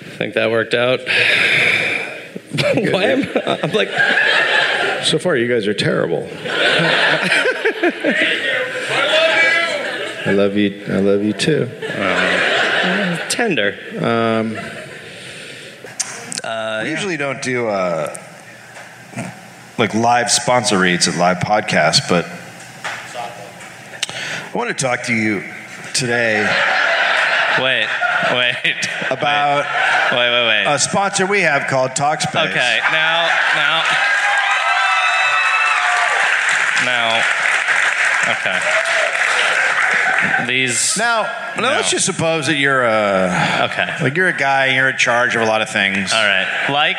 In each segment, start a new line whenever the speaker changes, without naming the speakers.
I think that worked out. Why am I, I'm like,
So far, you guys are terrible. I love you. I love you too.
tender.
Um,
I usually don't do uh, like live sponsor reads at live podcasts, but I want to talk to you today
Wait, wait,
about
wait, wait, wait.
a sponsor we have called Talkspace.
Okay, now, now, now, okay. These,
Now, now let's just suppose that you're a
okay,
like you're a guy, and you're in charge of a lot of things,
all right. Like,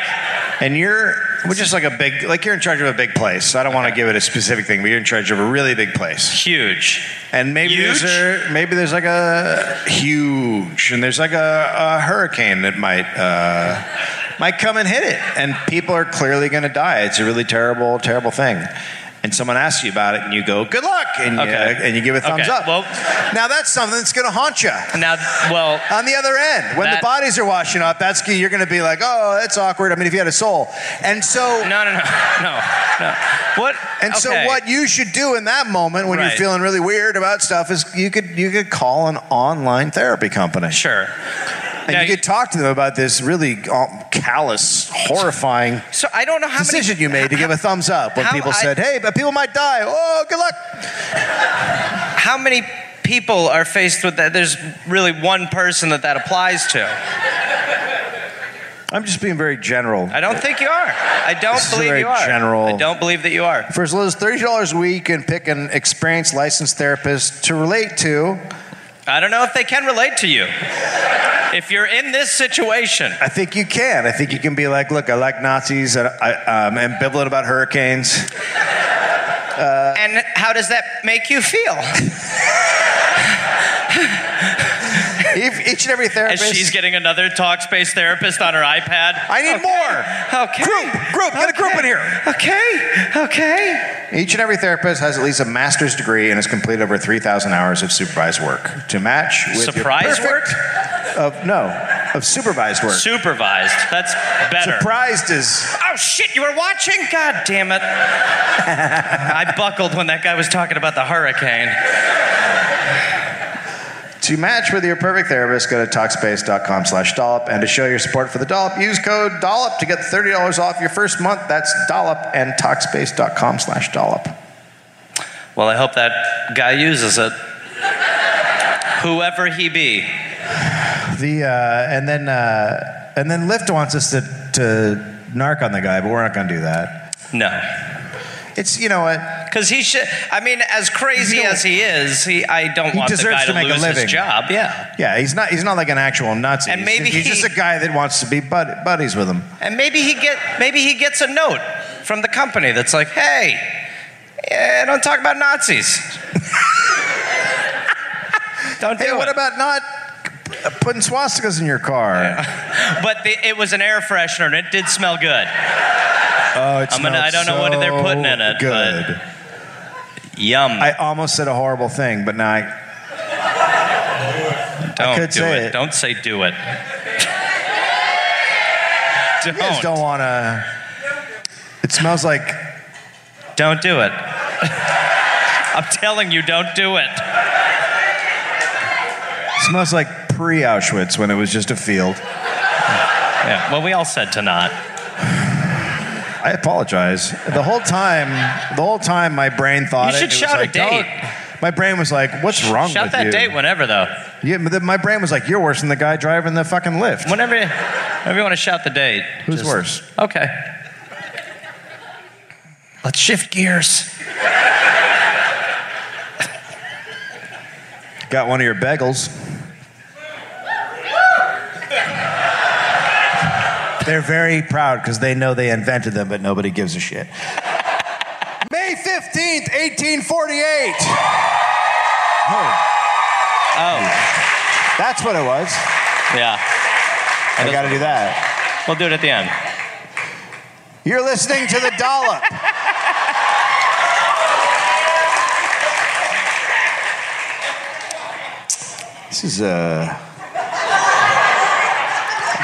and you're we're just like a big like you're in charge of a big place. I don't want to give it a specific thing, but you're in charge of a really big place.
huge.
And maybe
Huge?
there's a, maybe there's like a huge, and there's like a, a hurricane that might uh, might come and hit it, and people are clearly going to die. It's a really terrible, terrible thing. And someone asks you about it, and you go, "Good luck," and
Okay.
you, and you give a thumbs
Okay,
up.
well-
now that's something that's going to haunt you.
Now, well,
On the other end, when
That-
the bodies are washing up, that's you're going to be like, "Oh, that's awkward." I mean, if you had a soul, and so.
no, no, no, no, no. What?
And so,
okay.
what you should do in that moment when
Right.
you're feeling really weird about stuff is you could you could call an online therapy company
Sure.
and
Now,
you could talk to them about this really um, callous, horrifying
so I don't know how many.
decision you made to give a thumbs up when
how
people
I-
said, "Hey, but people might die." Oh, good luck.
How many people are faced with that? There's really one person that that applies to.
I'm just being very general.
I don't think you are. I don't
This is
believe
very
you are.
general.
I don't believe that you are.
For as little as thirty dollars a week, you can pick an experienced, licensed therapist to relate to.
I don't know if they can relate to you. If you're in this situation,
I think you can. I think you can be like, "Look, I like Nazis. I, I, I'm ambivalent about hurricanes."
Uh, and how does that make you feel?
If each and every
As
therapist.
she's getting another Talkspace therapist on her iPad.
I need more.
Okay.
Group, group, get a group in here.
Okay. Okay.
Each and every therapist has at least a master's degree and has completed over 3,000 hours of supervised work to match with
Surprise
your
work?
perfect of no of supervised work.
Supervised. That's better.
Surprised is
Oh shit, you were watching? God damn it. I buckled when that guy was talking about the hurricane.
to match with your perfect therapist. Go to talkspace.com/dollop slash dollop. and to show your support for the dollop, use code dollop to get thirty dollars off your first month. That's dollop and talkspace.com/dollop. slash dollop.
Well, I hope that guy uses it. Whoever he be.
The uh, and then uh, and then Lyft wants us to to narc on the guy, but we're not going to do that.
No.
It's you know what.
Because he should. I mean, as crazy
He's-
as he is, he I don't
He
want the
deserves
guy
to
to,
make a
lose
living.
his job. Yeah,
Yeah, he's not. He's not like an actual Nazi.
And
He's-
maybe
he's,
he-
just a guy that wants to be bud- buddies with him.
and maybe he get maybe he gets a note from the company that's like, hey, yeah, don't talk about Nazis. don't do
Hey, what
it.
about not putting swastikas in your car?
but the, it was an air freshener and it did smell good.
Oh, it's
I'm gonna- I don't know what they're putting in it,
Good.
Yum.
I almost said a horrible thing, but now I,
don't
could
do
say it.
Don't say do it.
you guys
don't.
don't want to. It smells like.
Don't do it. I'm telling you, don't do it.
Smells like pre-Auschwitz when it was just a field.
Yeah. Well, we all said to not.
I apologize. The whole time, the whole time, my brain thought
You
it. It
should
was
shout a
like,
date.
"Don't-" My brain was like, "What's wrong
Shout
with
that
you?"
date whenever, though.
Yeah, but then my brain was like, "You're worse than the guy driving the fucking lift."
Whenever, whenever you want to shout the date.
Who's
just-
worse?
Okay. Let's shift gears.
Got one of your bagels. They're very proud because they know they invented them, but nobody gives a shit. May 15th, 1848. Oh,
Oh,
that's what it was.
yeah.
I got to do that.
We'll do it at the end.
You're listening to The Dollop. this is, uh.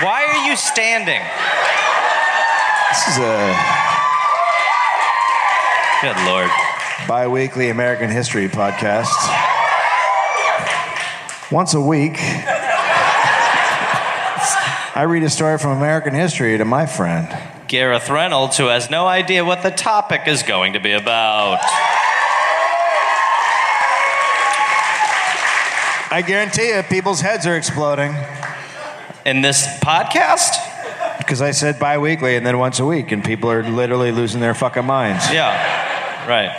Why are you standing?
This is uh, a
Good lord.
bi weekly American history podcast. Once a week, I read a story from American history to my friend.
Gareth Reynolds, who has no idea what the topic is going to be about.
I guarantee you, people's heads are exploding
In this podcast?
because I said bi weekly and then once a week, and people are literally losing their fucking minds.
Yeah. Right.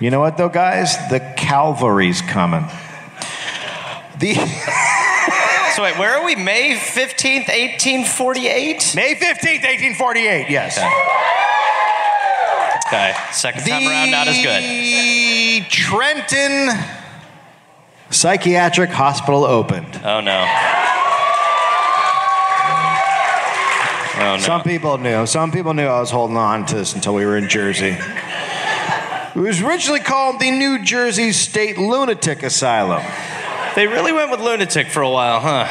You know what, though, guys? The Calvary's coming. The.
So wait, where are we? May 15th, 1848?
May 15th, 1848, yes.
Okay. Second time around, not as good.
The Trenton Psychiatric Hospital opened.
Oh no. Oh no.
Some people knew. Some people knew I was holding on to this until we were in Jersey. It was originally called the New Jersey State Lunatic Asylum.
They really went with lunatic for a while, huh?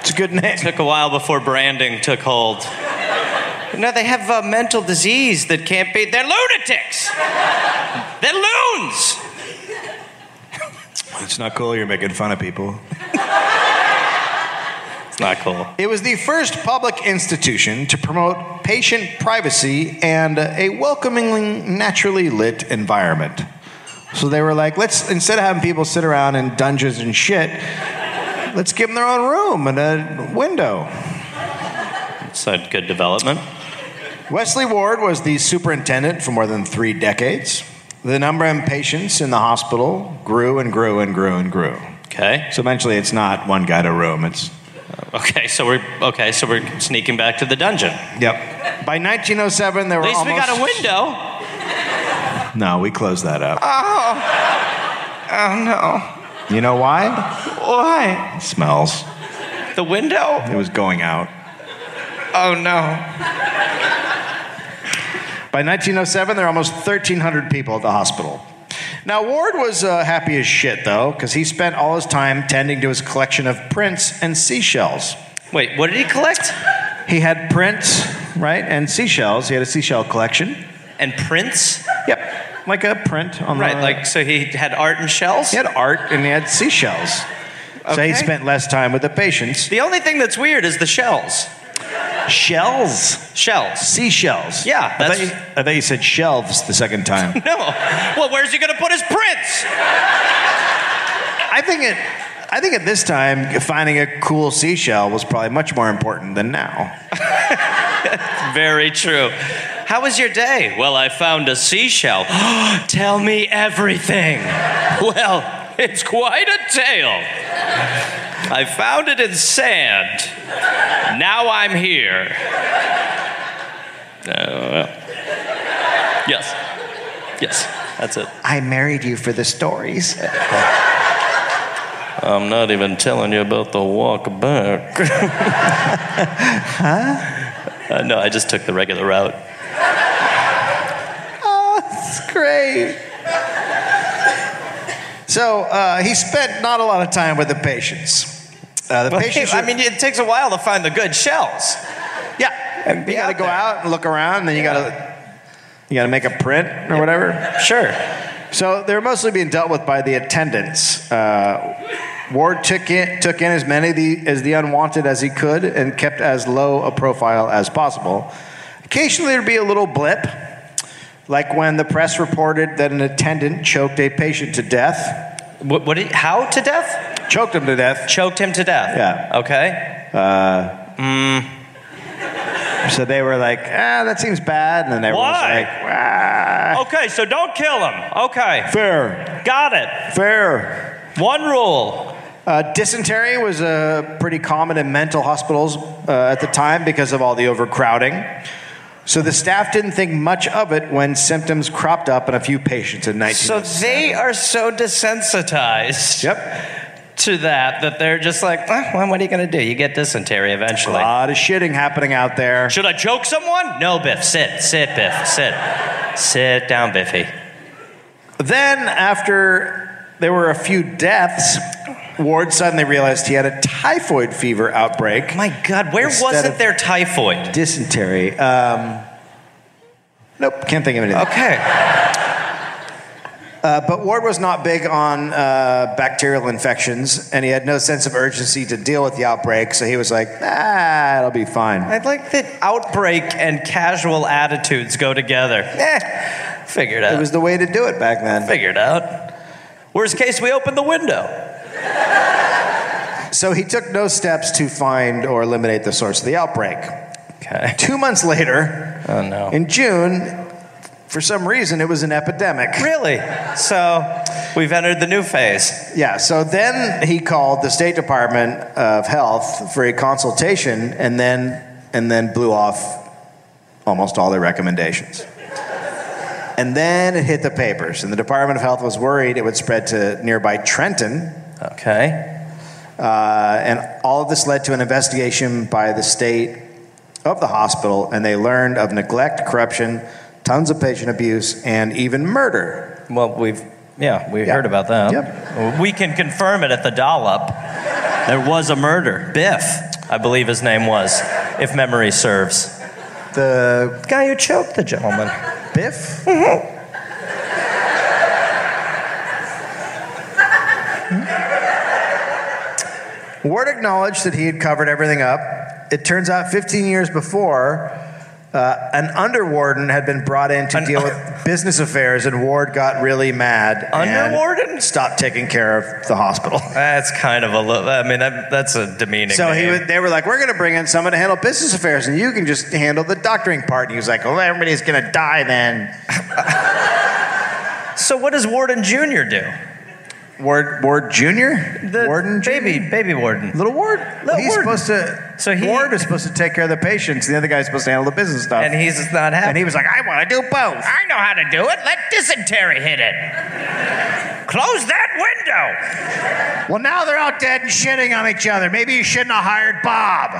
It's a good name.
Took a while before branding took hold. No, they have a mental disease that can't be. They're lunatics. They're loons.
It's not cool you're making fun of people.
It's not cool.
It was the first public institution to promote patient privacy and a welcoming, naturally lit environment. So they were like, let's, instead of having people sit around in dungeons and shit, let's give them their own room and a window.
It's a good development.
Wesley Ward was the superintendent for more than three decades. The number of patients in the hospital grew and grew and grew and grew.
Okay.
So eventually, it's not one guy to room, it's
Okay. So we're okay. So we're sneaking back to the dungeon. At
Yep. By 1907, there were
least we
almost...
got a window.
No, we closed that up. Oh. Oh, no. You know why?
Why?
It smells.
The window?
It was going out.
Oh no.
By 1907, there were almost 1,300 people at the hospital. Now, Ward was uh, happy as shit, though, because he spent all his time tending to his collection of prints and seashells.
Wait, what did he collect?
He had prints, right, and seashells. He had a seashell collection.
And prints?
Yep, like a print on
Right,
the
like so he had art and shells?
he had art and he had seashells. So
Okay.
he spent less time with the patients.
The only thing that's weird is the shells.
Shells.
Shells.
Seashells.
Yeah,
I thought,
that's-
you, I thought you said shelves the second time.
No. Well, where's he gonna put his prints?
I think it. I think at this time, finding a cool seashell was probably much more important than now.
Very true. How was your day? Well, I found a seashell. Tell me everything. Well, it's quite a tale. I found it in sand. Now I'm here. Uh, yes. Yes, that's it.
I married you for the stories.
I'm not even telling you about the walk back. huh? Uh, no, I just took the regular route.
Oh, That's great. So uh, he spent not a lot of time with the patients. Uh, the patients.
I
were-
mean, it takes a while to find the good shells.
yeah, and
be
you got to
out
go
there.
out and look around, and then you got to you got to make a print or whatever.
Sure.
So they're mostly being dealt with by the attendants. Uh, Ward took in, took in as many of the, as the unwanted as he could and kept as low a profile as possible. Occasionally, there'd be a little blip, like when the press reported that an attendant choked a patient to death.
What, what did, how to death?
Choked him to death.
Choked him to death.
Yeah.
Okay.
Uh, mm. So they were like, ah, that seems bad. And then everyone was
Why?
like, ah,
Okay, so don't kill him. Okay.
fair,
Got it.
fair.
One rule.
Uh, dysentery was uh, pretty common in mental hospitals uh, at the time because of all the overcrowding. So the staff didn't think much of it when symptoms cropped up in a few patients in 19.
So they are so desensitized
yep.
to that that they're just like, "Eh, well, what are you going to do? You get dysentery
A
eventually.
lot of shitting happening out there.
Should I choke someone? No, Biff. Sit, sit, Biff. Sit. Sit down, Biffy.
Then, after there were a few deaths, Ward suddenly realized he had a typhoid fever outbreak.
My God, where
Instead
wasn't
of-
there typhoid?
Dysentery. Um, nope, can't think of anything.
Okay.
Uh, but Ward was not big on uh, bacterial infections, and he had no sense of urgency to deal with the outbreak, so he was like, ah, it'll be fine.
I'd like that outbreak and casual attitudes go together. Eh, figured
It
out.
was the way to do it back then.
figured out. Worst case, we open the window.
So he took no steps to find or eliminate the source of the outbreak.
Okay.
Two months later,
Oh no.
in June, for some reason, it was an epidemic.
really? So we've entered the new phase.
Yeah, so then he called the State Department of Health for a consultation and then and then blew off almost all their recommendations. And then it hit the papers and the Department of Health was worried it would spread to nearby Trenton.
Okay.
Uh, and all of this led to an investigation by the state of the hospital, and they learned of neglect, corruption, tons of patient abuse, and even murder
Well, we've yeah, we
Yeah.
heard about that.
Yep.
We can confirm it at the dollop. There was a murder. Biff, I believe his name was, if memory serves.
The
Guy who choked the gentleman.
Biff? Hmm? Ward acknowledged that he had covered everything up. It turns out 15 years before, uh, an underwarden had been brought in to
An-
deal with business affairs, and Ward got really mad. and
Underwarden?
Stopped taking care of the hospital.
That's kind of a little. I mean, that, that's a demeaning.
So he
name.
was, they were like, we're going to bring in someone to handle business affairs, and you can just handle the doctoring part. And he was like, well, everybody's going to die then.
So what does Warden Jr. do?
Ward Ward Jr.
The
Warden
baby, baby warden.
Little Ward.
Little
he's
Warden.
supposed to.
So he-
Ward is supposed to take care of the patients. The other guy's supposed to handle the business stuff.
And he's not happy.
And he was like, I want to do both.
I know how to do it. Let dysentery hit it. Close that window.
Well, now they're out dead and shitting on each other. Maybe you shouldn't have hired Bob.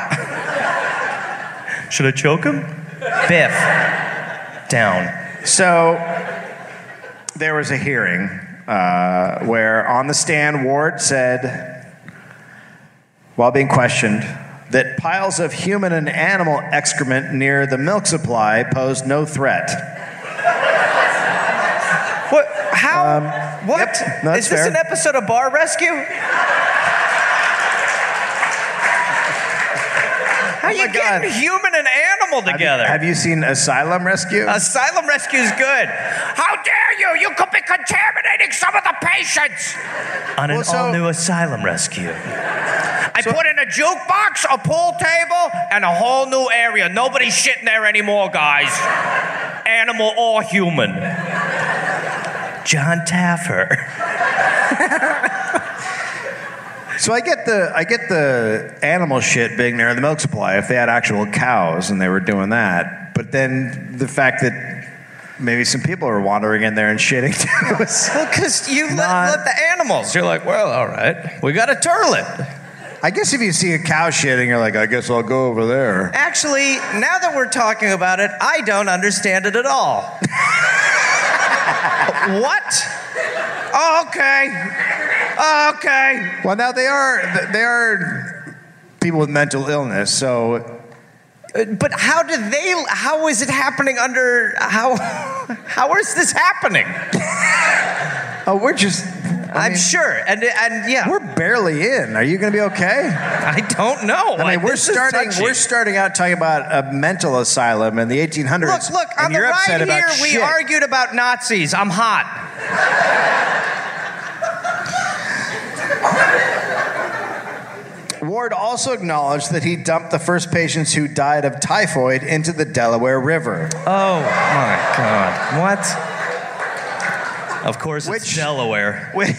Should I choke him? Biff. Down.
so there was a hearing uh, where, on the stand, Ward said, while being questioned, that piles of human and animal excrement near the milk supply posed no threat.
What? How? what? Is
Um, yep, no, that's
this
fair. Oh
an episode of Bar Rescue? How you
Oh my God.
getting human and animal together? Uh,
Have you, have you seen Asylum Rescue?
Asylum rescue's good.
How dare you? You could be contaminating some of the patients.
On an
Well, so-
all-new asylum rescue.
I put in a jukebox, a pool table, and a whole new area. Nobody's shitting there anymore, guys.
Animal or human. John Taffer.
so I get the I get the animal shit being near the milk supply if they had actual cows and they were doing that. But then the fact that maybe some people are wandering in there and shitting too. is-
Well, because you let,
Not-
let the animals. You're like, well, all right. We got a turlet.
I guess if you see a cow shitting, you're like, I guess I'll go over there.
Actually, now that we're talking about it, I don't understand it at all. what? Oh, okay. Oh, okay.
Well, now they are they are people with mental illness, so
Uh, But how do they? How is it happening under? How? How is this happening?
oh, we're just. I
I'm
mean,
sure. And and yeah,
we're barely in. Are you going to be okay?
I don't know.
I mean, we're
this is
starting.
touchy.
We're starting out talking about a mental asylum in the 1800s.
Look, look,
and
on the
you're upset
ride
about
here, we
shit.
argued about Nazis. I'm hot.
Ward also acknowledged that he dumped the first patients who died of typhoid into the Delaware River.
Oh, my God. What? Of course,
Which-
it's Delaware.
Which,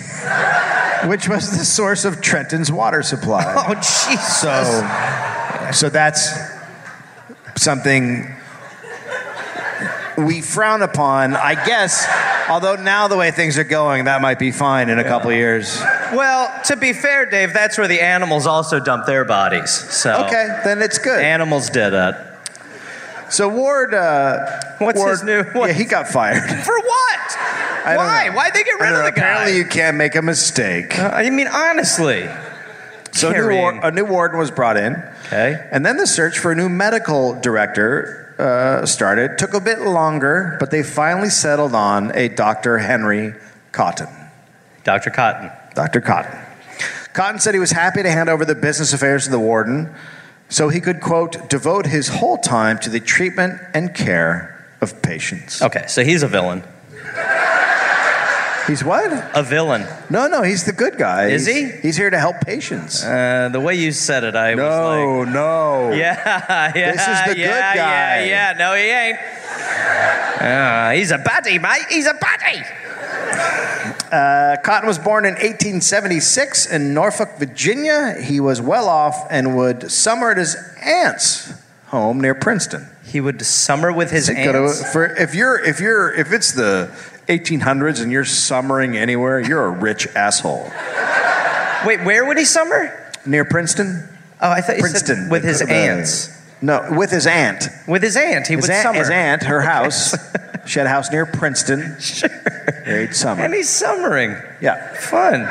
which was the source of Trenton's water supply.
Oh, Jesus.
so, Oh. so that's something we frown upon, I guess. Although now the way things are going, that might be fine in a couple of years.
Well, to be fair, Dave, that's where the animals also dump their bodies. So
Oh.
Okay, then it's good.
animals did it.
So Ward, uh,
What's
Ward,
his new- what-
Yeah, he got fired.
For what?
I don't
Why?
know.
Why'd they get rid
I don't
of
know.
the guy?
Apparently, you can't make a mistake.
Uh, I mean, honestly.
So a new,
Carrying.
war- a new warden was brought in.
Okay.
And then the search for a new medical director uh, started. Took a bit longer, but they finally settled on a Dr. Henry Cotton.
Dr. Cotton.
Dr. Cotton. Cotton said he was happy to hand over the business affairs to the warden so he could, quote, devote his whole time to the treatment and care of patients.
Okay, so he's a villain.
He's what?
A villain.
No, no, he's the good guy.
Is
He's-
he?
He's here to help patients.
Uh, the way you said it, I was like.
no, no.
Yeah, yeah.
This is the good
yeah,
guy.
Yeah, yeah. No, he ain't. Uh, he's a baddie, mate. He's a baddie.
Uh, Cotton was born in 1876 in Norfolk, Virginia. He was well off and would summer at his aunt's home near Princeton.
He would summer with his
Think of-
aunts.
for- if you're if you're if it's the 1800s and you're summering anywhere, you're a rich asshole.
Wait, where would he summer?
Near Princeton,
Oh, I thought you
Princeton,
said with
They
his
could have been-
aunts.
No, with his aunt.
With his aunt, he
His
would
aunt,
summer.
his aunt, her house. She had a house near Princeton. Sure. Married summer.
And he's summering.
yeah.
Fun.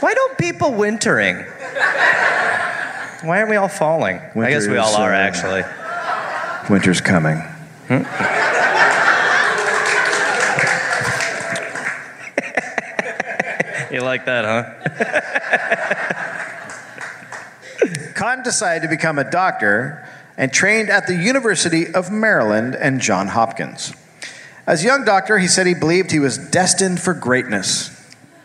Why don't people wintering? Why aren't we all falling? I guess
Winter
we all
is,
are,
uh,
actually.
Winter's coming.
You like that, huh?
Cotton decided to become a doctor and trained at the University of Maryland and Johns Hopkins. As a young doctor, he said he believed he was destined for greatness.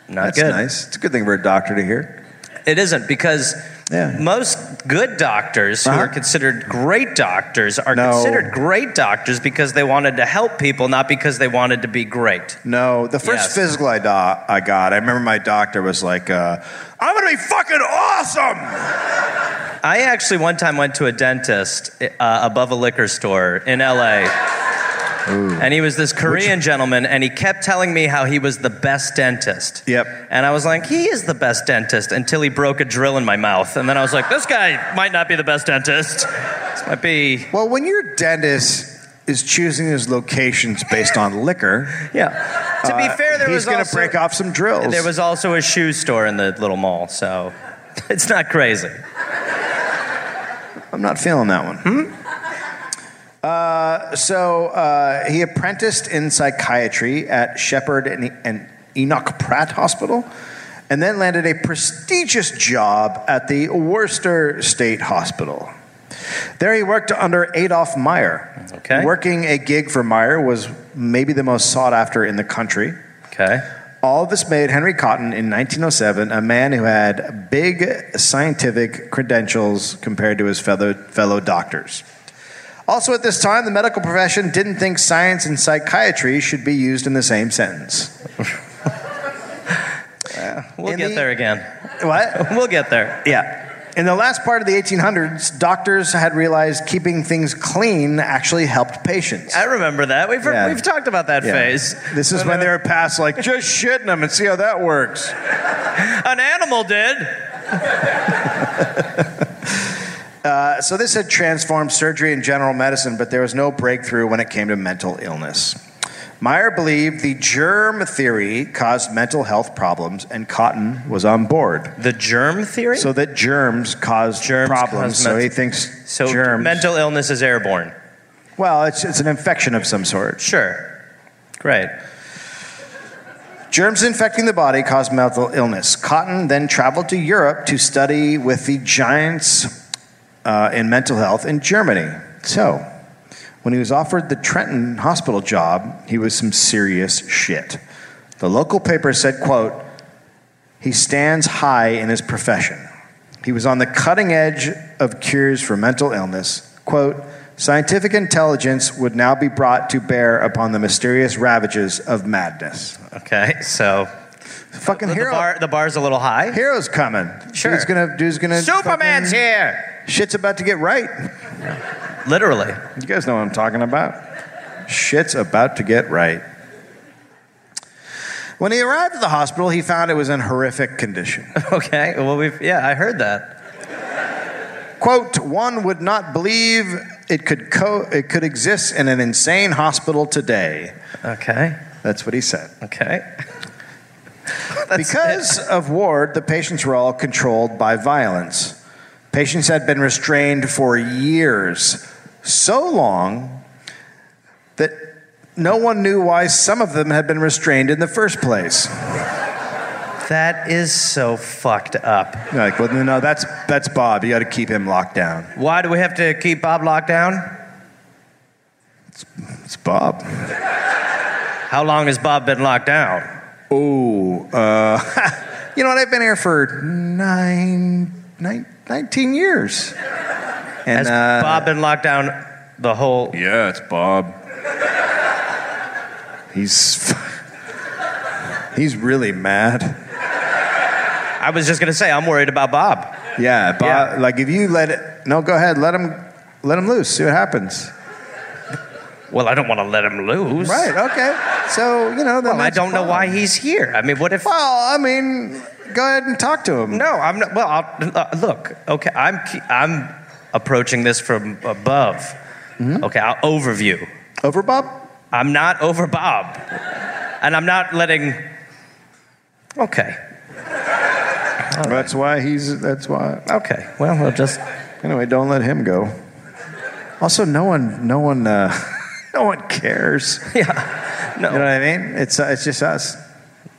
Not
That's
good.
nice. It's a good thing for a doctor to hear.
It isn't because
Yeah.
most good doctors who are
Uh-huh.
considered great doctors are
No.
considered great doctors because they wanted to help people, not because they wanted to be great.
No, the first
Yes.
physical I, do- I got, I remember my doctor was like, uh, I'm going to be fucking awesome.
I actually one time went to a dentist uh, above a liquor store in LA. And he was this Korean gentleman, and he kept telling me how he was the best dentist.
Yep.
And I was like, he is the best dentist until he broke a drill in my mouth. And then I was like, this guy might not be the best dentist. This might be,
Well, when your dentist is choosing his locations based on liquor,
yeah. To be
uh,
fair, there
he's
was
gonna
also,
break off some drills.
there was also a shoe store in the little mall, so it's not crazy.
I'm not feeling that one. Uh, so uh, he apprenticed in psychiatry at Shepherd and, and Enoch Pratt Hospital, and then landed a prestigious job at the Worcester State Hospital. There he worked under Adolf Meyer.
Okay.
Working a gig for Meyer was maybe the most sought after in the country.
Okay.
All of this made Henry Cotton in 1907 a man who had big scientific credentials compared to his fellow, fellow doctors. Also, at this time, the medical profession didn't think science and psychiatry should be used in the same sentence.
We'll
In
get
the-
there again.
What?
We'll get there.
yeah. In the last part of the 1800s, doctors had realized keeping things clean actually helped patients.
I remember that. We've,
Yeah.
we've talked about that
Yeah.
phase.
This is when they were past, like, just shitting them and see how that works.
An animal did.
So this had transformed surgery and general medicine, but there was no breakthrough when it came to mental illness. Meyer believed the germ theory caused mental health problems, and Cotton was on board.
The germ theory?
So that germs caused
Germs
problems.
cause
so
ment-
he thinks
So
germs.
mental illness is airborne.
well, it's, it's an infection of some sort.
Sure. Great.
Germs infecting the body cause mental illness. Cotton then traveled to Europe to study with the giants uh, in mental health in Germany. So, when he was offered the Trenton hospital job, he was some serious shit. The local paper said, quote, he stands high in his profession. He was on the cutting edge of cures for mental illness. Quote, scientific intelligence would now be brought to bear upon the mysterious ravages of madness.
Okay. So
Fucking
the,
hero.
bar, the bar's a little high.
Hero's coming.
Sure.
Dude's gonna. Dude's gonna.
Superman's
fucking-
here.
Shit's about to get right.
Literally.
You guys know what I'm talking about. Shit's about to get right. When he arrived at the hospital, he found it was in horrific condition.
Okay. Well, we've yeah, I heard that.
Quote: One would not believe it could co- it could exist in an insane hospital today.
Okay.
That's what he said.
Okay.
because of Ward, the patients were all controlled by violence. Patients had been restrained for years, so long that no one knew why some of them had been restrained in the first place.
That is so fucked up.
You're like, well, no, no, that's that's Bob. You got to keep him locked down.
Why do we have to keep Bob locked down?
It's Bob.
How long has Bob been locked down?
Oh, uh, you know what? I've been here for nine, nine 19 years. And
Has
uh,
Bob been locked down the whole?
Yeah, it's Bob. he's he's really mad.
I was just gonna say I'm worried about Bob.
Yeah, Bob.
Yeah.
Like if you let it, no, go ahead. Let him let him loose. See what happens.
Well, I don't want to let him lose.
Right. Okay. So you know. Then
Well, I
that's
don't know
Bob.
why he's here. I mean, what if?
Well, I mean, go ahead and talk to him.
No, I'm not. Well, I'll, uh, look. Okay, I'm ke- I'm approaching this from above.
Mm-hmm.
Okay, I'll overview.
Over Bob.
I'm not over Bob, and I'm not letting. Okay,
That's why he's. That's why.
okay. Well, I'll just.
Anyway, don't let him go. Also, no one, no one, uh, no one cares.
Yeah. No.
You know what I mean? It's uh, it's just us.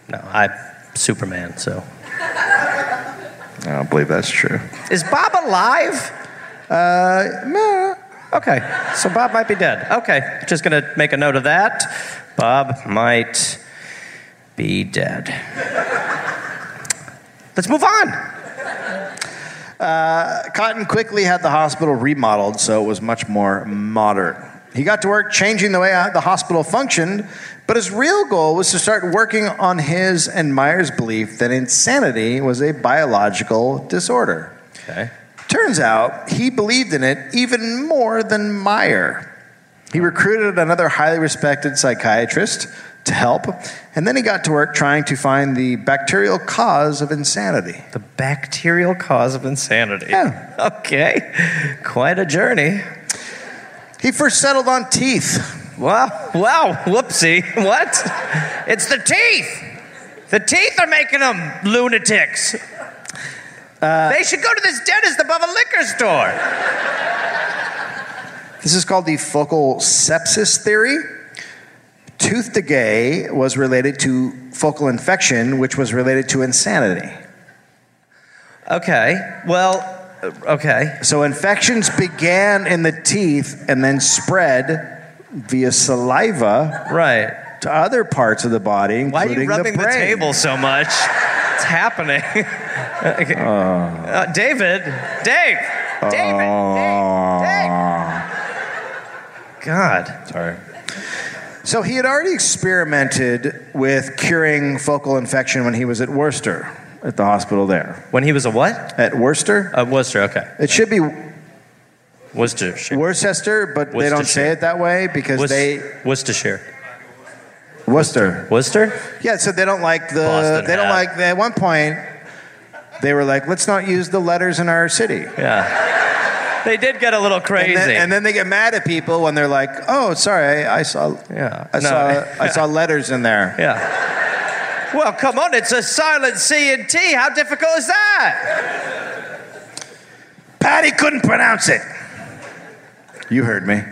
No, I'm Superman. So,
I don't believe that's true.
is Bob alive?
Uh, meh.
Okay, so Bob might be dead. Okay, just gonna make a note of that. Bob might be dead. Let's move on.
Cotton quickly had the hospital remodeled so it was much more modern. He got to work changing the way uh, the hospital functioned, but his real goal was to start working on his and Meyer's belief that insanity was a biological disorder.
Okay.
Turns out he believed in it even more than Meyer. He recruited another highly respected psychiatrist to help, and then he got to work trying to find the bacterial cause of insanity.
The bacterial cause of insanity.
Yeah.
Okay. Quite a journey.
He first settled on teeth.
Wow. Wow. Whoopsie. What? It's the teeth. The teeth are making them lunatics. Uh, they should go to this dentist above a liquor store.
This is called the focal sepsis theory. Tooth decay was related to focal infection, which was related to insanity.
Okay. Well, uh, okay.
So infections began in the teeth and then spread via saliva
Right.
to other parts of the body, including
Why are you rubbing
the
the,
brain.
table so much? It's happening. Okay.
Oh.
Uh, David, Dave, David, Dave, Dave. God.
Sorry. So he had already experimented with curing focal infection when he was at Worcester, at the hospital there.
When he was a what?
At Worcester?
Uh, Worcester, okay.
It should be
Worcestershire.
Worcester, but they don't say
Worcestershire.
it that way because
Worc-
they
Worcestershire.
Worcester.
Worcester?
Yeah, so they don't like the.
Boston
they don't
hat.
like. At one point, they were like, "Let's not use the letters in our city."
Yeah. They did get a little crazy.
And then, and then they get mad at people when they're like, "Oh, sorry, I, I saw.
Yeah,
I
no.
saw. I saw letters in there."
yeah. Well, come on, it's a silent C and T. How difficult is that?
Patty couldn't pronounce it. You heard me.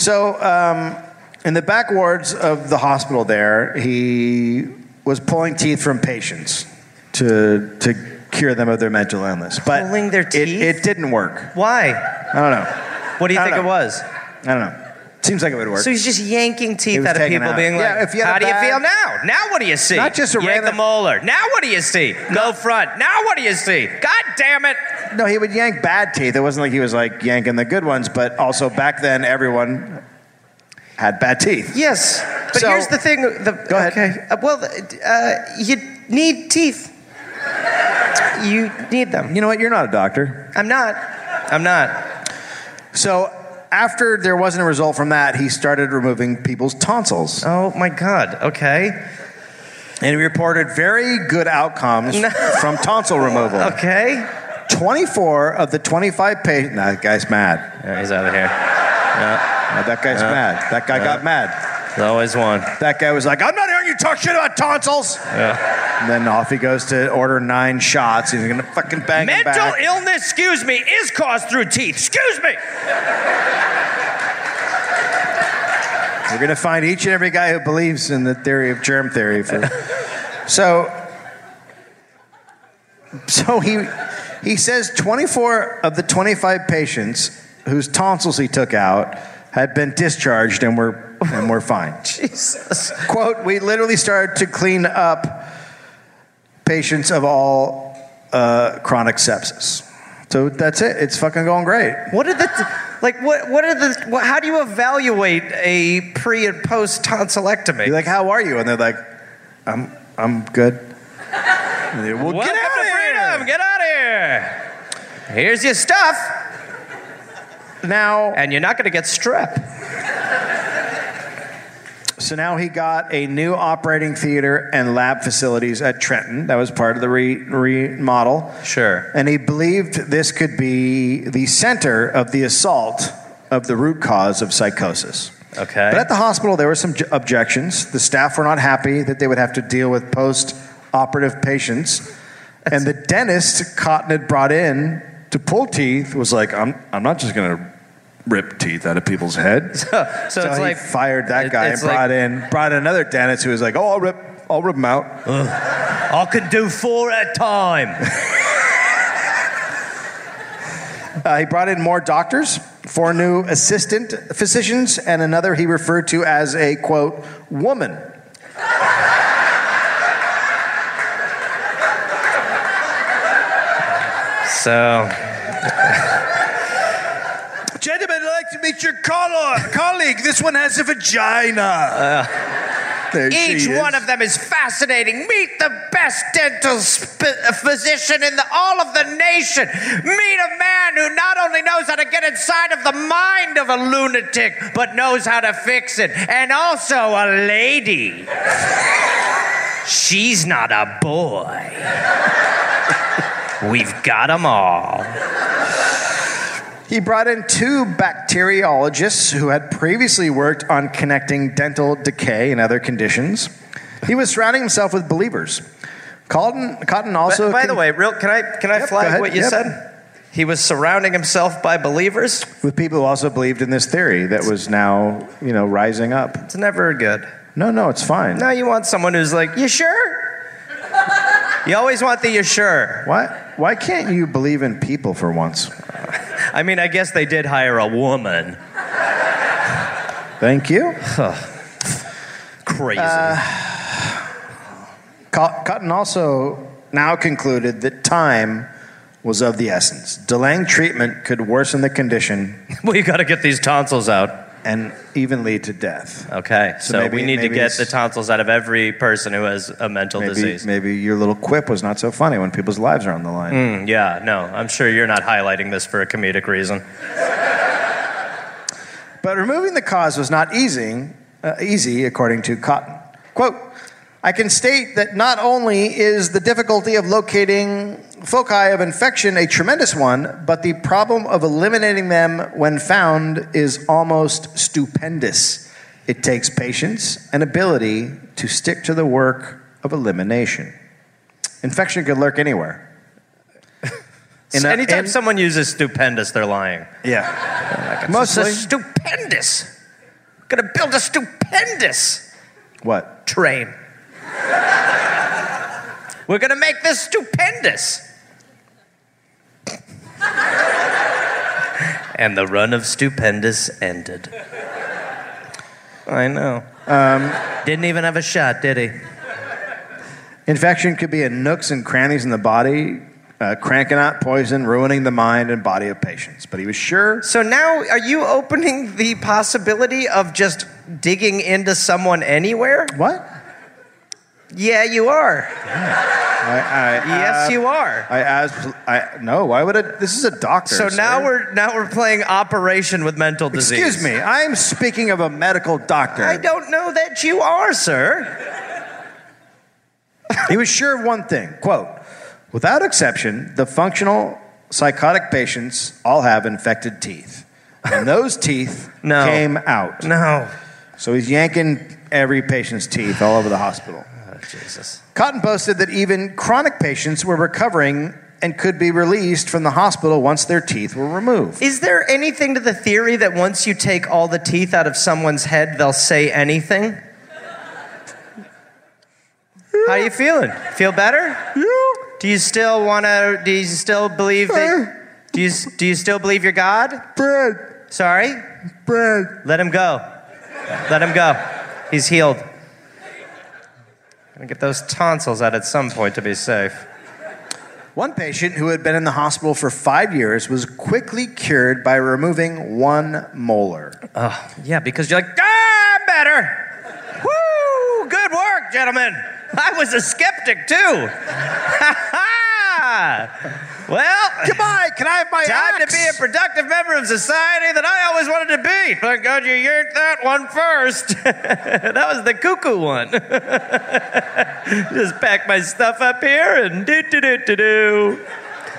so, um, in the back wards of the hospital, there he was pulling teeth from patients to to cure them of their mental illness. But
Pulling their
it-
teeth?
it, didn't work.
Why?
I don't know.
What do you
I don't
think
know.
it was?
I don't know. Seems like it would work.
So he's just yanking
He
teeth
was
out of
taking
people,
out-
being like,
Yeah, if you had
"How
a
do you
bad-
feel now? Now what do you see?
Not just a
yank
random-
the molar. Now what do you see? Go front. Now what do you see? God damn it!
no, he would yank bad teeth. It wasn't like he was like yanking the good ones, but also back then everyone had bad teeth.
Yes, but
So-
here's the thing. The,
Go ahead.
Okay. Uh, well, uh, you need teeth. You need them.
You know what? You're not a doctor.
I'm not. I'm not.
So after there wasn't a result from that, he started removing people's tonsils.
Oh my God. Okay.
And he reported very good outcomes
No.
from tonsil removal.
Okay.
24 of the 25 patients. Nah, that guy's mad.
Yeah, he's out of here. Yeah.
Uh, that guy's mad. That guy got mad.
There's always one.
That guy was like, I'm not hearing you talk shit about tonsils. And then off he goes to order nine shots. He's going to fucking bang him
Mental
back.
illness, excuse me, is caused through teeth. Excuse me.
We're going to find each and every guy who believes in the theory of germ theory. For... so, so he, he says 24 of the 25 patients whose tonsils he took out had been discharged and were, and were fine.
Jesus.
quote, we literally started to clean up patients of all uh, chronic sepsis. So that's it. It's fucking going great.
What are the like? What what are the? What, how do you evaluate a pre and post tonsillectomy?
You're like, how are you? And they're like, I'm, I'm good. And they're, well,
Welcome
get out
to
of here.
freedom. Get out of here. Here's your stuff,
Now,
and you're not going to get strep.
so now he got a new operating theater and lab facilities at Trenton. That was part of the re- remodel.
Sure.
And he believed this could be the center of the assault of the root cause of psychosis.
Okay.
But at the hospital, there were some j- objections. The staff were not happy that they would have to deal with post operative patients. And the dentist Cotton had brought in to pull teeth was like, I'm, I'm not just going to rip teeth out of people's heads. so
so, it's
he
like
fired that
it-
guy and
it's like-
brought in brought in another dentist who was like, oh, I'll rip, I'll rip them out.
I can do four at a time.
Uh, he brought in more doctors, four new assistant physicians, and another he referred to as a quote woman.
So
Gentlemen, I'd like to meet your collo- colleague. This one has a vagina. There Uh, she
each
is.
one of them is fascinating. Meet the best dental sp- uh, physician in the, all of the nation. Meet a man who not only knows how to get inside of the mind of a lunatic, but knows how to fix it. And also a lady. She's not a boy. We've got them all.
He brought in two bacteriologists who had previously worked on connecting dental decay and other conditions. He was surrounding himself with believers. Cotton, Cotton also.
by
con-
the way, real can I can I
Yep, go
flag
ahead.
what you
Yep.
said? He was surrounding himself by believers.
with people who also believed in this theory that was now, you know, rising up.
It's never good.
No, no, it's fine.
No, you want someone who's like, you sure? you always want the you sure.
Why, why can't you believe in people for once?
I mean, I guess they did hire a woman.
Thank you.
Crazy.
Uh, Co- Cotton also now concluded that time was of the essence. Delaying treatment could worsen the condition
well, you got to get these tonsils out.
and even lead to death.
Okay, so,
So maybe-
we need to
maybe
get
it's-
the tonsils out of every person who has a mental
Maybe,
disease.
maybe your little quip was not so funny when people's lives are on the line.
Mm, yeah, no, I'm sure you're not highlighting this for a comedic reason.
But removing the cause was not easy, uh, easy according to Cotton. Quote, I can state that not only is the difficulty of locating foci of infection a tremendous one, but the problem of eliminating them when found is almost stupendous. It takes patience and ability to stick to the work of elimination. Infection could lurk anywhere. In a-
Anytime
in-
someone uses stupendous, they're lying.
yeah. Most
It's a stupendous. Gonna build a stupendous
what?
train. We're gonna make this stupendous. and the run of stupendous ended. I know. Didn't even have a shot, did he?
Infection could be in nooks and crannies in the body, uh, cranking out poison, ruining the mind and body of patients. But he was sure.
So now, are you opening the possibility of just digging into someone anywhere?
What?
Yeah, you are.
I, I,
Yes,
uh,
you are.
I asked. I no. Why would it? This is a doctor.
So
sir.
now we're now we're playing operation with mental disease.
Excuse me. I'm speaking of a medical doctor.
I don't know that you are, sir.
He was sure of one thing. Quote: Without exception, the functional psychotic patients all have infected teeth. and those teeth
No.
came out.
No.
So he's yanking every patient's teeth all over the hospital.
Oh, Jesus.
Cotton posted that even chronic patients were recovering and could be released from the hospital once their teeth were removed.
Is there anything to the theory that once you take all the teeth out of someone's head, they'll say anything? How you feeling? Feel better? Do you still want to? Do you still believe that? Do you do you still believe you're God?
Brad,
Sorry.
Brad.
Let him go. Let him go. He's healed. Gonna get those tonsils out at some point to be safe.
One patient who had been in the hospital for five years was quickly cured by removing one molar.
Oh, yeah, because you're like, ah, I'm better. Woo! Good work, gentlemen. I was a skeptic too. well,
Goodbye. Can I have my
time to
axe?
be a productive member of society that I always wanted to be. Thank God you yanked that one first. that was the cuckoo one. Just pack my stuff up here and do do do do do.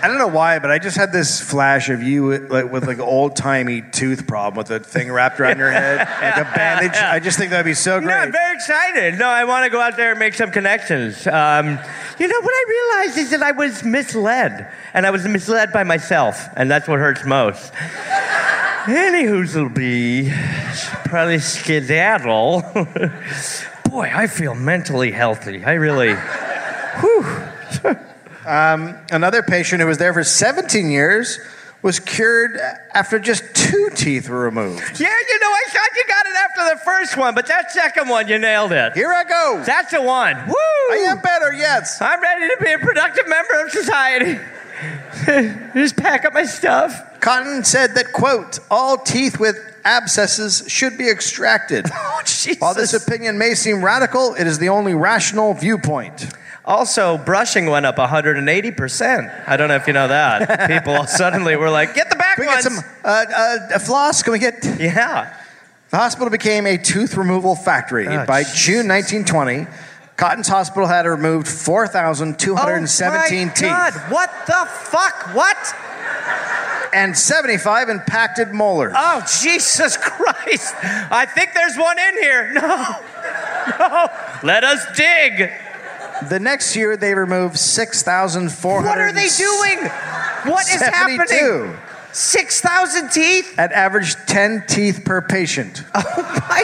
I don't know why, but I just had this flash of you like with like old timey tooth problem with a thing wrapped around your head, like a bandage. I just think that'd be so
No, I'm
great.
very excited. No, I want to go out there and make some connections. Um, you know, what I realized is that I was misled, and I was misled by myself, and that's what hurts most. Any whoozle be probably skedaddle. Boy, I feel mentally healthy. I really.
Another patient who was there for 17 years was cured after just two teeth were removed.
Yeah, you know, I thought you got it after the first one, but that second one, you nailed it.
Here I go.
That's the one. Woo!
I am better. Yes.
I'm ready to be a productive member of society. Just pack up my stuff.
Cotton said that quote, all teeth with abscesses should be extracted.
Oh,
While this
Jesus.
opinion may seem radical, it is the only rational viewpoint.
Also, brushing went up 180%. I don't know if you know that. People suddenly were like, get the back
Can we get
ones.
some uh, uh, a floss? Can we get?
Yeah.
The hospital became a tooth removal factory.
Oh,
By
jeez.
June 1920, Cotton's hospital had removed 4,217
oh my
teeth
God. What the fuck? What?
and 75 impacted molars.
Oh, Jesus Christ. I think there's one in here. No. No. Let us dig. Uh,
the next year, they removed 6,400.
What are they doing? What is happening? 6,000 teeth?
At average 10 teeth per patient.
Oh, my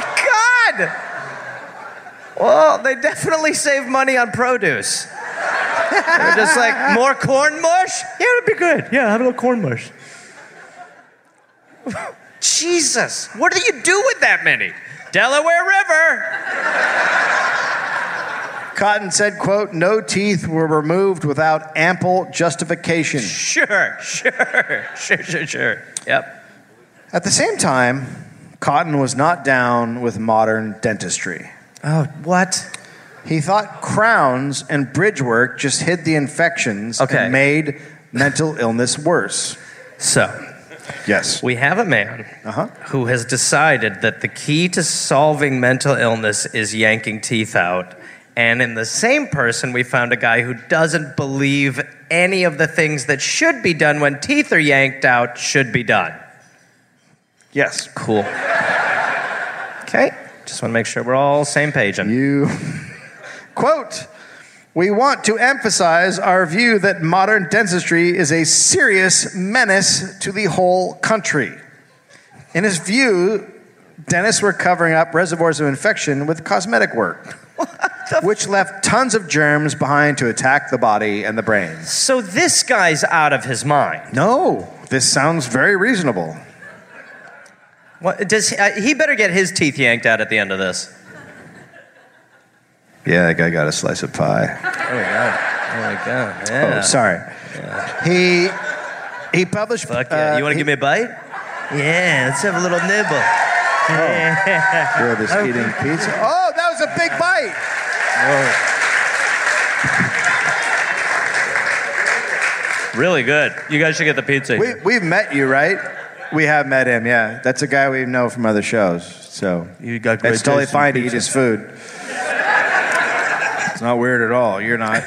God. Well, they definitely save money on produce. They're just like, more corn mush? Yeah, it'd be good. Yeah, have a little corn mush. Jesus, what do you do with that many? Delaware River.
Cotton said, quote, no teeth were removed without ample justification.
Sure, sure, sure, sure, sure. Yep.
At the same time, Cotton was not down with modern dentistry.
Oh, what?
He thought crowns and bridge work just hid the infections
Okay.
and made mental illness worse.
So,
Yes.
we have a man
Uh-huh.
who has decided that the key to solving mental illness is yanking teeth out. And in the same person, we found a guy who doesn't believe any of the things that should be done when teeth are yanked out should be done.
Yes.
Cool. okay. Just want to make sure we're all same page. On.
You quote We want to emphasize our view that modern dentistry is a serious menace to the whole country. In his view, dentists were covering up reservoirs of infection with cosmetic work, which left tons of germs behind to attack the body and the brain.
So this guy's out of his mind.
No, this sounds very reasonable.
What, does uh, he better get his teeth yanked out at the end of this?
Yeah, that guy got a slice of pie.
Oh my god! Oh my god!
Oh, sorry. He he published. uh,
Fuck yeah. you want to give me a bite? Yeah, let's have a little nibble.
You're this eating pizza. Oh, that was a big bite.
Really good. You guys should get the pizza.
We we've met you, right? We have met him. Yeah, that's a guy we know from other shows. So
You got great
it's totally
taste in
fine to eat his food. It's not weird at all. You're not.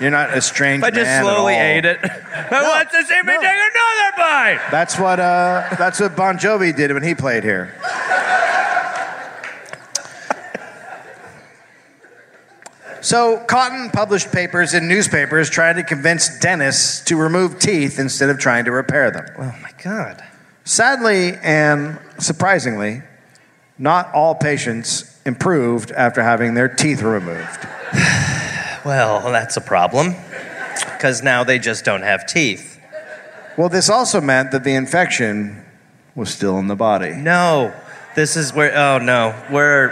You're not a strange
I just
man at
slowly
all.
ate it. I want to see me
no.
take another
right.
That's what uh, that's what Bon Jovi did when he played here. So, Cotton published papers in newspapers trying to convince dentists to remove teeth instead of trying to repair them.
Oh my God.
Sadly and surprisingly, not all patients improved after having their teeth removed.
Well, that's a problem. Because now they just don't have teeth.
Well, this also meant that the infection was still in the body.
No, this is where. Oh no, we're.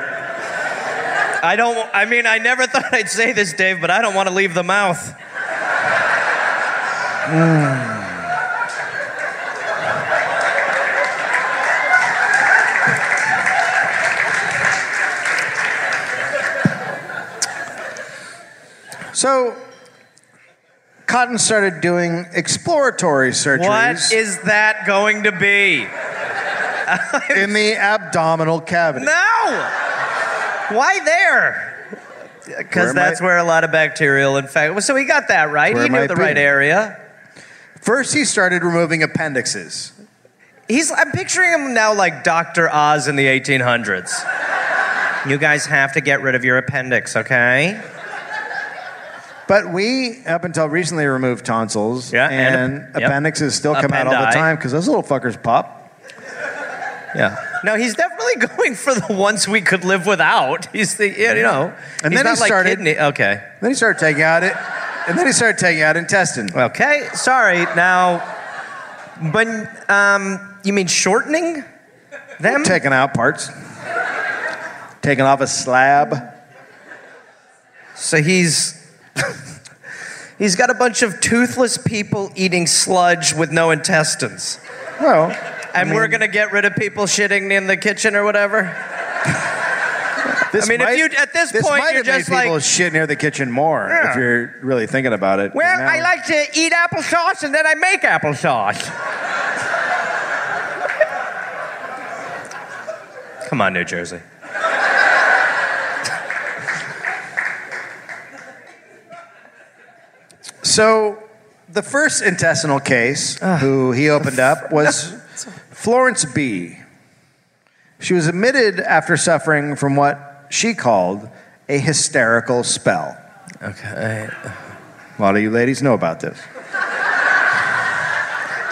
I don't. I mean, I never thought I'd say this, Dave, but I don't want to leave the mouth.
So, Cotton started doing exploratory
What
surgeries
is that going to be?
in the abdominal cavity.
No! Why there?
Where
Because
am
that's
I-
where a lot of bacterial infection. So he got that right.
Where
he
am
knew
I
the right
being?
area.
First, he started removing appendixes.
He's. I'm picturing him now like Dr. Oz in the 1800s. you guys have to get rid of your appendix, okay?
But we, up until recently, removed tonsils.
Yeah, and-
and,
yep.
appendixes still come out all the
Appendi.
time because those little fuckers pop. Yeah.
No, he's definitely going for the ones we could live without. He's the, yeah, you know.
And
he's
then he
not like
started-
Kidney. Okay.
Then he started taking out it, and then he started taking out intestine.
Okay. Sorry. Now, but um, you mean shortening them?
taking out parts, taking off a slab.
So he's he's got a bunch of toothless people eating sludge with no intestines.
Well,
And we're gonna get rid of people shitting in the kitchen or whatever.
this
I mean, if
might-
you- at this point,
might
you're
have made
just like-
people shit near the kitchen more
Yeah.
if you're really thinking about it.
Well,
Now-
I like to eat applesauce and then I make applesauce. Come on, New Jersey.
So, the first intestinal case who he opened up was Florence B. She was admitted after suffering from what she called a hysterical spell.
Okay.
A lot of you ladies know about this.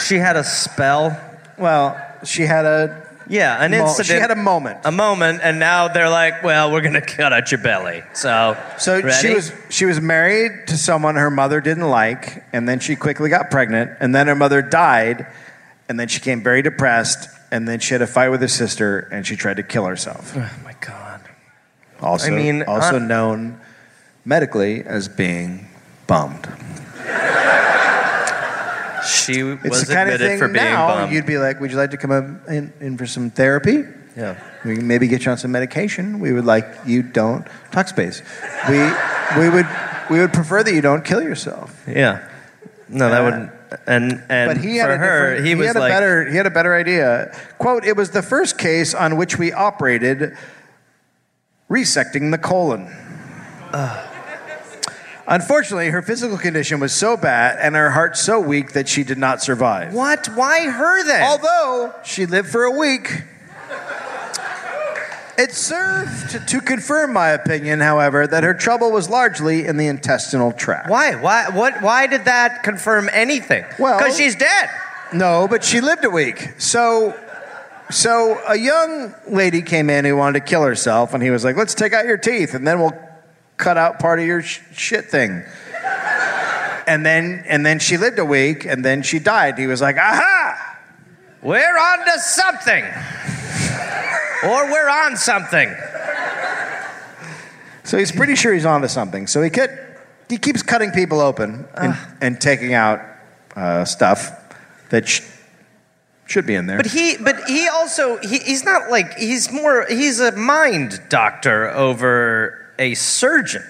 She had a spell.
Well, she had a
Yeah, an
mo-
incident.
she had a moment.
a moment, and now they're like, well, we're gonna cut out your belly. So,
So
ready?
she was she was married to someone her mother didn't like, and then she quickly got pregnant, and then her mother died, and then she became very depressed, and then she had a fight with her sister, and she tried to kill herself.
Oh my god.
Also,
I mean,
also
uh,
known medically as being bummed.
She
It's
was
the kind of
admitted
thing
for being
now
bummed.
you'd be like, "Would you like to come up in, in for some therapy?
yeah.
We can maybe get you on some medication. We would like you don't talk space. We we would we would prefer that you don't kill yourself."
Yeah. No, that wouldn't. And and
Uh, But he had
for
a
her,
different-
he was
had a
like,
better he had a better idea. "Quote: It was the first case on which we operated resecting the colon." Unfortunately, her physical condition was so bad and her heart so weak that she did not survive.
what? Why her then?
Although she lived for a week. It served to confirm my opinion, however, that her trouble was largely in the intestinal tract.
why? Why? What? Why did that confirm anything?
Well-
because she's dead.
No, but she lived a week. So, so a young lady came in who wanted to kill herself, and he was like, "Let's take out your teeth, and then we'll cut out part of your sh- shit thing." And then, and then she lived a week, and then she died. He was like, "Aha!"
We're on to something, or we're on something.
So he's pretty sure he's onto something. So he cut, he keeps cutting people open and, and taking out uh, stuff that sh- should be in there.
But he, but he also, he, he's not like he's more. He's a mind doctor over a surgeon.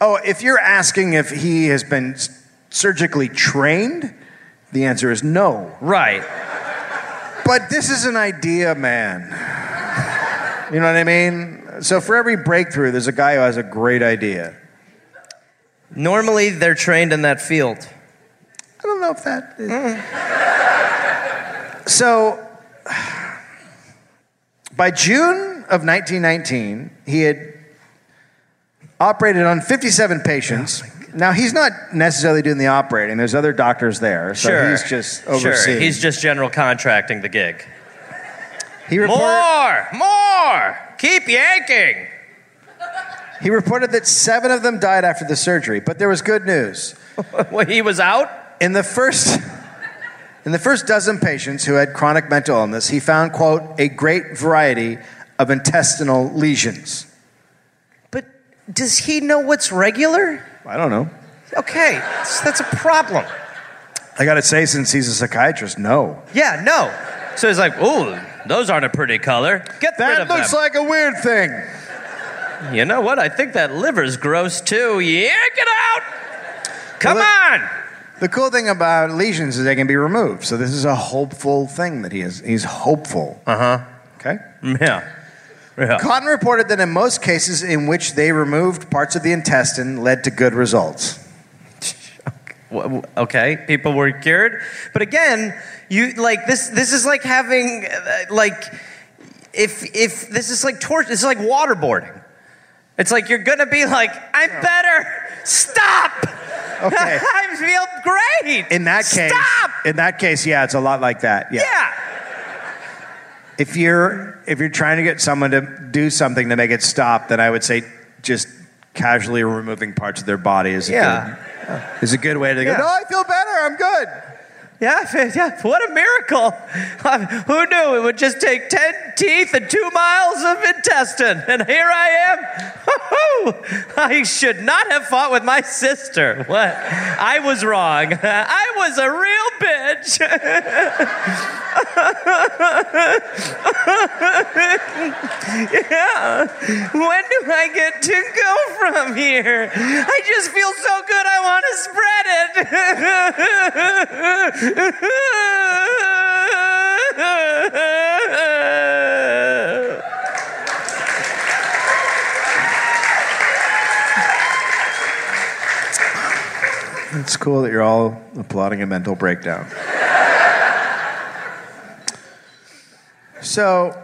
Oh, if you're asking if he has been s- surgically trained, the answer is no.
Right.
But this is an idea, man. You know what I mean? So for every breakthrough, there's a guy who has a great idea.
Normally, they're trained in that field.
Mm.
I don't know if that. Is... So, by June of 1919, he had operated on 57
Oh
patients. now, he's not necessarily doing the operating, there's other doctors there. So
Sure.
he's just overseeing.
Sure. He's just general contracting the gig.
he, report,
More! More! Keep yanking!
he reported that seven of them died after the surgery, but there was good news.
Well, he was out?
In the first in the first dozen patients who had chronic mental illness, he found quote a great variety of intestinal lesions.
But does he know what's regular?
I don't know.
Okay, that's, that's a problem.
I got to say since he's a psychiatrist, no.
Yeah, no.
So he's like, ooh, those aren't a pretty color. Get rid
That
of
looks
them.
like a weird thing.
you know what? I think that liver's gross too. Yank it out! Come
Well,
on!
The cool thing about lesions is they can be removed. So this is a hopeful thing that he is he's hopeful. Uh-huh. Okay.
Yeah. Yeah.
Cotton reported that in most cases in which they removed parts of the intestine led to good results.
W- w- Okay, people were cured, but again, you like this. This is like having uh, like if if this is like torture. This is like waterboarding. It's like you're gonna be like, I'm better. Stop.
Oh. Okay.
I feel great.
In that case,
stop.
in that case, yeah, it's a lot like that. Yeah.
Yeah.
If you're if you're trying to get someone to do something to make it stop, then I would say just casually removing parts of their body is a
Yeah.
good, is a good way to go.
Yeah.
No, I feel better. I'm good.
Yeah, yeah, what a miracle. Um, who knew it would just take 10 teeth and two miles of intestine? And here I am. Woo-hoo! I should not have fought with my sister. What? I was wrong. I was a real bitch. yeah. When do I get to go from here? I just feel so good, I want to spread it.
It's cool that you're all applauding a mental breakdown. so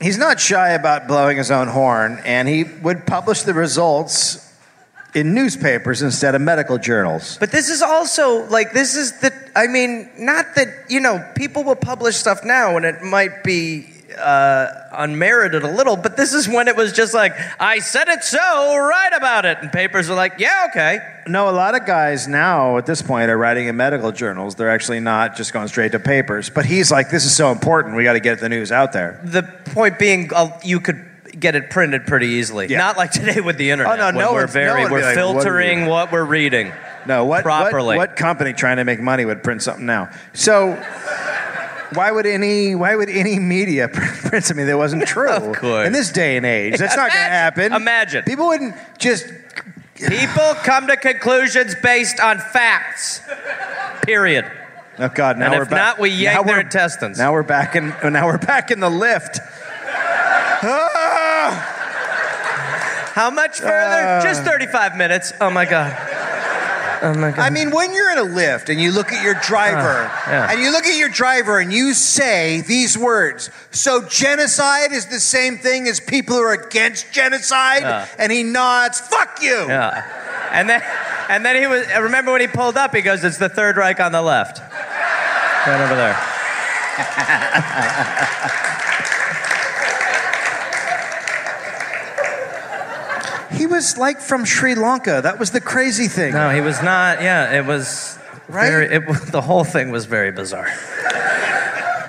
he's not shy about blowing his own horn, and he would publish the results in newspapers instead of medical journals.
But this is also like this is the I mean not that you know people will publish stuff now and it might be uh, unmerited a little but this is when it was just like I said it so write about it and papers are like yeah okay
No, a lot of guys now at this point are writing in medical journals. They're actually not just going straight to papers. But he's like, this is so important. We got to get the news out there.
the point being uh, you could get it printed pretty easily
Yeah.
not like today with the internet
Oh, no,
when
no
we're
one's- no one
very
would
we're
be like, "What are you
filtering
doing?"
what we're reading
No, what, what-
Properly.
What, company trying to make money would print something now? So why would any why would any media print something that wasn't true?
Of course.
In this day and age, that's not going to happen.
Imagine- imagine.
people wouldn't just.
people come to conclusions based on facts period
Oh God! Now
And
we're
if
back.
not, we yank
now
their
we're-
intestines.
Now we're back in. Now we're back in the lift. Ah!
how much further
Uh.
just 35 minutes oh my god oh my god
I mean, when you're in a lift and you look at your driver,
Uh, yeah.
and you look at your driver and you say these words, so genocide is the same thing as people who are against genocide,
Yeah.
and he nods, fuck you.
Yeah. Uh, And then, and then he was. I remember when he pulled up, he goes, "It's the Third Reich on the left, right over there."
He was like from Sri Lanka. That was the crazy thing.
No, he was not. Yeah, it was.
Right?
Very, it, was- the whole thing was very bizarre.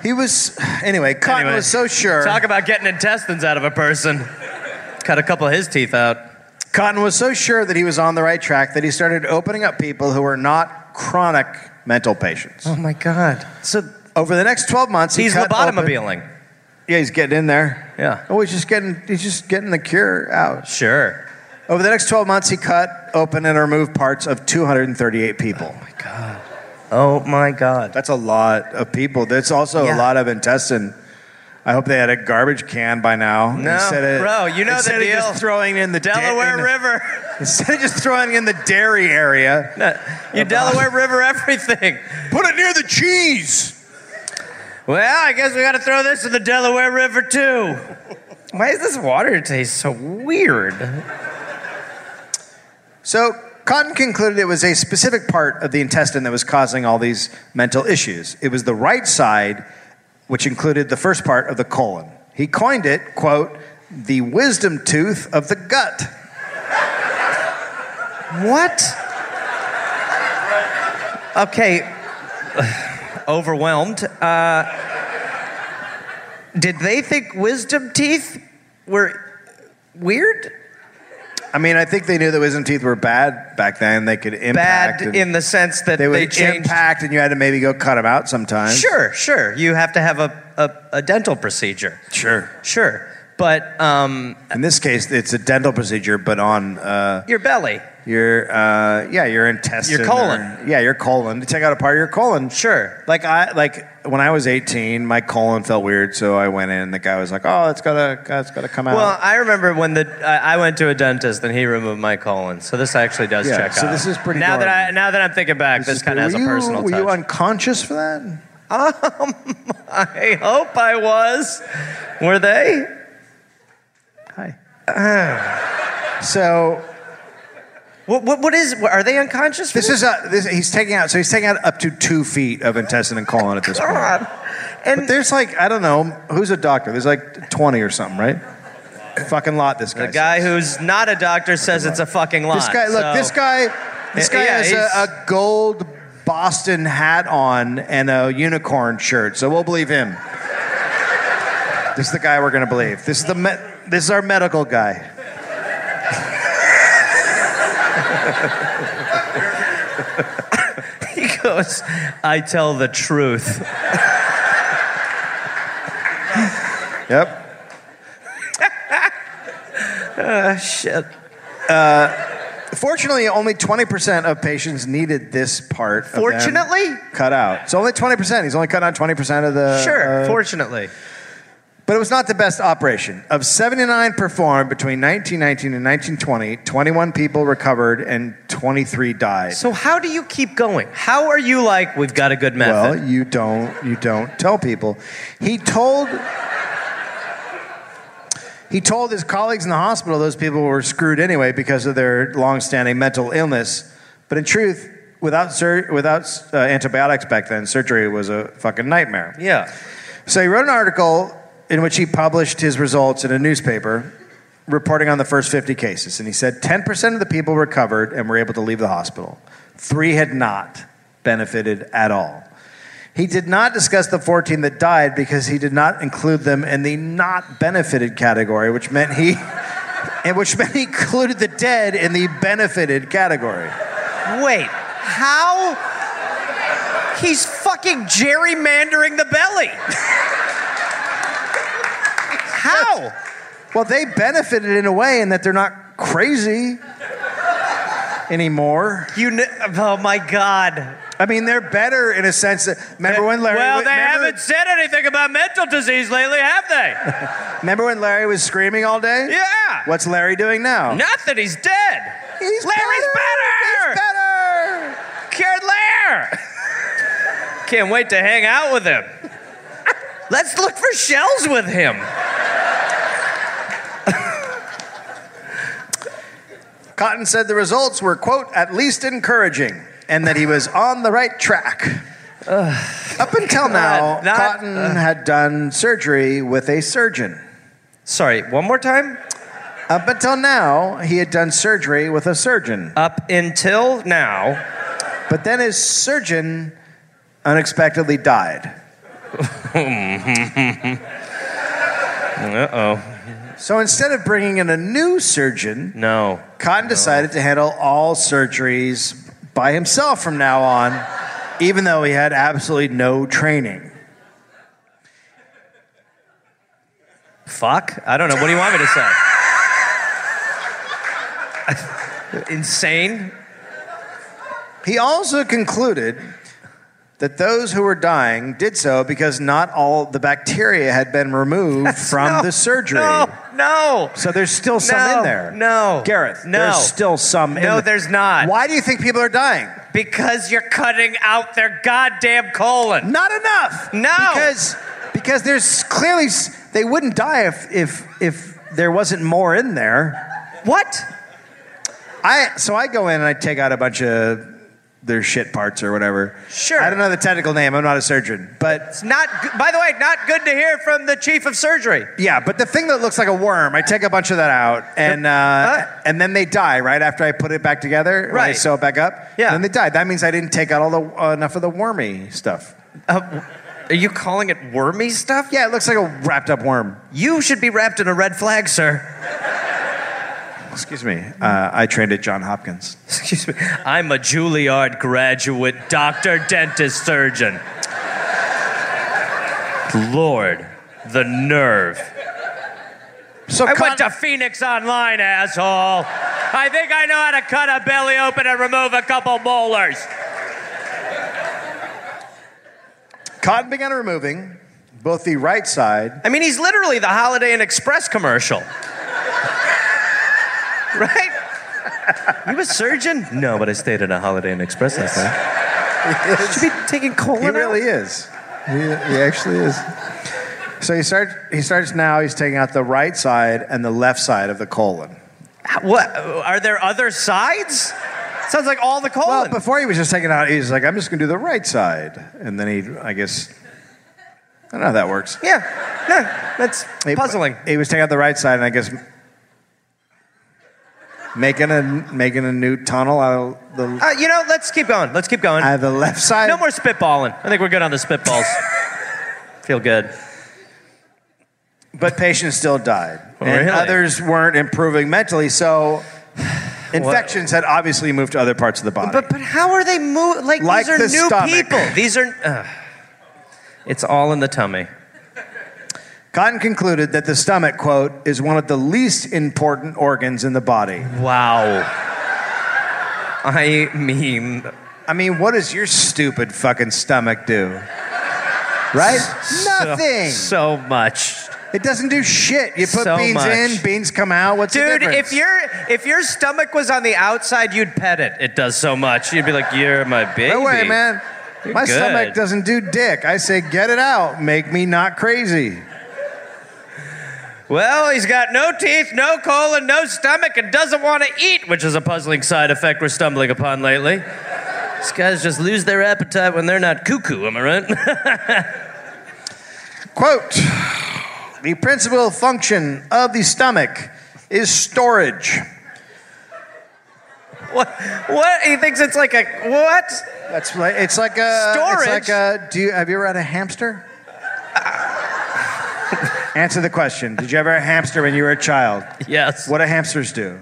He was, anyway, Cotton
Anyway.
was so sure.
Talk about getting intestines out of a person. Cut a couple of his teeth out.
Cotton was so sure that he was on the right track that he started opening up people who were not chronic mental patients.
Oh my God. So
Over the next 12 months,
he's
he cut open-
lobotomobiling.
Yeah, he's getting in there.
Yeah.
Oh, he's just getting he's just getting the cure out.
Sure.
Over the next 12 months, he cut open and removed parts of 238 people.
My God. Oh my God.
That's a lot of people. That's also a
Yeah.
lot of intestine. I hope they had a garbage can by now.
No,
instead of,
bro, you know the
instead
deal.
Of just throwing in the da-
Delaware
in the-
River.
Instead of just throwing in the dairy area,
You Delaware River everything.
put it near the cheese.
Well, I guess we gotta throw this in the Delaware River too. Why does this water taste so weird?
So Cotton concluded it was a specific part of the intestine that was causing all these mental issues. It was the right side, which included the first part of the colon. He coined it, quote, the wisdom tooth of the gut.
What? Okay. Overwhelmed. Uh, did they think wisdom teeth were weird?
I mean, I think they knew that wisdom teeth were bad back then. They could impact.
Bad
and
in the sense that
they
they,
would
changed.
impact, and you had to maybe go cut them out sometimes.
Sure, sure. You have to have a, a, a dental procedure.
Sure.
Sure. But um,
In this case, it's a dental procedure, but on uh,
your belly.
your uh, yeah your intestine,
Your colon.
or- yeah, your colon to take out a part of your colon.
Sure.
Like I like when I was 18, my colon felt weird, so I went in. and The guy was like, "Oh, it's gotta, it's gotta come out."
Well, I remember when the I I went to a dentist and he removed my colon, so this actually does
Yeah,
check out.
so this is pretty
Now that I
normal.
now that I'm thinking back,
This
this,
is-
kind of has
were
a
you-
personal
Were
touch.
you unconscious for that?
I hope I was. Were they?
Hi. so
What what, what is? Are they unconscious? for
this is a this, he's taking out. So he's taking out up to two feet of intestine and colon at this point.
God. And
There's like I don't know who's a doctor. There's like 20 or something, right? Fucking lot. This guy.
the guy
says.
who's not a doctor says it's a fucking lie.
This guy. Look, this guy. This guy
eh, Yeah,
has a,
he's-
a gold Boston hat on and a unicorn shirt, so we'll believe him. this is the guy we're gonna believe. This is the me- this is our medical guy.
He goes, I tell the truth.
Yep.
Ah, Shit.
Uh, Fortunately, only 20% of patients needed this part. of them
Fortunately?
cut out. So only 20%. He's only cut out 20% of the.
Sure,
uh,
fortunately.
But it was not the best operation. Of 79 performed between 1919 and 1920, 21 people recovered and 23 died.
So how do you keep going? How are you like, we've got a good
well,
method?
you don't you don't tell people. He told He told his colleagues in the hospital those people were screwed anyway because of their long-standing mental illness. But in truth, without sur- without uh, antibiotics back then, surgery was a fucking nightmare.
yeah.
So he wrote an article in which he published his results in a newspaper reporting on the first 50 cases. And he said 10% of the people recovered and were able to leave the hospital. Three had not benefited at all. He did not discuss the 14 that died because he did not include them in the not benefited category, which meant he. And which meant he included the dead in the benefited category.
Wait, how? He's fucking gerrymandering the belly. How?
Well, they benefited in a way in that they're not crazy anymore.
You kn- oh my god.
I mean, they're better in a sense that. Remember when Larry?
well, they
remember,
haven't said anything about mental disease lately, have they?
Remember when Larry was screaming all day?
Yeah.
What's Larry doing now?
Nothing, he's dead.
He's
Larry's better!
He's better.
Cured Lair. Can't wait to hang out with him. Let's look for shells with him.
Cotton said the results were quote at least encouraging, and that he was on the right track. Up until now,
God, not- uh,
Cotton had done surgery with a surgeon.
Sorry, one more time?
Up until now, he had done surgery with a surgeon.
Up until now.
But then his surgeon unexpectedly died.
Uh oh.
So instead of bringing in a new surgeon,
No.
Cotton decided to handle all surgeries by himself from now on, even though he had absolutely no training.
Fuck. I don't know. What do you want me to say? Insane.
He also concluded that those who were dying did so because not all the bacteria had been removed from
No,
the surgery.
No. No.
So there's still some
No,
in there.
no,
Gareth,
no.
there's still some in
No,
there.
there's not.
Why do you think people are dying?
Because you're cutting out their goddamn colon.
Not enough.
No.
Because because there's clearly s- they wouldn't die if if if there wasn't more in there.
What?
I so I go in and I take out a bunch of their shit parts or whatever.
Sure.
I don't know the technical name. I'm not a surgeon, but
It's not. g- By the way, not good to hear from the chief of surgery.
yeah, but the thing that looks like a worm, I take a bunch of that out, and uh,
Huh?
and then they die right after I put it back together. When I
Right.
sew it back up.
Yeah.
Then they die. That means I didn't take out all the uh, enough of the wormy stuff.
Uh, are you calling it wormy stuff?
Yeah, it looks like a wrapped up worm.
You should be wrapped in a red flag, sir.
Excuse me. Uh, I trained at John Hopkins.
Excuse me. I'm a Juilliard graduate, doctor, dentist, surgeon. Lord, the nerve.
So
I
con-
went to Phoenix Online, asshole. I think I know how to cut a belly open and remove a couple molars.
Cotton began removing both the right side.
I mean, he's literally the Holiday Inn Express commercial. right? You a surgeon? No, but I stayed at a Holiday Inn Express last night. Should be taking colon
He
out?
really is. He, he actually is. So he starts. He starts now. He's taking out the right side and the left side of the colon.
How- What? Are there other sides? Sounds like all the
Well,
colon.
before he was just taking out. He's like, I'm just going to do the right side, and then he, I guess, I don't know how that works.
yeah, yeah, that's
He-
puzzling.
He was taking out the right side, and I guess making a making a new tunnel out of the
Uh, you know, let's keep going. Let's keep going.
out of the left side.
no more spitballing. I think we're good on the spitballs. Feel good.
But patients still died, and
Oh, Really?
others weren't improving mentally. So infections had obviously moved to other parts of the body.
But but how are they move? Like,
Like
these are
the
new
stomach.
people. These are. Uh, it's all in the tummy.
Cotton concluded that the stomach, quote, is one of the least important organs in the body.
Wow. I mean,
I mean, what does your stupid fucking stomach do? Right? Nothing.
So, so much,
it doesn't do shit. You put
So
beans
much.
in, beans come out. What's the
dude.
difference?
If your if your stomach was on the outside, you'd pet it. It does so much. You'd be like, "You're my baby."
No way, man.
You're
My
good.
stomach doesn't do dick. I say, get it out. Make me not crazy.
Well, he's got no teeth, no colon, no stomach, and doesn't want to eat, which is a puzzling side effect we're stumbling upon lately. These guys just lose their appetite when they're not cuckoo. Am I right?
Quote The principal function of the stomach is storage.
what? What? He thinks it's like a what?
That's like it's like a
Storage?
It's like a, do you have you ever had a hamster? Answer the question. Did you ever have a hamster when you were a child?
Yes.
What do hamsters do?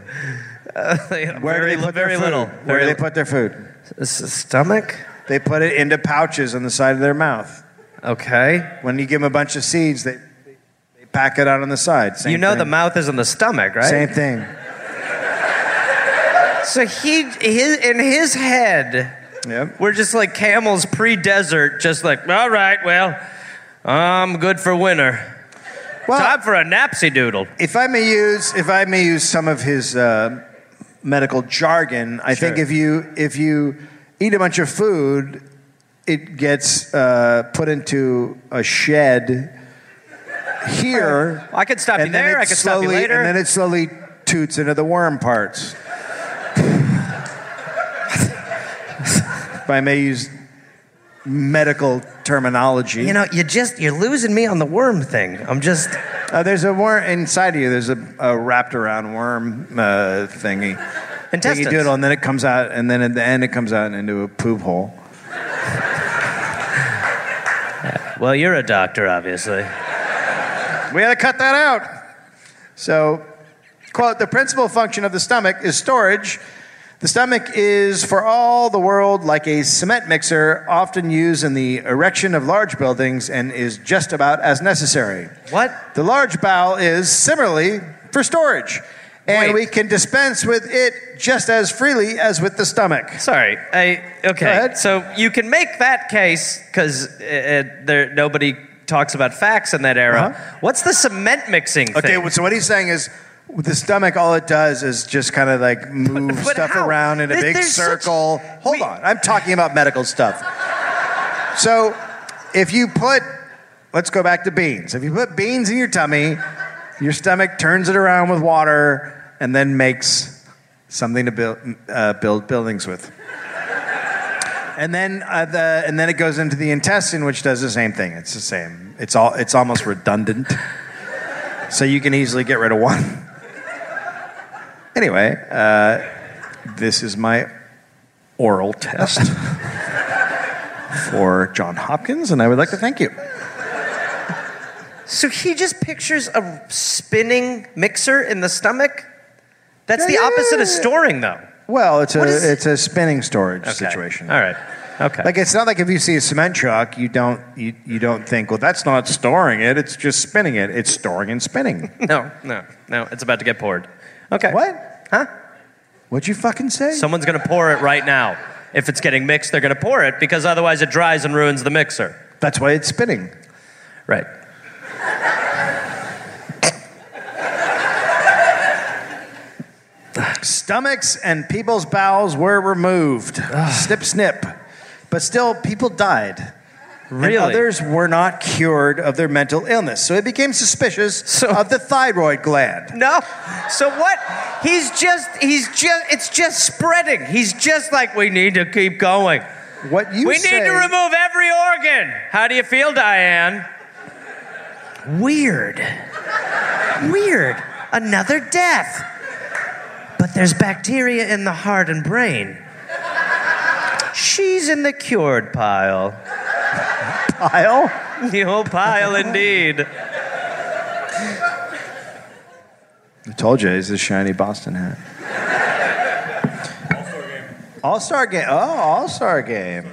Where
very
do they
li-
put
very
their food?
little.
Where
very
do they put their food?
li- S- stomach?
They put it into pouches on the side of their mouth.
Okay.
When you give them a bunch of seeds, they, they pack it out on the side. Same
you know
thing.
the mouth is in the stomach, right?
Same thing.
So he his in his head,
Yep.
we're just like camels pre-desert, just like all right, well, I'm good for winter.
Well,
Time for a napsy doodle.
if I may use if I may use some of his uh, medical jargon, I think
Sure.
if you if you eat a bunch of food, it gets uh, put into a shed here.
I could stop you
and then
there.
it
I could stop you
slowly-
later.
and then it slowly toots into the worm parts. if I may use medical terminology,
you know, you just you're losing me on the worm thing. I'm just
uh, there's a worm inside of you. There's a, a wrapped around worm uh, thingy. Then
intestines.
You do it, all, and then it comes out, and then at the end it comes out into a poop hole.
Well, you're a doctor, obviously.
We had to cut that out. So, quote: the principal function of the stomach is storage. The stomach is, for all the world, like a cement mixer, often used in the erection of large buildings, and is just about as necessary.
What?
The large bowel is similarly for storage, and
Wait.
we can dispense with it just as freely as with the stomach.
Sorry. I okay.
Go ahead.
So you can make that case because uh, uh, there nobody talks about facts in that era.
Uh-huh.
What's the cement mixing
Okay,
thing?
well, so what he's saying is With the stomach, all it does is just kind of like move
but
stuff
how?
around in a
There-
big
there's such-
circle. Hold
we-
on, I'm talking about medical stuff. so, if you put, let's go back to beans. If you put beans in your tummy, your stomach turns it around with water and then makes something to build, uh, build buildings with. And then uh, the and then it goes into the intestine, which does the same thing. It's the same. It's all. It's almost redundant. so you can easily get rid of one. Anyway, uh, this is my oral test for John Hopkins, and I would like to thank you.
So he just pictures a spinning mixer in the stomach? That's the
Yeah, yeah,
opposite of
yeah.
storing, though.
Well, it's a
What is-
it's a spinning storage
Okay.
situation.
All right. Okay.
Like it's not like if you see a cement truck, you don't you, you don't think, well, that's not storing it. It's just spinning it. It's storing and spinning.
no, no, no. It's about to get poured. Okay.
what?
Huh?
What'd you fucking say?
Someone's going to pour it right now. If it's getting mixed, they're going to pour it because otherwise it dries and ruins the mixer.
that's why it's spinning.
Right.
Stomachs and people's bowels were removed. snip, snip. But still, people died.
Really?
And others were not cured of their mental illness. So it became suspicious
So-
of the thyroid gland.
No. So what? He's just, he's just, it's just spreading. He's just like, we need to keep going.
What you
we
say,
need to remove every organ. How do you feel, Diane? Weird. Weird. Another death. But there's bacteria in the heart and brain. She's in the cured pile.
Kyle,
The old pile, indeed.
I told you, it's a shiny Boston hat. All Star Game. Oh, All Star Game.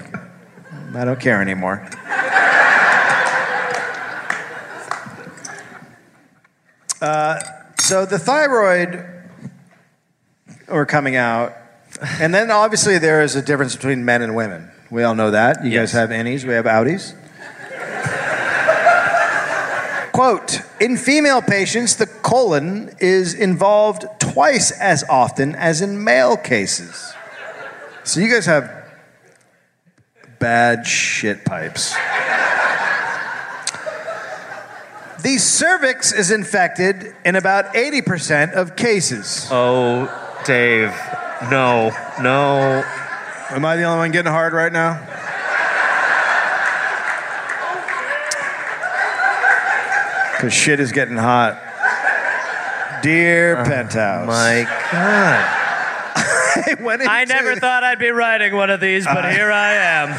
I don't care anymore. Uh, so the thyroid were coming out, and then obviously there is a difference between men and women. We all know that. You guys have innies, we have outies. Quote In female patients, the colon is involved twice as often as in male cases. So you guys have bad shit pipes. the cervix is infected in about 80% of cases.
Oh, Dave. No, no.
Am I the only one getting hard right now? Because shit is getting hot. Dear Penthouse.
My God.
I, went
I
into-
never thought I'd be writing one of these, but here I am.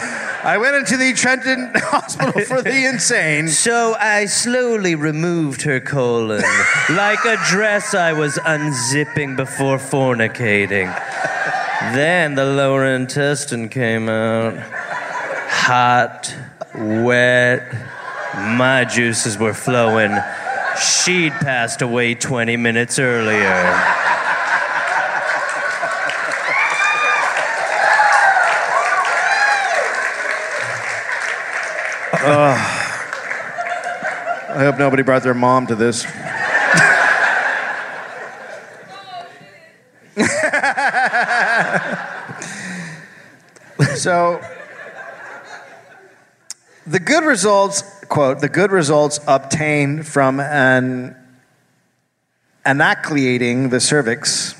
I went into the Trenton Hospital for the Insane.
So I slowly removed her colon, like a dress I was unzipping before fornicating. Then the lower intestine came out. Hot, wet, my juices were flowing. She'd passed away 20 minutes earlier.
I hope nobody brought their mom to this. so the good results quote the good results obtained from an anacleating the cervix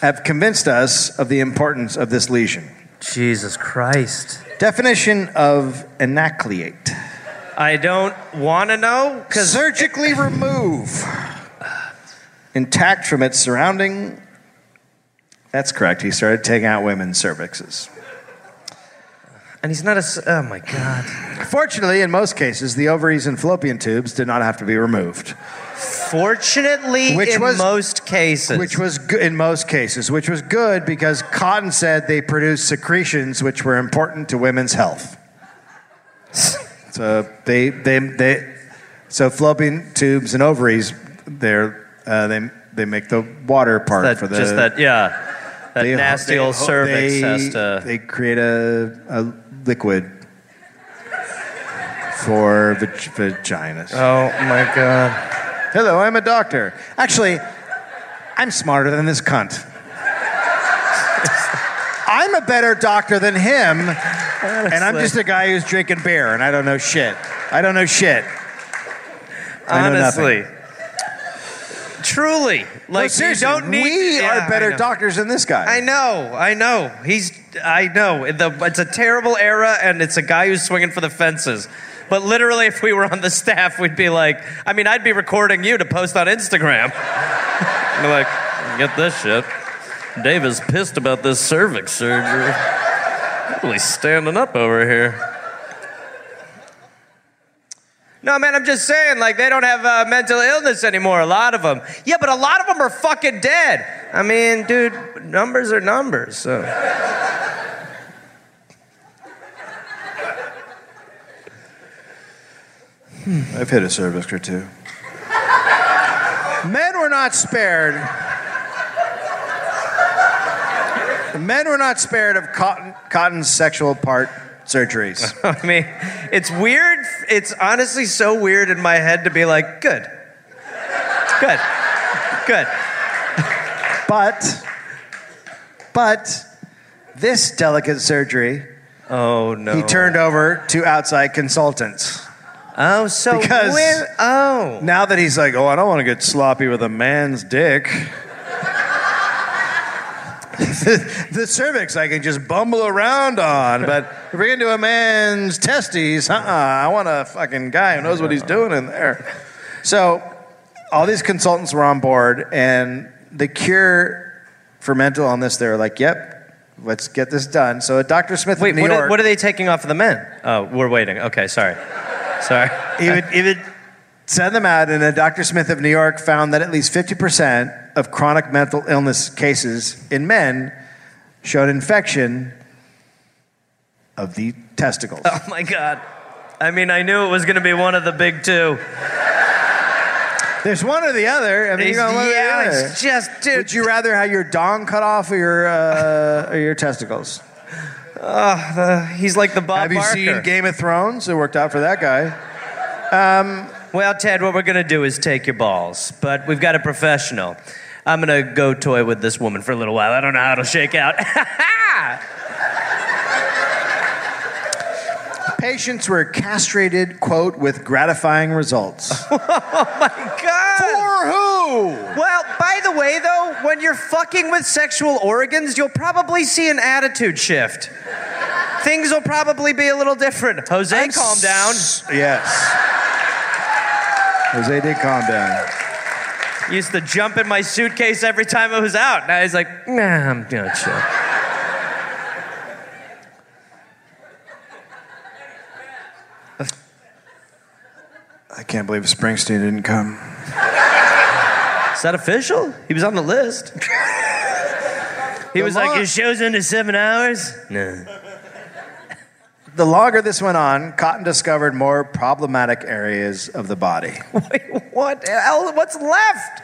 have convinced us of the importance of this lesion
Jesus Christ.
definition of anacleate
I don't want to know because
surgically remove intact from its surrounding. That's correct. He started taking out women's cervixes.
and he's not a s- oh my god.
Fortunately, in most cases, the ovaries and fallopian tubes did not have to be removed,
Fortunately,
Which
in
was-
most cases,
which was good in most cases, which was good because Cotton said they produced secretions which were important to women's health. So they they they so fallopian tubes and ovaries, they're uh, they they make the water part
that,
for the
just that yeah that
They-
nasty
they-
old cervix
they,
has to
They create a, a liquid for vag- vaginas.
oh my god
Hello, I'm a doctor. Actually, I'm smarter than this cunt. I'm a better doctor than him, and I'm just a guy who's drinking beer, and I don't know shit. I don't know shit. I know nothing.
Honestly. Truly.
No,
Like, you
seriously,
don't need.
we
Yeah,
are better
I know.
doctors than this guy.
I know, I know. He's, I know. The, it's a terrible era, and it's a guy who's swinging for the fences. But literally, if we were on the staff, we'd be like, I mean, I'd be recording you to post on Instagram. and be like, get this shit. Dave is pissed about this cervix surgery. Really standing up over here. No, man, I'm just saying, like, they don't have uh, mental illness anymore, a lot of them. Yeah, but a lot of them are fucking dead. I mean, dude, numbers are numbers, so.
I've hit a cervix or two. Men were not spared. Men were not spared of cotton, cotton's sexual part surgeries.
I mean, it's weird. It's honestly so weird in my head to be like, good. Good. Good.
but, but this delicate surgery,
Oh, no.
he turned over to outside consultants.
Oh, so.
Because-
where- oh.
Now that he's like, oh, I don't want to get sloppy with a man's dick. the, the cervix I can just bumble around on, but if we're into a man's testes, uh uh I want a fucking guy who knows what he's doing in there. So all these consultants were on board, and the cure for mental illness, they were like, yep, let's get this done. So at Dr. Smith
Wait,
in New
what are,
York,
what are they taking off of the men? Oh, we're waiting. Okay, sorry. Sorry.
he would, he would send them out, and a Dr. Smith of New York found that at least 50% of chronic mental illness cases in men showed infection of the testicles.
Oh, my God. I mean, I knew it was going to be one of the big two.
There's one or the other. I mean, you're
It's-
going one
yeah,
or the other.
it's just, dude.
Would you rather have your dong cut off or your, uh, or your testicles?
uh, he's like the Bob
have you
Barker.
seen Game of Thrones? It worked out for that guy.
Well, Ted, what we're going to do is take your balls, but we've got a professional. I'm going to go toy with this woman for a little while. I don't know how it'll shake out.
Patients were castrated, quote, with gratifying results.
God.
for who?
Well, by the way, though, when you're fucking with sexual organs, you'll probably see an attitude shift. Things will probably be a little different. Jose,
I'm
calm down.
s- Yes. Jose did calm down.
Used to jump in my suitcase every time I was out. Now he's like, nah, I'm gonna chill.
I can't believe Springsteen didn't come.
Is that official? He was on the list. he was like,
law-
your show's under seven hours? No.
The longer this went on, Cotton discovered more problematic areas of the body.
Wait, what? el- What's left?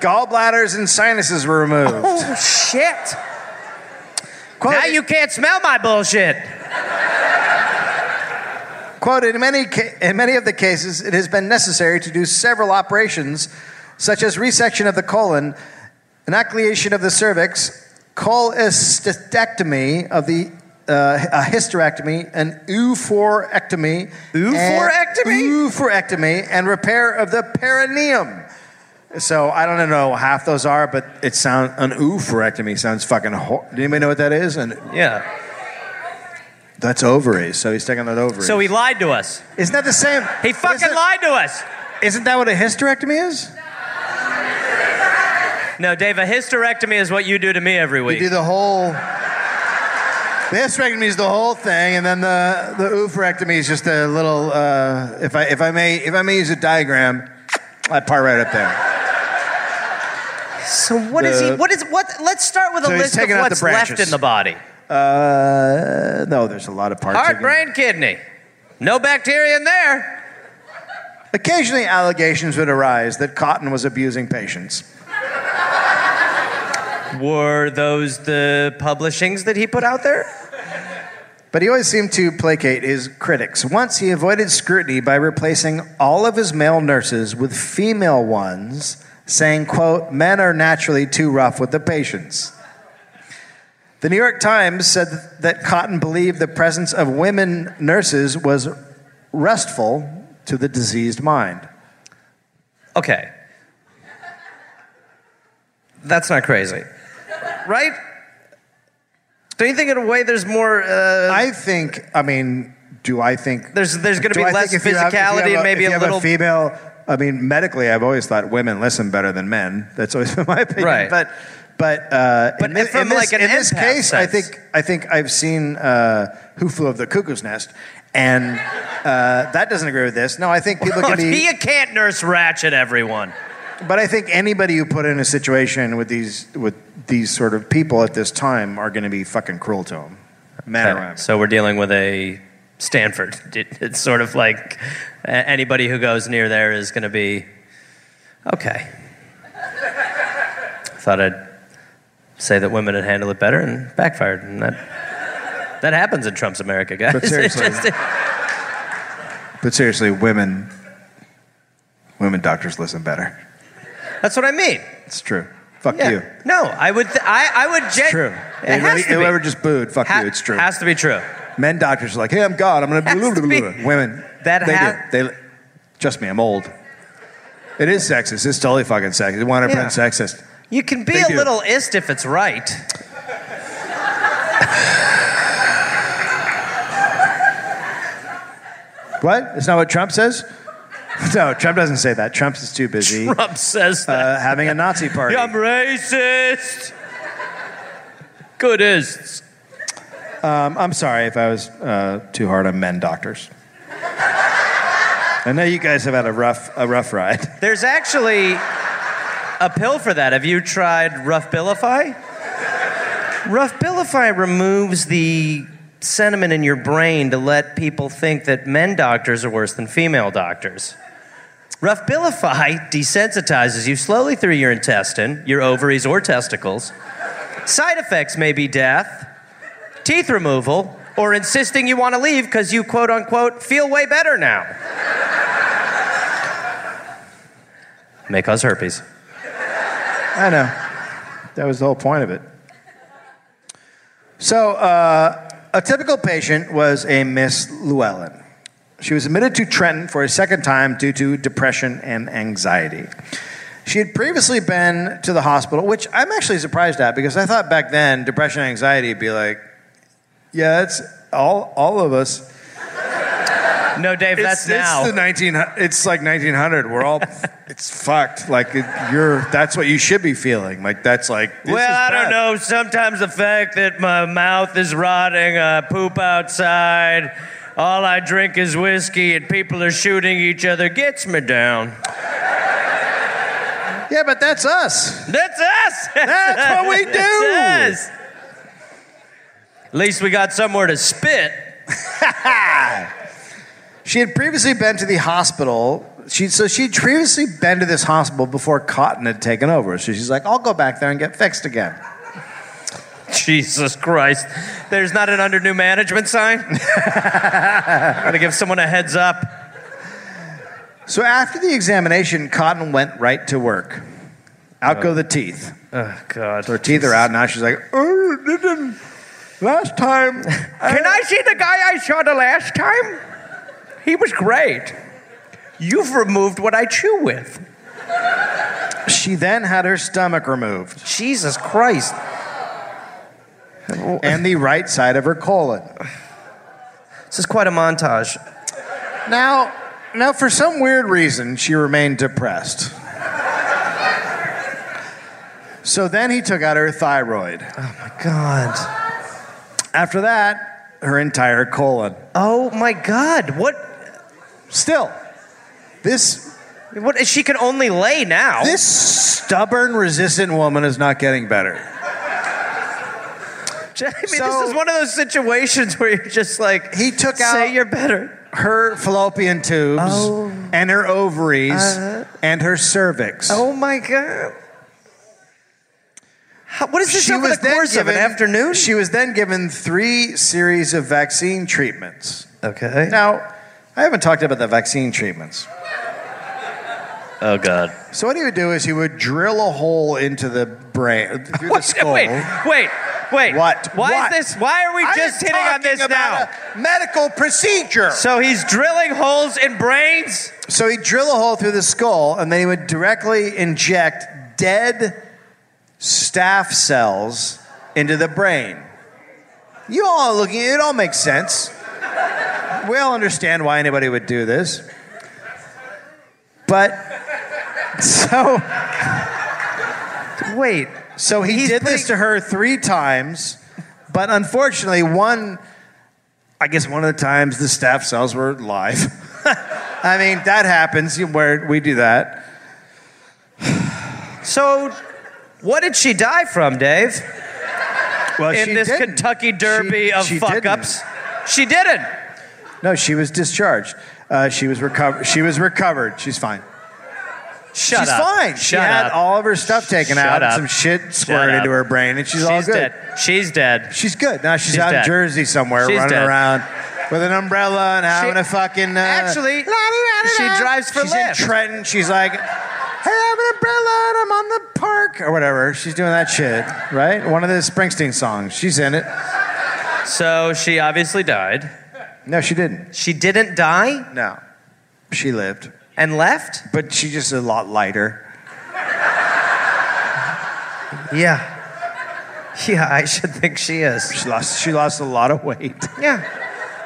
Gallbladders and sinuses were removed.
Oh shit!
Quote,
Now you can't smell my bullshit.
quote, in many, ca- in many of the cases, it has been necessary to do several operations, such as resection of the colon, enucleation of the cervix, cholecystectomy of the uh, a hysterectomy, an euphorectomy, and,
Euphorectomy?
euphorectomy, and repair of the perineum. So I don't know what half those are, but it sounds an oophorectomy sounds fucking. Hor- Do anybody know what that is? And
Yeah.
that's ovaries. So he's taking that ovaries.
So he lied to us.
Isn't that the same?
He fucking
isn't,
lied to us.
Isn't that what a hysterectomy is?
No, Dave, a hysterectomy is what you do to me every
You
week.
do the whole. The hysterectomy is the whole thing, and then the the oophorectomy is just a little. Uh, if I if I may if I may use a diagram, that part right up there.
so what is he? What is what? Let's start with a
So he's
list of
taking out the
what's left
branches.
in the body.
Uh, no, there's a lot of parts.
Heart,
again.
brain, kidney. No bacteria in there.
Occasionally, allegations would arise that Cotton was abusing patients.
Were those the publishings that he put out there?
But he always seemed to placate his critics. Once he avoided scrutiny by replacing all of his male nurses with female ones saying, quote, men are naturally too rough with the patients. The New York Times said that Cotton believed the presence of women nurses was restful to the diseased mind.
Okay. That's not crazy. Right? Don't you think in a way there's more uh,
I think, I mean, do I think
there's there's going to
Do
be
I
less
think if you have- if you have
physicality and maybe
if you
a
have
little
female. I mean, medically, I've always thought women listen better than men. That's always been my opinion.
Right.
But but uh,
But
in, thi-
from
in this,
like an
in this
empath
case, I
sense.
think I think I've seen uh, Who Flew Over the Cuckoo's Nest, and uh, that doesn't agree with this. No, I think people can be.
you can't nurse ratchet everyone.
But I think anybody who put in a situation with these with these sort of people at this time are going to be fucking cruel to them, men or women.
So we're dealing with a Stanford. It- It's sort of like a- anybody who goes near there is going to be okay. Thought I'd say that women would handle it better and backfired, and that that happens in Trump's America, guys.
But
It's
seriously.
just-
But seriously, women women doctors listen better.
that's what I mean.
It's true. Fuck
Yeah.
you.
No, I would. Th- I I would.
It's
Gen-
true.
It has
Anybody-
to be.
whoever just booed, fuck
Ha-
you. It's true.
Has to be true.
Men doctors are like, hey, I'm God. I'm gonna
Has
blah, blah,
to
blah,
be.
blah. women.
That
they
ha-
do. They trust me. I'm old. It is sexist. It's totally fucking sexist. 100
Yeah.
percent sexist.
You can be
They
a
do.
little ist if it's right.
What? It's not what Trump says. No, Trump doesn't say that. Trump is too busy
Trump says that.
uh, having a Nazi party.
I'm racist. Goodists.
Um, I'm sorry if I was uh, too hard on men doctors. I know you guys have had a rough a rough ride.
There's actually a pill for that. Have you tried Rough Billify? Rough Billify removes the sentiment in your brain to let people think that men doctors are worse than female doctors. Rough Billify desensitizes you slowly through your intestine, your ovaries, or testicles. Side effects may be death, teeth removal, or insisting you want to leave because you quote unquote feel way better now. May cause herpes.
I know. That was the whole point of it. So, uh, a typical patient was a Miss Llewellyn. She was admitted to Trenton for a second time due to depression and anxiety. She had previously been to the hospital, which I'm actually surprised at because I thought back then depression and anxiety would be like, yeah, it's all, all of us.
No, Dave, that's now.
It's the 19. It's like 1900. We're all. it's fucked. Like it, you're. That's what you should be feeling. Like that's like. this
well,
is
I
bad.
don't know. Sometimes the fact that my mouth is rotting, I poop outside, all I drink is whiskey, and people are shooting each other gets me down.
Yeah, but that's us.
That's us.
That's what we do.
That's us. At least we got somewhere to spit.
She had previously been to the hospital. She so she'd previously been to this hospital before Cotton had taken over. So she's like, I'll go back there and get fixed again.
Jesus Christ. There's not an under new management sign. I'm going to give someone a heads up.
So after the examination, Cotton went right to work. Out go the teeth.
Oh, God.
Her teeth are out now. She's like, oh, it didn't- last time.
Can I see the guy I saw the last time? He was great. You've removed what I chew with.
She then had her stomach removed.
Jesus Christ. Oh.
and the right side of her colon.
This is quite a montage.
Now, now for some weird reason, she remained depressed. So then he took out her thyroid.
Oh, My God.
After that, her entire colon.
Oh my God. What?
Still, this
What? She can only lay now.
this stubborn, resistant woman is not getting better.
I mean,
so-
this is one of those situations where you're just like,
He took
say
out-
you're better.
Her fallopian tubes
Oh. Uh-huh.
and her ovaries and her cervix.
Oh my God. How, what is this
she
over
was
the course
then given,
of an afternoon?
She was then given three series of vaccine treatments.
okay.
Now, I haven't talked about the vaccine treatments.
Oh God.
So what he would do is he would drill a hole into the brain, through the
Wait,
skull.
Wait, wait, wait.
What?
Why
What?
is this? Why are we
I'm
just hitting on
talking
this now?
about a medical procedure.
So he's drilling holes in brains.
So he'd drill a hole through the skull, and then he would directly inject dead staff cells into the brain. You all are looking, it all makes sense. We all understand why anybody would do this. But so wait, so he did this to her three times, but unfortunately, one I guess one of the times the staff cells were live. I mean, that happens you- where we do that.
So, what did she die from, Dave?
Well,
in
she
this
didn't.
Kentucky Derby
She-
of
she
fuck
didn't.
ups? She didn't.
No, she was discharged. Uh, she was recovered. She was recovered. She's fine.
Shut
she's
up.
fine.
Shut
she had
up.
all of her stuff taken
Shut
out. and
up.
Some shit
Shut
squirted
up.
into her brain, and she's, all good.
dead. She's dead.
She's good now. She's,
She's
out
dead.
in Jersey somewhere,
She's
running
dead.
around with an umbrella and having a fucking. Uh,
Actually, she drives for
she's
Lyft.
in Trenton. She's like, hey, I have an umbrella and I'm on the park or whatever. She's doing that shit, right? One of the Springsteen songs. She's in it.
so she obviously died.
No, she didn't.
She didn't die
No, she lived,
and left.
but she's just a lot lighter.
Yeah. Yeah, I should think she is.
She lost. She lost a lot of weight.
Yeah.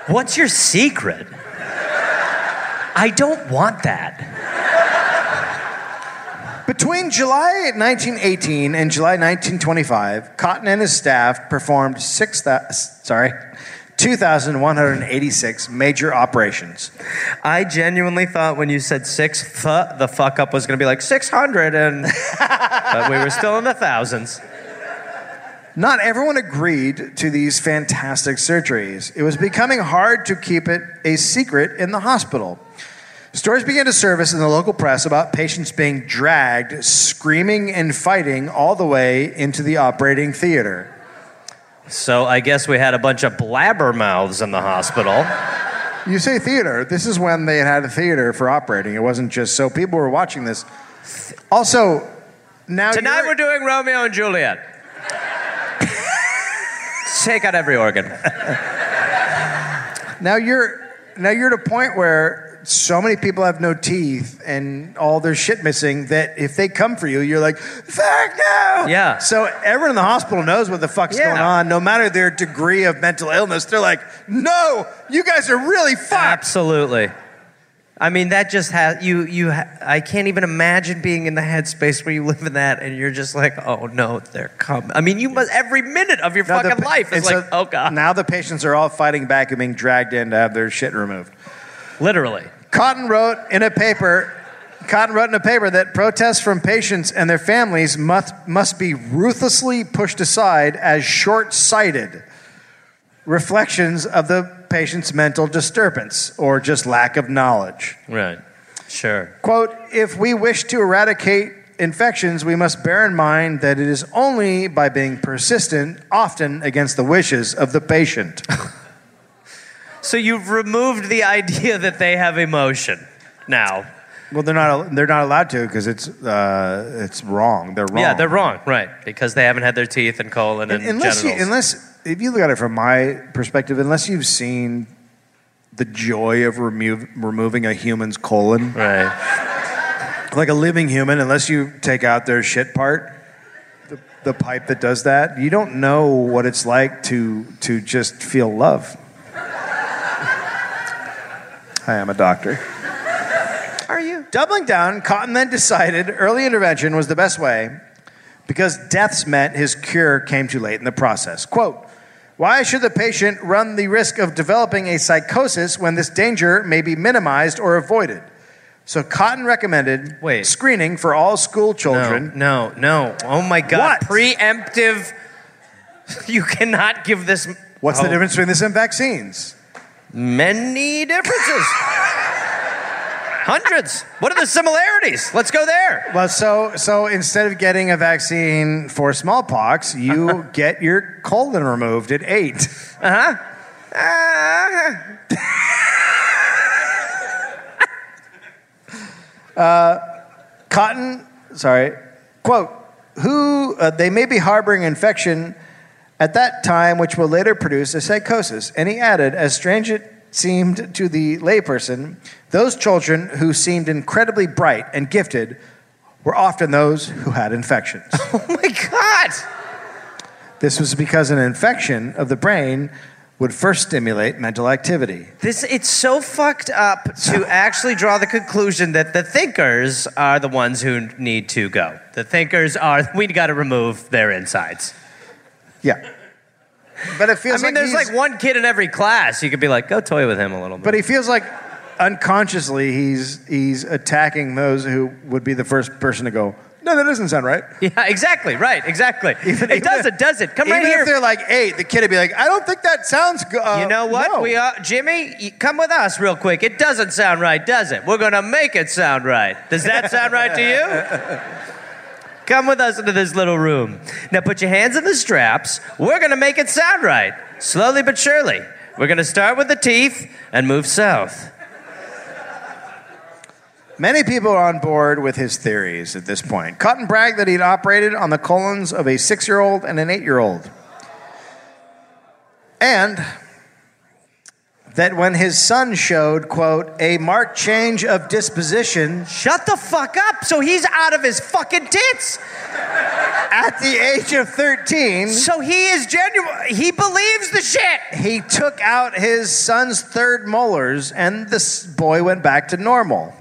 What's your secret? I don't want that.
Between July 1918 and July 1925, Cotton and his staff performed six thou- sorry, 2,186 major operations.
I genuinely thought when you said six, th- the fuck up was going to be like 600, and but we were still in the thousands.
Not everyone agreed to these fantastic surgeries. It was becoming hard to keep it a secret in the hospital. Stories began to surface in the local press about patients being dragged, screaming and fighting all the way into the operating theater.
So I guess we had a bunch of blabbermouths in the hospital.
You say theater. This is when they had a theater for operating. It wasn't just so people were watching this. Also, now
Tonight
you're-
we're doing Romeo and Juliet. Take out every organ.
Now you're now you're at a point where so many people have no teeth and all their shit missing that if they come for you, you're like, fuck no.
Yeah.
So everyone in the hospital knows what the fuck's
Yeah.
going on, no matter their degree of mental illness. They're like, no, you guys are really fucked.
Absolutely. I mean, that just has you. You. Ha- I can't even imagine being in the headspace where you live in that, and you're just like, oh no, they're coming. I mean, you must every minute of your
Now the
fucking
pa-
life
and
is like,
so
oh god,
Now the patients are all fighting back and being dragged in to have their shit removed.
literally.
Cotton wrote in a paper. Cotton wrote in a paper that protests from patients and their families must, must be ruthlessly pushed aside as short sighted reflections of the patient's mental disturbance or just lack of knowledge.
Right. Sure.
Quote If we wish to eradicate infections, we must bear in mind that it is only by being persistent, often against the wishes of the patient.
So you've removed the idea that they have emotion now.
well, they're not, they're not allowed to because it's, uh, it's wrong. They're wrong.
Yeah, they're wrong. Right, because they haven't had their teeth and colon and,
unless you,
genitals.
unless if you look at it from my perspective, unless you've seen the joy of remo- removing a human's colon,
right.
like a living human, unless you take out their shit part, the, the pipe that does that, you don't know what it's like to to just feel love. I am a doctor.
Are you?
Doubling down, Cotton then decided early intervention was the best way because deaths meant his cure came too late in the process. Quote Why should the patient run the risk of developing a psychosis when this danger may be minimized or avoided? So Cotton recommended
Wait.
screening for all school
No,
children.
no, no. Oh my God.
What?
Preemptive. You cannot give this.
What's
Oh,
the difference between this and vaccines?
Many differences. Hundreds. What are the similarities? Let's go there.
Well, so so instead of getting a vaccine for smallpox, you get your colon removed at eight.
Uh huh. Uh-huh.
Cotton, sorry, quote, who uh, they may be harboring infection at that time, which will later produce a psychosis. And he added, as strange it seemed to the layperson, those children who seemed incredibly bright and gifted were often those who had infections.
Oh my God!
this was because an infection of the brain would first stimulate mental activity.
This it's so fucked up to actually draw the conclusion that the thinkers are the ones who need to go. The thinkers are we got to remove their insides.
Yeah. But it
I
feels
mean,
like
there's
he's-
like one kid in every class. You could be like, go toy with him a little bit.
But he feels like unconsciously he's he's attacking those who would be the first person to go. No, that doesn't sound right.
yeah, exactly. Right. Exactly.
Even-
it
even-
does. It does it. Come
Even
right
if
here.
they're like eight, the kid would be like, I don't think that sounds good.
You know what?
No.
We are Jimmy. y- Come with us real quick. It doesn't sound right, does it? We're gonna make it sound right. Does that sound right to you? Come with us into this little room. Now put your hands in the straps. We're gonna make it sound right, slowly but surely. We're gonna start with the teeth and move south.
Many people are on board with his theories at this point. Cotton bragged that he'd operated on the colons of a six year old and an eight year old. And that when his son showed, quote, a marked change of disposition
Shut the fuck up. So he's out of his fucking tits.
at the age of 13,
So he is genuine. He believes the shit.
he took out his son's third molars and this boy went back to normal.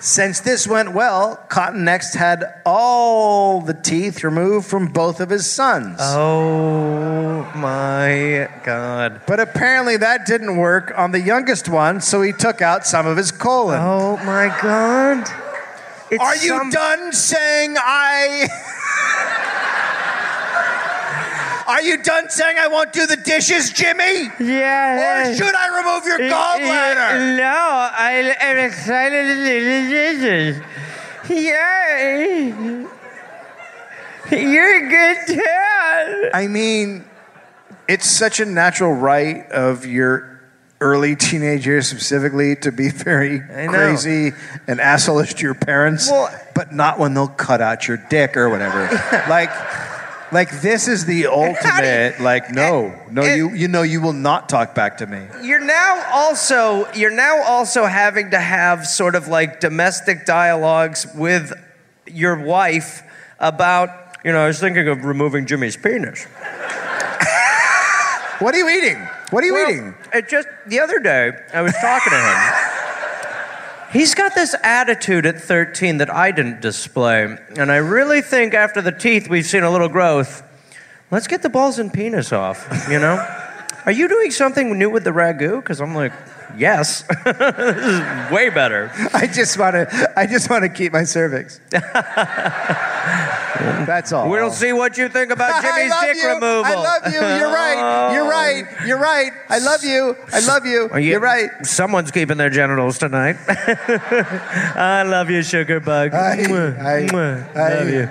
Since this went well, Cotton next had all the teeth removed from both of his sons.
Oh my god.
But apparently that didn't work on the youngest one, so he took out some of his colon.
Oh my god. It's
Are you
some-
done saying I. Are you done saying I won't do the dishes, Jimmy?
Yeah.
Or should I remove your
Uh,
gallbladder?
uh, No, I am excited to do the dishes. Yeah. You're a good dad.
I mean, it's such a natural right of your early teenage years specifically to be very
know.
crazy and assholeish to your parents,
Well-
but not when they'll cut out your dick or whatever. like, like this is the
how do you-
ultimate. Like, no, no,
and-
you you know you will not talk back to me.
You're now also you're now also having to have sort of like domestic dialogues with your wife about you know I was thinking of removing Jimmy's penis.
What are you eating? What are you
Well,
eating?
It just the other day, I was talking to him. He's got this attitude at 13 that I didn't display, and I really think after the teeth we've seen a little growth. Let's get the balls and penis off. You know, are you doing something new with the ragu? Because I'm like, yes, this is way better.
I just want to. I just want to keep my cervix. That's all.
We'll see what you think about Jimmy's
Oh. I love
dick
you.
removal. Oh.
I love you. You're right. You're right. You're right. I love you. I love you.
Are you-
You're right.
Someone's keeping their genitals tonight. I love you, sugar bug.
I-
Mwah,
I-
mwah.
I-
love you.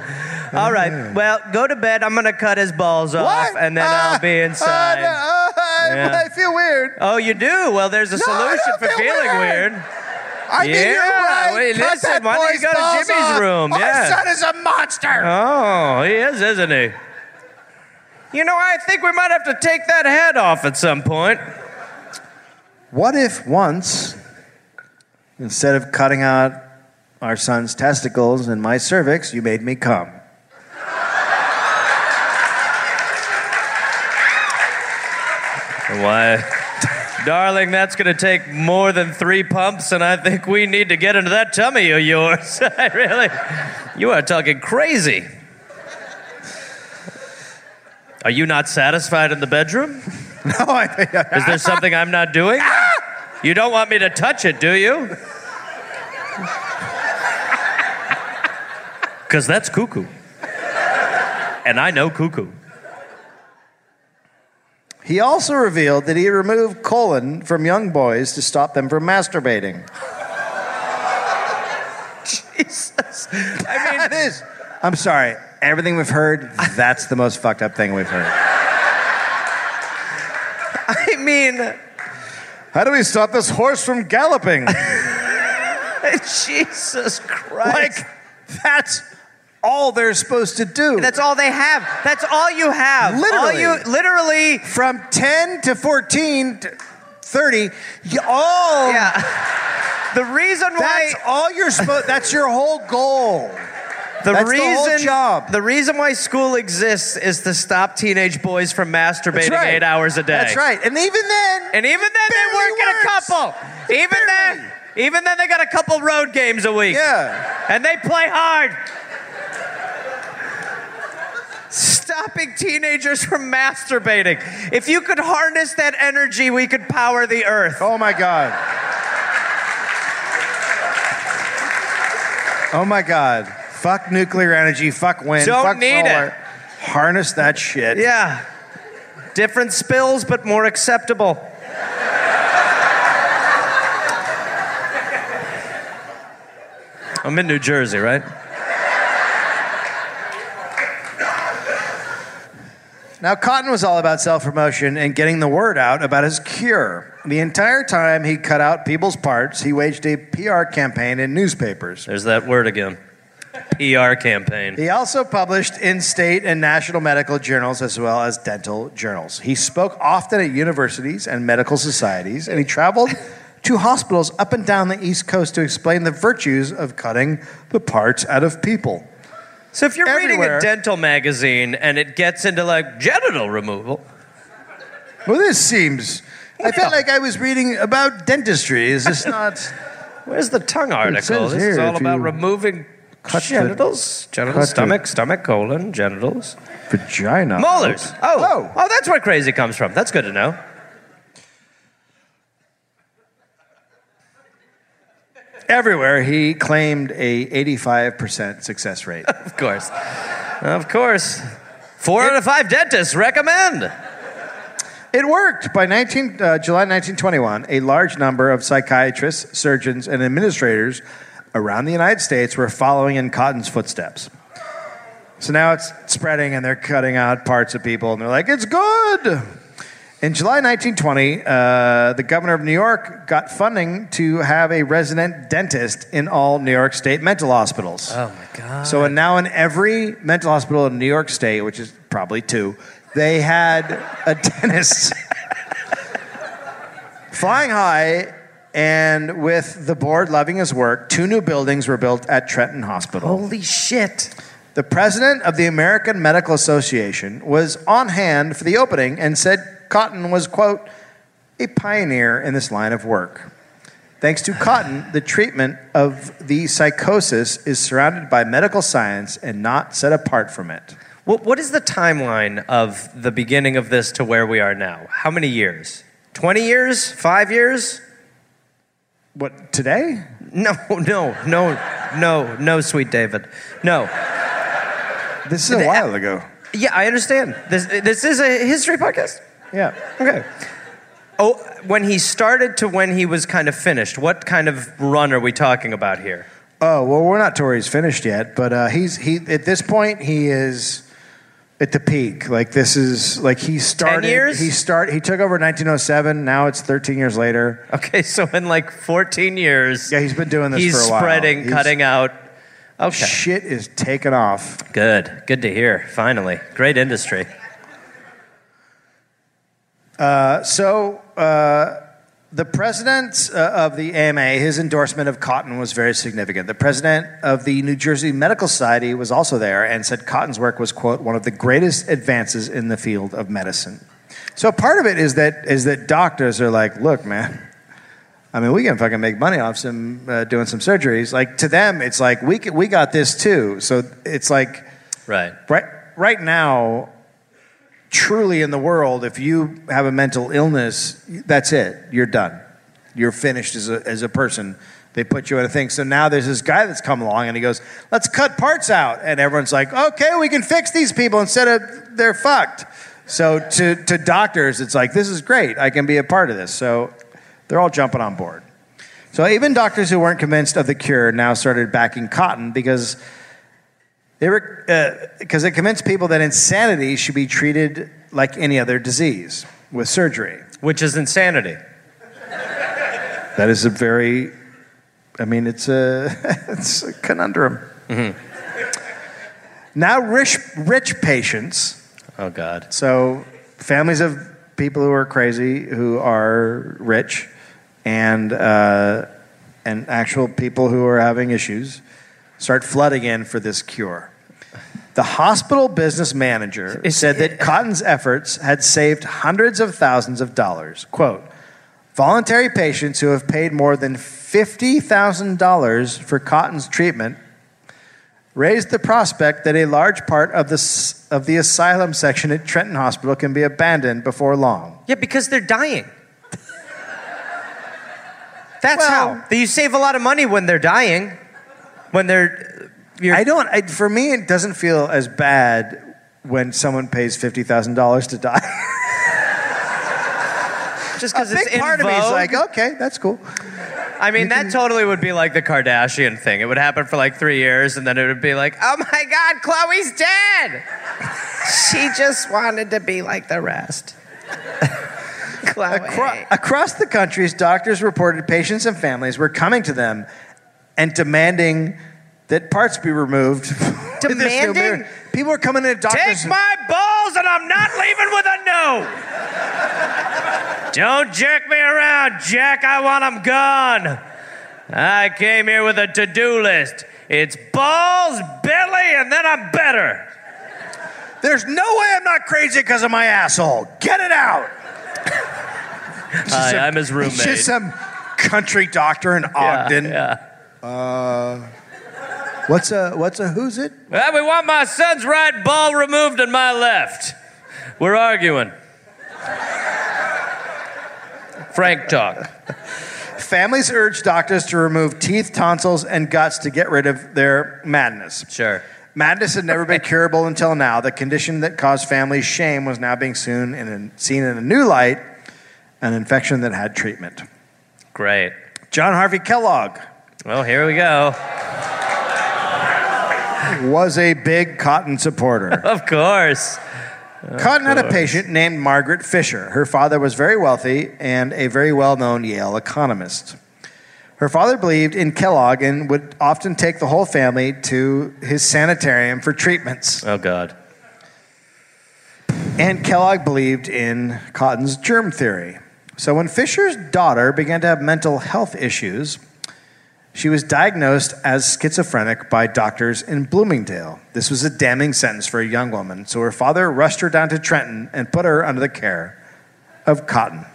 All right. Well, go to bed. I'm gonna cut his balls off,
What?
and then I'll be
Ah,
inside.
ah, no, ah,
Yeah.
I feel weird.
Oh, you do? Well, there's a
No, I
solution
don't
for
feel
feeling
weird.
weird.
I mean,
Yeah,
you're right.
wait,
Cut
listen,
that
why don't you
boy's
go to
balls
Jimmy's
off.
room?
Our
Yeah.
son is a monster.
Oh, he is, isn't he? You know, I think we might have to take that head off at some point.
What if once, instead of cutting out our son's testicles and my cervix, you made me come?
Why? Darling, that's going to take more than three pumps, and I think we need to get into that tummy of yours. I really. You are talking crazy. Are you not satisfied in the bedroom?
No, I,
Is there something I'm not doing? You don't want me to touch it, do you? Because that's cuckoo. And I know cuckoo.
He also revealed that he removed colon from young boys to stop them from masturbating.
Jesus. I mean,
That is, I'm sorry, everything we've heard, that's the most fucked up thing we've heard.
I mean.
How do we stop this horse from galloping?
Jesus Christ.
like, That's all they're supposed to do.
That's all they have. That's all you have.
Literally.
All you, literally.
From 10 to 14 to 30, you, all
Yeah. The reason why.
Oh. that's all you're supposed that's your whole goal.
The
That's the
reason
whole job.
the reason why school exists is to stop teenage boys from
That's
masturbating
right.
eight hours a day.
That's right. And even then,
And even then, they
Barely
work in a
works.
couple. Even
Barely.
then, even then, they got a couple road games a week.
yeah.
And they play hard. Stopping teenagers from masturbating. If you could harness that energy, we could power the earth.
Oh my god. Oh my god. Fuck nuclear energy, fuck wind,
Don't
fuck
need
solar. Harness that shit.
Yeah. Different spills, but more acceptable. I'm in New Jersey, right?
Now, Cotton was all about self promotion and getting the word out about his cure. The entire time he cut out people's parts, he waged a PR campaign in newspapers.
There's that word again. PR campaign.
He also published in state and national medical journals as well as dental journals. He spoke often at universities and medical societies, and he traveled to hospitals up and down the East Coast to explain the virtues of cutting the parts out of people.
So if you're reading
Everywhere.
a dental magazine and it gets into like genital removal,
Well, this seems. I felt
Yeah.
like I was reading about dentistry. Is this not.
where's the tongue article?
says
This is
here
all
if
about
you
removing
cut the-
genitals,
cut
genital,
the-
stomach, stomach, colon, genitals,
Vagina.
molars. Oh,
Oh.
oh, that's where crazy comes from. That's good to know.
Everywhere he claimed a 85% success rate.
Of course. Of course. Four out of five dentists recommend.
it worked. By 19, uh, July 1921, a large number of psychiatrists, surgeons, and administrators around the United States were following in Cotton's footsteps. So now it's spreading and they're cutting out parts of people and they're like, it's good. In July 1920, uh, the governor of New York got funding to have a resident dentist in all New York State mental hospitals.
Oh my God.
So and now in every mental hospital in New York State, which is probably two, they had a dentist flying high. And with the board loving his work, two new buildings were built at Trenton Hospital.
Holy shit.
The president of the American Medical Association was on hand for the opening and said Cotton was, quote, a pioneer in this line of work. Thanks to Cotton, the treatment of the psychosis is surrounded by medical science and not set apart from it.
What, what is the timeline of the beginning of this to where we are now? How many years? 20 years? Five years?
What, today?
No, no, no, no, no, sweet David. No.
This is a while ago.
Yeah, I understand. This, this is a history podcast.
Yeah.
Okay. Oh, when he started to when he was kind of finished, what kind of run are we talking about here?
Oh, well, we're not to where he's finished yet, but uh, he's, he, at this point, he is. at the peak. Like this is like he started.
years?
He start. He took over in 1907. Now it's 13 years later.
Okay, so in like 14 years,
Yeah, he's been doing this
he's
for a while.
spreading,
He's-
cutting out. Okay,
Shit is taken off.
good, good to hear. Finally, great industry.
Uh, so uh, the president uh, of the AMA, his endorsement of Cotton was very significant. The president of the New Jersey Medical Society was also there and said Cotton's work was quote one of the greatest advances in the field of medicine. So part of it is that is that doctors are like, look, man. I mean, we can fucking make money off some uh, doing some surgeries. Like to them, it's like we c- we got this too. So it's like
Right.
right right now truly in the world if you have a mental illness that's it you're done you're finished as a, as a person they put you in a thing so now there's this guy that's come along and he goes let's cut parts out and everyone's like okay we can fix these people instead of they're fucked so to, to doctors it's like this is great i can be a part of this so they're all jumping on board so even doctors who weren't convinced of the cure now started backing cotton because they were because it convinced people that insanity should be treated like any other disease with surgery.
Which is insanity.
That is a very, I mean, it's a it's a conundrum. Now, rich, rich patients,
Oh, God.
so families of people who are crazy, who are rich, and, uh, and actual people who are having issues, start flooding in for this cure. The hospital business manager said that Cotton's efforts had saved hundreds of thousands of dollars. Quote, Voluntary patients who have paid more than $50,000 for Cotton's treatment raised the prospect that a large part of the, s- of the asylum section at Trenton Hospital can be abandoned before long.
Yeah, because they're dying. That's
Well-
how. You save a lot of money when they're dying. When they're. You're,
I don't, I, for me, it doesn't feel as bad when someone pays $50,000 to die.
just
a
because it's
big
in
part of me is
vogue. Oh,
like, okay, that's cool.
I mean, that totally would be like the Kardashian thing. It would happen for like three years, and then it would be like, oh my God, Chloe's dead. she just wanted to be like the rest. Chloe.
Acro- across the country, doctors reported patients and families were coming to them and demanding that parts be removed. with this new
Demanding?
mirror. People were coming to doctors.
Take my balls, and I'm not leaving with a no. Don't jerk me around, Jack. I want them gone. I came here with a to do list. It's balls, belly, and then I'm better.
There's no way I'm not crazy because of my asshole. Get it out.
Hi, I'm his roommate.
It's just some country doctor in Ogden.
Yeah.
What's a what's a who's it?
Well, we want my son's right ball removed and my left. We're arguing. Frank talk.
Families urged doctors to remove teeth, tonsils, and guts to get rid of their madness.
Sure.
Madness had never been curable until now. The condition that caused family shame was now being soon in a, seen in a new light, an infection that had treatment.
Great.
John Harvey Kellogg
Well, here we go.
was a big cotton supporter.
Of course.
Cotton had a patient named Margaret Fisher. Her father was very wealthy and a very well known Yale economist. Her father believed in Kellogg and would often take the whole family to his sanitarium for treatments.
Oh, God.
And Kellogg believed in Cotton's germ theory. So when Fisher's daughter began to have mental health issues, she was diagnosed as schizophrenic by doctors in Bloomingdale. This was a damning sentence for a young woman, so her father rushed her down to Trenton and put her under the care of Cotton.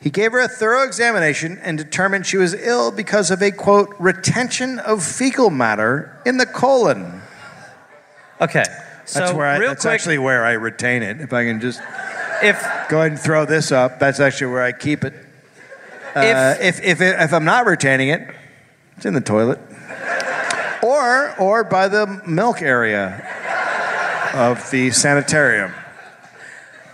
He gave her a thorough examination and determined she was ill because of a quote retention of fecal matter in the colon.
Okay. So
that's where I,
real
that's
quick,
actually where I retain it. If I can just
if
Go ahead and throw this up. That's actually where I keep it. Uh,
if
if if it, if I'm not retaining it, it's in the toilet, or or by the milk area of the sanitarium.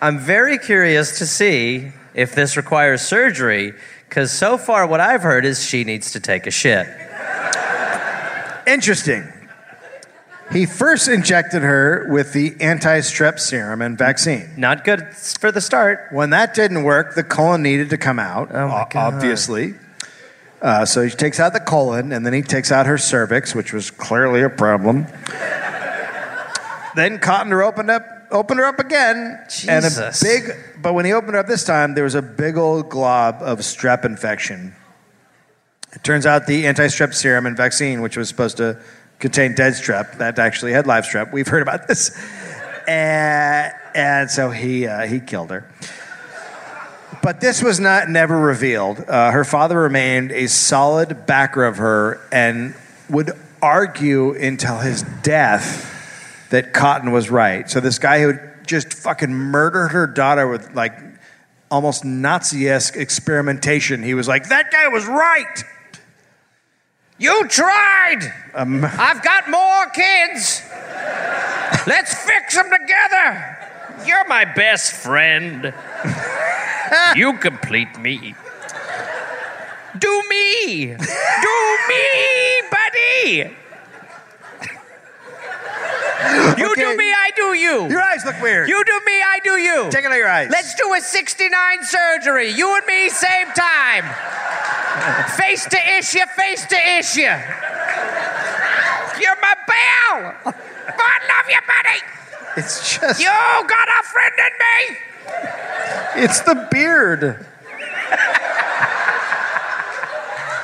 I'm very curious to see if this requires surgery, because so far what I've heard is she needs to take a shit.
Interesting. He first injected her with the anti-strep serum and vaccine.
Not good for the start.
When that didn't work, the colon needed to come out.
Oh my
o-
God.
Obviously. Uh, so he takes out the colon, and then he takes out her cervix, which was clearly a problem. then Cotton opened up, opened her up again,
Jesus.
and a big. But when he opened her up this time, there was a big old glob of strep infection. It turns out the anti-strep serum and vaccine, which was supposed to contain dead strep, that actually had live strep. We've heard about this, and, and so he uh, he killed her. But this was not never revealed. Uh, her father remained a solid backer of her and would argue until his death that Cotton was right. So this guy who had just fucking murdered her daughter with like almost Nazi-esque experimentation, he was like, that guy was right.
You tried! I've got more kids! Let's fix them together!
You're my best friend. you complete me.
Do me! Do me, buddy! You
Okay.
do me, I do you!
Your eyes look weird.
you do me, I do you!
Take it out of your eyes.
Let's do a 69 surgery. You and me, same time. face to issue, face to issue. You you. But I love you, buddy.
It's just,
You got a friend in me.
it's the beard.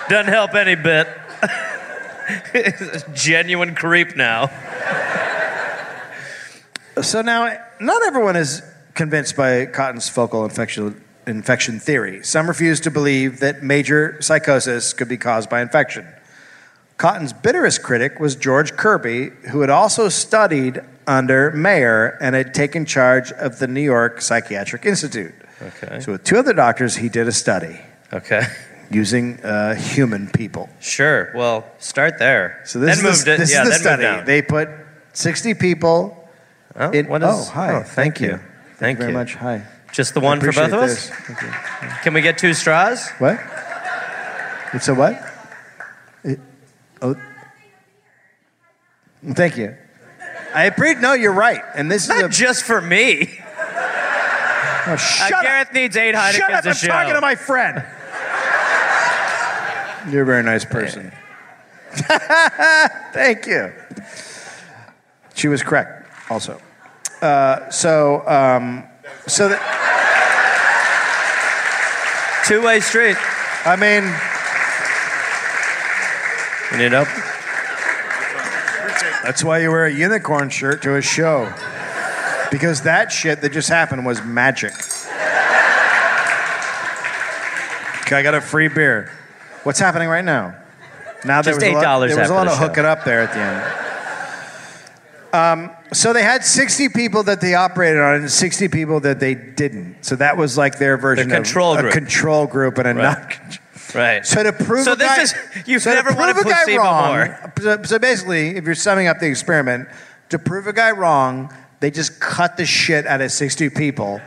Doesn't help any bit. Genuine creep now.
So now, not everyone is convinced by Cotton's focal infection, infection theory. Some refuse to believe that major psychosis could be caused by infection. Cotton's bitterest critic was George Kirby, who had also studied under Mayer and had taken charge of the New York Psychiatric Institute.
Okay.
So, with two other doctors, he did a study
Okay.
using uh, human people.
Sure. Well, start there.
So this
then
is
moved
the,
it.
this
yeah,
is the
then
study.
moved down.
They put 60 people.
oh,
in-
what is-
oh, hi.
oh, thank you. Thank
you very
you.
much. Hi.
Just the one for both
Appreciate
of us?
this. Thank you.
Can we get two straws?
What? It's a what? It- oh. Thank you. I pre- no, you're right. And this
Not
is a
just for me.
oh,
Uh,
shut up.
Gareth needs eight Heinekens
Shut up!
a
I'm
show.
talking to my friend. You're a very nice person. Thank you. She was correct, also. Uh, so, um, so that,
Two-way street.
I mean,
You need help?
that's why you wear a unicorn shirt to a show, because that shit that just happened was magic. Okay, I got a free beer. What's happening right now? Now there
Just
was a lot-
$8
There was
after
a lot
the
of
show.
hooking up there at the end. Um, So they had 60 people that they operated on and 60 people that they didn't. So that was like their version
control
of
group.
a control group and a
Right.
not control.
Right.
So to prove
So
a
this
guy,
is- you've
so to
never wanted
prove a guy
placebo
wrong,
more.
So, so basically, if you're summing up the experiment, to prove a guy wrong, they just cut the shit out of 60 people.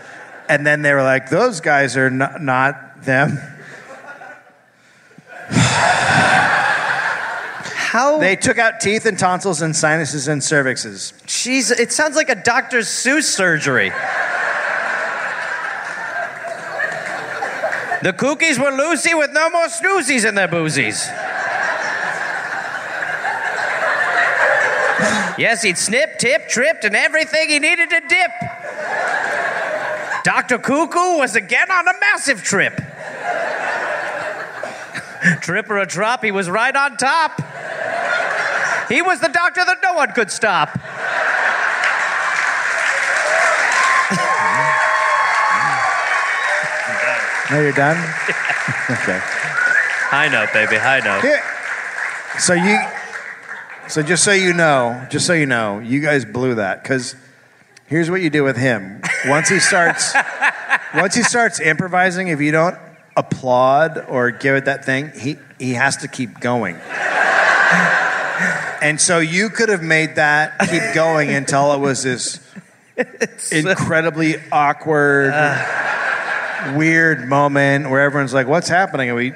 And then they were like, those guys are not, not them.
How?
They took out teeth and tonsils and sinuses and cervixes.
Jeez, it sounds like a Dr. Seuss surgery.
The cookies were loosey with no more snoozies in their boozies.
Yes, he'd snip, tip, tripped, and everything he needed to dip. Dr. Cuckoo was again on a massive trip.
Trip or a drop, he was right on top. He was the doctor that no one could stop.
No, you're done? okay.
High note, baby, high note.
Here. So you, so just so you know, just so you know, you guys blew that because here's what you do with him. Once he starts, once he starts improvising, if you don't applaud or give it that thing, he he has to keep going. And so you could have made that keep going until it was this incredibly awkward, weird moment where everyone's like, "What's happening?" Are we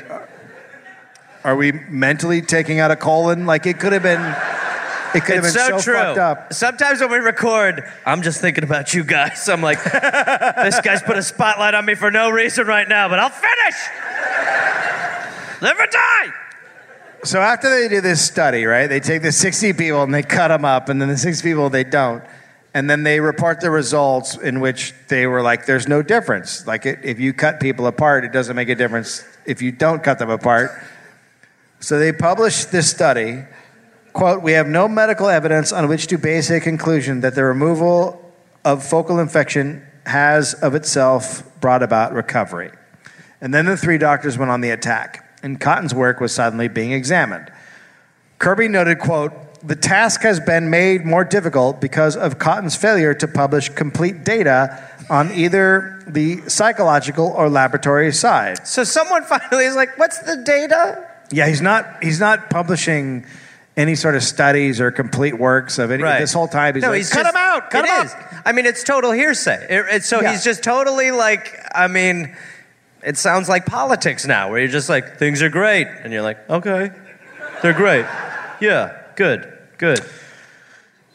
are we mentally taking out a colon? Like it could have been, it could
It's
have
so,
been so,
true.
fucked up.
Sometimes when we record, I'm just thinking about you guys. I'm like, this guy's put a spotlight on me for no reason right now, but I'll finish. Live or die.
So after they do this study, right? They take the 60 people and they cut them up, and then the 60 people they don't, and then they report the results in which they were like, "There's no difference. Like it, if you cut people apart, it doesn't make a difference. If you don't cut them apart." So they published this study. Quote, we have no medical evidence on which to base a conclusion that the removal of focal infection has of itself brought about recovery. And then the three doctors went on the attack, and Cotton's work was suddenly being examined. Kirby noted, quote, the task has been made more difficult because of Cotton's failure to publish complete data on either the psychological or laboratory side.
So someone finally is like, What's the data?
Yeah, he's not he's not publishing any sort of studies or complete works of any
Right.
this whole time. He's
No,
like,
he's
cut
just-
him out, cut
it
him out.
is. I mean, it's total hearsay. It- it's- so
Yeah.
he's just totally like, I mean, it sounds like politics now, where you're just like, things are great. And you're like, okay, they're great. Yeah, good, good.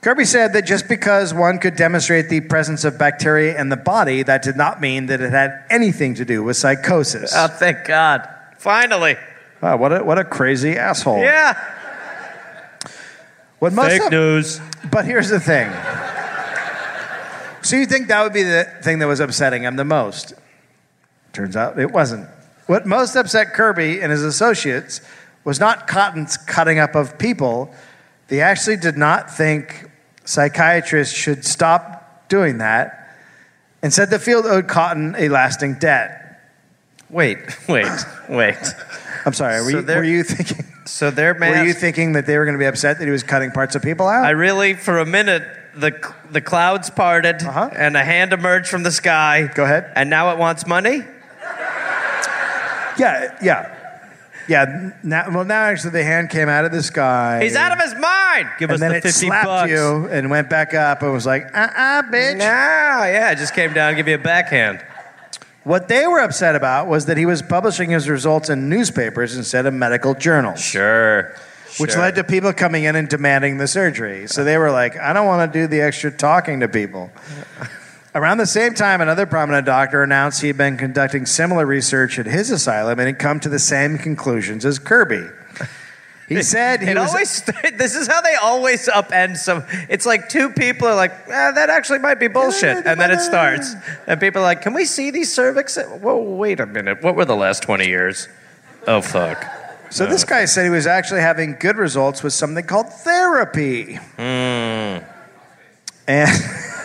Kirby said that just because one could demonstrate the presence of bacteria in the body, that did not mean that it had anything to do with psychosis.
Uh,
Oh, thank God. Finally.
Wow, what a what a crazy asshole.
Yeah.
What most
Fake
of-
news.
But here's the thing. So you think that would be the thing that was upsetting him the most? Turns out it wasn't. What most upset Kirby and his associates was not Cotton's cutting up of people. They actually did not think psychiatrists should stop doing that and said the field owed Cotton a lasting debt.
Wait, wait, wait.
I'm sorry, were,
So
you,
there-
were you thinking
So their
were
mask.
you thinking that they were going to be upset that he was cutting parts of people out?
I really, for a minute, the the clouds parted
Uh-huh.
and a hand emerged from the sky.
Go ahead.
And now it wants money.
Yeah, yeah. Yeah, now, well, now actually the hand came out of the sky.
He's out of his mind. Give
And then it slapped you and went back up and was like, uh uh bitch.
Nah, yeah, it just came down, give you a backhand.
What they were upset about was that he was publishing his results in newspapers instead of medical journals,
Sure.
which
sure.
led to people coming in and demanding the surgery. So they were like, I don't want to do the extra talking to people. Around the same time, another prominent doctor announced he'd been conducting similar research at his asylum and had come to the same conclusions as Kirby. He said he
It
was
always. this is how they always upend some. It's like two people are like, ah, that actually might be bullshit, and then it starts. And people are like, can we see these cervix? Whoa, wait a minute. What were the last twenty years? Oh fuck.
So this guy said he was actually having good results with something called therapy.
Hmm.
And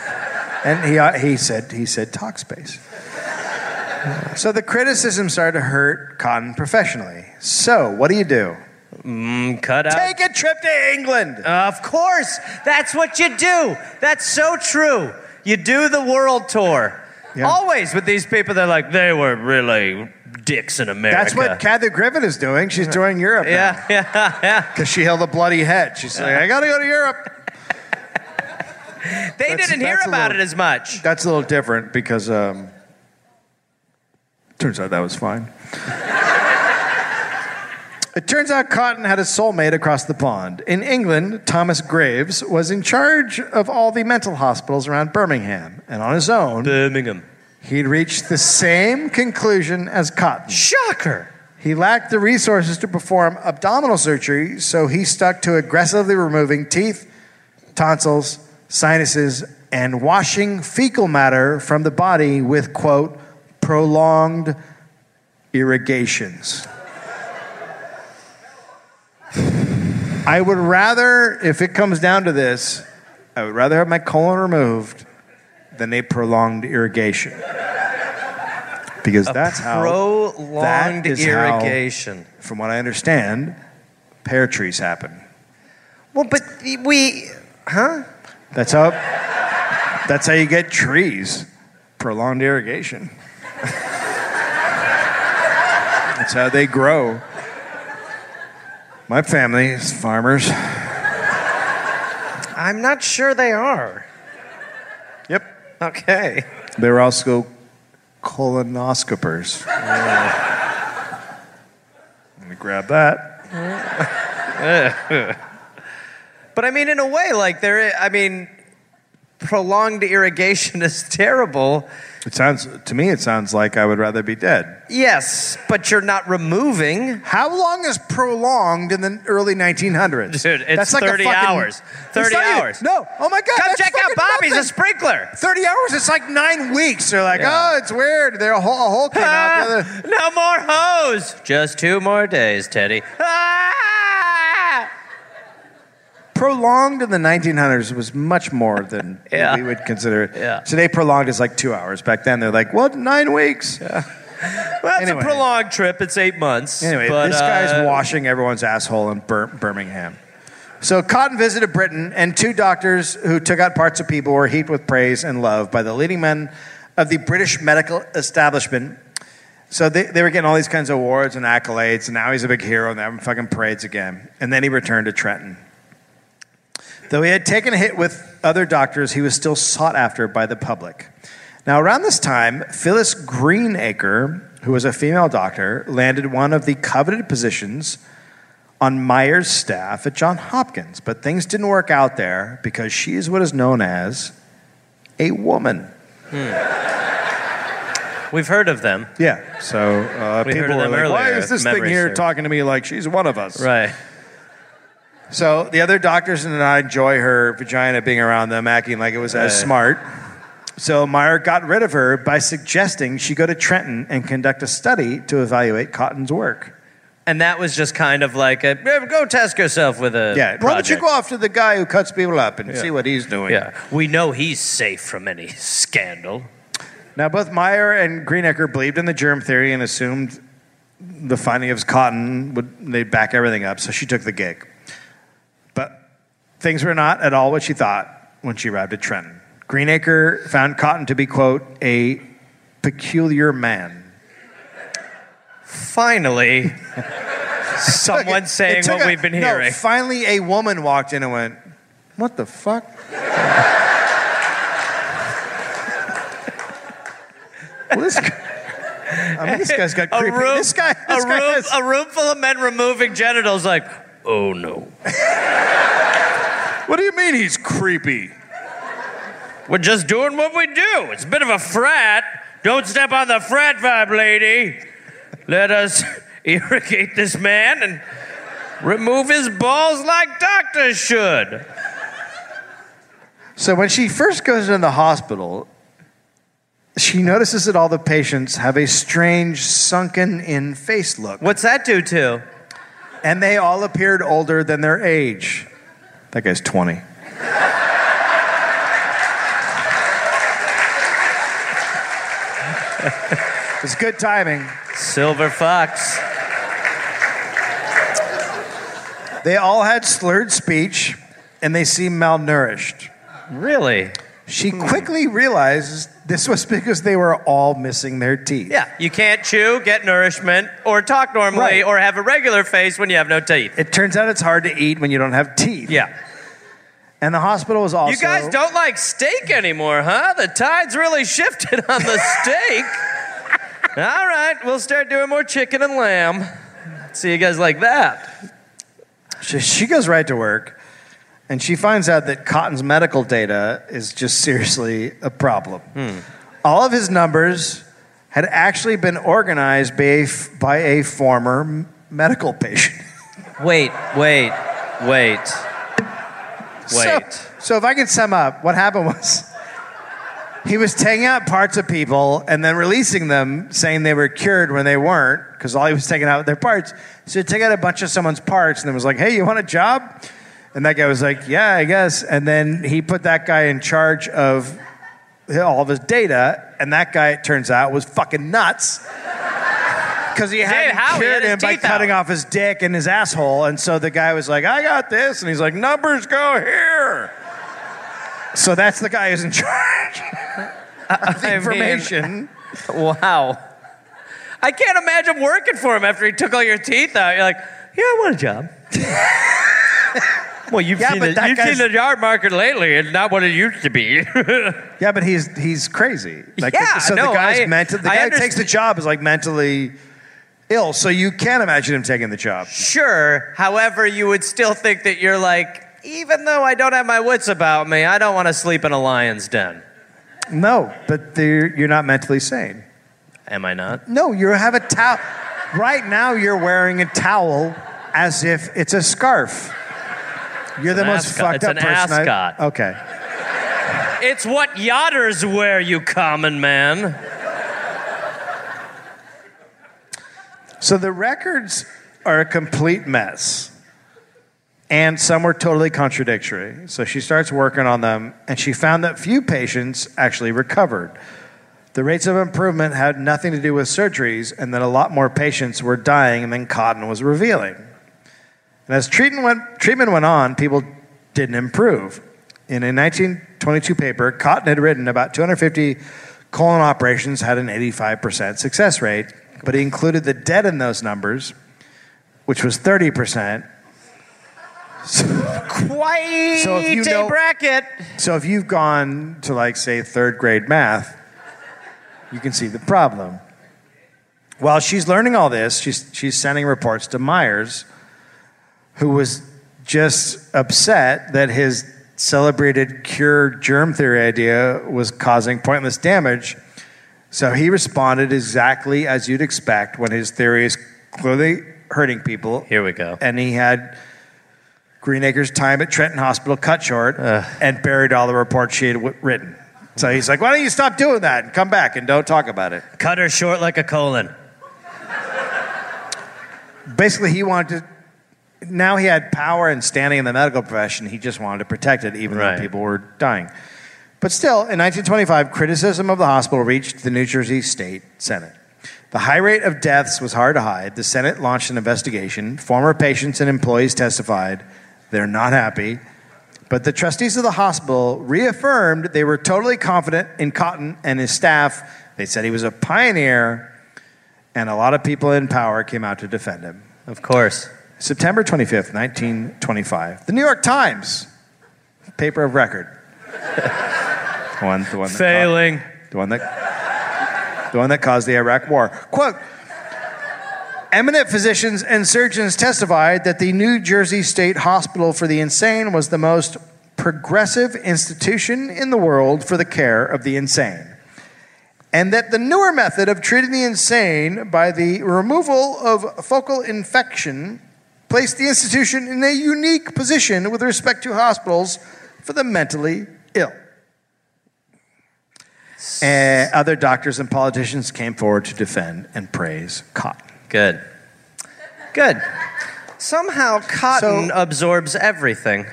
and he uh, he said he said Talkspace. so the criticism started to hurt Cotton professionally. So what do you do?
Mm, cut out.
Take a trip to England.
Of course. That's what you do. That's so true. You do the world tour.
Yeah.
Always with these people, they're like, they were really dicks in America.
That's what Kathy Griffin is doing. She's touring Europe
Yeah, yeah, yeah.
because she held a bloody head. She's like, I gotta go to Europe.
They
That's-
didn't hear
that's a
about
little-
it as much.
That's a little different because um, turns out that was fine. it turns out Cotton had a soulmate across the pond. In England, Thomas Graves was in charge of all the mental hospitals around Birmingham, and on his own,
Birmingham.
he'd reached the same conclusion as Cotton.
Shocker.
He lacked the resources to perform abdominal surgery, so he stuck to aggressively removing teeth, tonsils, sinuses, and washing fecal matter from the body with, quote, prolonged irrigations. I would rather, if it comes down to this, I would rather have my colon removed than a prolonged irrigation. Because that's how
Prolonged
that is how-
irrigation.
from what I understand, pear trees happen.
Well, Oh, but we. Huh?
That's how. that's how you get trees. Prolonged irrigation. that's how they grow. My family is farmers.
I'm not sure they are.
Yep.
Okay.
They were also colonoscopers. Let me grab that.
But I mean, in a way, like, there. I I mean, prolonged irrigation is terrible.
It sounds to me. It sounds like I would rather be dead.
Yes, but you're not removing.
How long is prolonged in the early 1900s?
Dude, it's 30 hours. 30
It's not even-
hours.
No. Oh my God.
Come
that's
check out
fucking
Bobby's a
nothing.
sprinkler.
30 hours. It's like nine weeks. They're like,
Yeah.
oh, it's weird. Their whole, a hole came out. The other.
Ah, no more hose. Just two more days, Teddy. Ah!
Prolonged in the 1900s was much more than
Yeah.
we would consider it.
Yeah.
Today, prolonged is like two hours. Back then, they're like, what? Nine weeks?
Well, it's
Anyway.
a prolonged trip. It's eight months.
Anyway,
but,
this guy's
uh,
washing everyone's asshole in Bir- Birmingham. So Cotton visited Britain, and two doctors who took out parts of people were heaped with praise and love by the leading men of the British medical establishment. So they, they were getting all these kinds of awards and accolades, and now he's a big hero, and they're having fucking parades again. And then he returned to Trenton. Though he had taken a hit with other doctors, he was still sought after by the public. Now, around this time, Phyllis Greenacre, who was a female doctor, landed one of the coveted positions on Myers' staff at Johns Hopkins, but things didn't work out there because she is what is known as a woman.
We've heard of them.
Yeah. So uh,
We heard
people
of
were like,
them
"Why
earlier,
is this
if
thing
memory
here
serves."
talking to me like she's one of us?"
Right.
So the other doctors did not enjoy her vagina being around them, acting like it was as smart. So Meyer got rid of her by suggesting she go to Trenton and conduct a study to evaluate Cotton's work.
And that was just kind of like a "Yeah, go test yourself with a
Yeah, why don't you
project."
go after the guy who cuts people up and see what he's doing?
Yeah, we know he's safe from any scandal.
Now, both Meyer and Greenacre believed in the germ theory and assumed the finding of cotton would they'd back everything up, so she took the gig. But things were not at all what she thought when she arrived at Trenton. Greenacre found Cotton to be, quote, a peculiar man.
Finally, someone
It
saying
took
what
a-
we've been
no,
hearing.
finally, a woman walked in and went, What the fuck? well, this guy. I mean, this guy's got
a
creepy.
room,
this guy, this
a,
guy
room
has-
a room full of men removing genitals, like, oh no.
What do you mean he's creepy?
We're just doing what we do. It's a bit of a frat. Don't step on the frat vibe, lady. Let us irrigate this man and remove his balls like doctors should.
So when she first goes into the hospital, she notices that all the patients have a strange sunken in face look,
What's that do to?
and they all appeared older than their age. That guy's 20. it's good timing.
Silver Fox.
They all had slurred speech and they seemed malnourished.
Really?
She
Hmm.
quickly realizes this was because they were all missing their teeth.
Yeah. You can't chew, get nourishment, or talk normally,
Right.
or have a regular face when you have no teeth.
It turns out it's hard to eat when you don't have teeth.
Yeah.
And the hospital was also.
You guys don't like steak anymore, huh? The tide's really shifted on the steak. All right, we'll start doing more chicken and lamb. See you guys like that.
She, she goes right to work, and she finds out that Cotton's medical data is just seriously a problem. All of his numbers had actually been organized by a, f- by a former m- medical patient.
Wait, wait, wait.
So, so if I can sum up, what happened was he was taking out parts of people and then releasing them, saying they were cured when they weren't, because all he was taking out were their parts. So he took out a bunch of someone's parts and then was like, "Hey, you want a job?" And that guy was like, "Yeah, I guess." And then he put that guy in charge of all of his data, and that guy, it turns out, was fucking nuts. Because he hadn't
how? He
cured
had his
him by
teeth out.
cutting off his dick and his asshole. And so the guy was like, I got this. And he's like, numbers go here. So that's the guy who's in charge of the
I mean-
information.
wow. I can't imagine working for him after he took all your teeth out. You're like, yeah, I want a job. well, you've,
Yeah,
seen,
but
the,
that
you've seen
guy's-
the yard market lately. It's not what it used to be.
yeah, but he's he's crazy.
Yeah,
so
no,
the guy's
I-
mental. The
I
guy who
underst-
takes the job is like mentally ill. So you can't imagine him taking the job.
Sure. However, you would still think that you're like, even though I don't have my wits about me, I don't want to sleep in a lion's den.
No, but they're- you're not mentally sane.
Am I not?
No, you have a towel. Right now, you're wearing a towel as if it's a scarf. You're the
an
most
ascot-
fucked
it's
up
an
person. I-
ascot.
okay.
It's what yachters wear, you common man.
So the records are a complete mess. And some were totally contradictory. So she starts working on them, and she found that few patients actually recovered. The rates of improvement had nothing to do with surgeries, and that a lot more patients were dying than Cotton was revealing. And as treatment went, treatment went on, people didn't improve. In a 1922 paper, Cotton had written about 250 colon operations had an 85% success rate, but he included the dead in those numbers, which was 30%.
Quite
So if you
a
know-
bracket.
So if you've gone to, like, say, third grade math, you can see the problem. While she's learning all this, she's, she's sending reports to Myers, who was just upset that his celebrated cure germ theory idea was causing pointless damage. So he responded exactly as you'd expect when his theory is clearly hurting people.
Here we go.
And he had Greenacre's time at Trenton Hospital cut short and buried all the reports she had w- written. So he's like, why don't you stop doing that and come back and don't talk about it?
Cut her short like a colon.
Basically, he wanted to, now he had power and standing in the medical profession. He just wanted to protect it, even
Right.
though people were dying. But still, in 1925, criticism of the hospital reached the New Jersey State Senate. The high rate of deaths was hard to hide. The Senate launched an investigation. Former patients and employees testified. They're not happy. But the trustees of the hospital reaffirmed they were totally confident in Cotton and his staff. They said he was a pioneer, and a lot of people in power came out to defend him.
Of course.
September 25th, 1925. The New York Times, paper of record. the one, the one that
Failing.
Caused, the one that the one that caused the Iraq War. Quote Eminent physicians and surgeons testified that the New Jersey State Hospital for the Insane was the most progressive institution in the world for the care of the insane and that the newer method of treating the insane by the removal of focal infection placed the institution in a unique position with respect to hospitals for the mentally ill. And Eh, other doctors and politicians came forward to defend and praise Cotton.
Good. Good. Somehow cotton
So-
absorbs everything.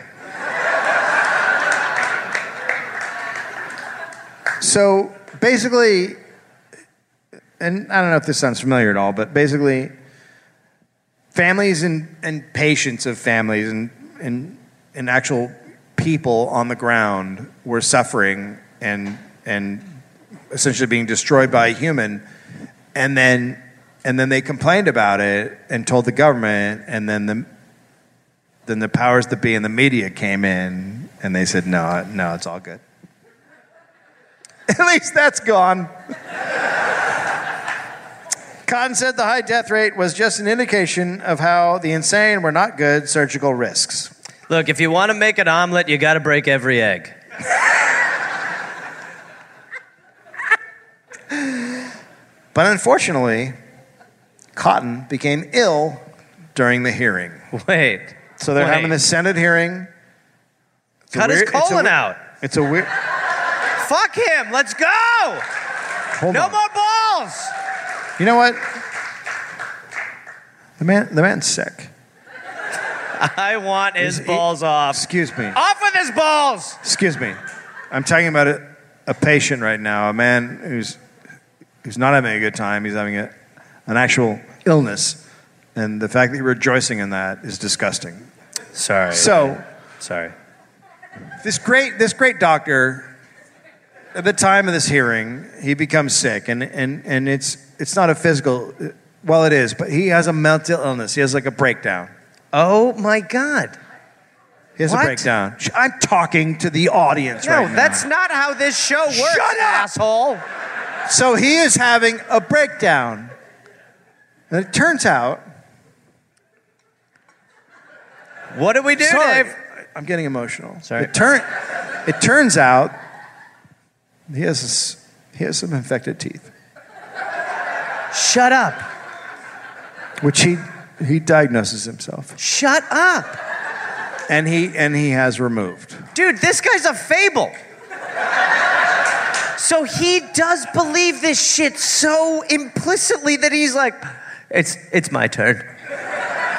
So basically, and I don't know if this sounds familiar at all, but basically, families and, and patients of families and, and, and actual people on the ground were suffering and, and essentially being destroyed by a human. And then, and then they complained about it and told the government, and then the, then the powers that be and the media came in and they said, no, no, it's all good. At least that's gone. Cotton said the high death rate was just an indication of how the insane were not good surgical risks.
Look, if you want to make an omelet, you got to break every egg.
But unfortunately, Cotton became ill during the hearing.
Wait.
So they're
Wait.
having the Senate hearing. It's a
Cut his
weird- it's a
colon
we-
out.
It's a weird.
Fuck him. Let's go.
Hold
No
on.
more balls.
You know what? The man, the man's sick.
I want his
Is it-
balls off.
Excuse me.
Off with his balls.
Excuse me. I'm talking about a, a patient right now, a man who's, who's not having a good time. He's having a, an actual illness. And the fact that you're rejoicing in that is disgusting.
Sorry.
So,
Sorry.
this great, this great doctor, at the time of this hearing, he becomes sick. And, and, and it's, it's not a physical, well, it is, but he has a mental illness. He has like a breakdown.
Oh my God.
He has
What?
a breakdown. Sh- I'm talking to the audience
No,
right now.
that's not how this show works,
Shut up!
asshole.
So he is having a breakdown. And it turns out,
What do we do,
sorry,
Dave?
I'm getting emotional.
Sorry.
It, turn, it turns out he has, s- he has some infected teeth,
Shut up.
which he, he diagnoses himself
Shut up.
and he, and he has removed.
Dude, this guy's a fable. So he does believe this shit so implicitly that he's like, it's, it's my turn.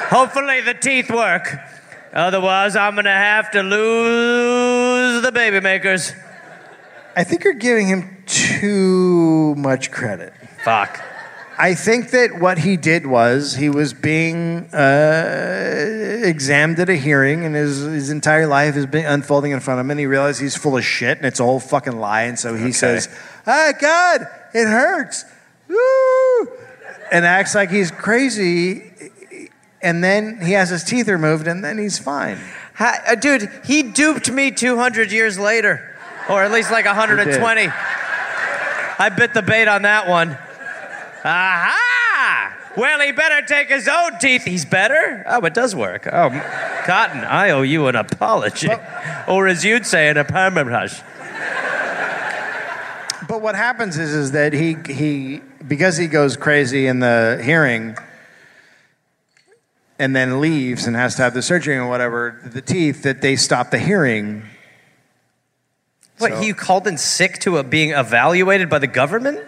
Hopefully the teeth work. Otherwise, I'm going to have to lose the baby makers.
I think you're giving him too much credit.
Fuck.
I think that what he did was he was being uh, examined at a hearing, and his, his entire life has been unfolding in front of him, and he realized he's full of shit, and it's a whole fucking lie, and so he says, "Ah, God, it hurts," Woo! and acts like he's crazy, and then he has his teeth removed, and then he's fine.
Ha- uh, dude, he duped me 200 years later, or at least like 120. I bit the bait on that one. Aha! Well, he better take his own teeth. He's better? Oh, it does work. Oh, m- Cotton, I owe you an apology. or as you'd say, an apology.
But what happens is, is that he he because he goes crazy in the hearing, and then leaves and has to have the surgery and whatever, the teeth, that they stop the hearing.
What,
So-
he called in sick to a, being evaluated by the government?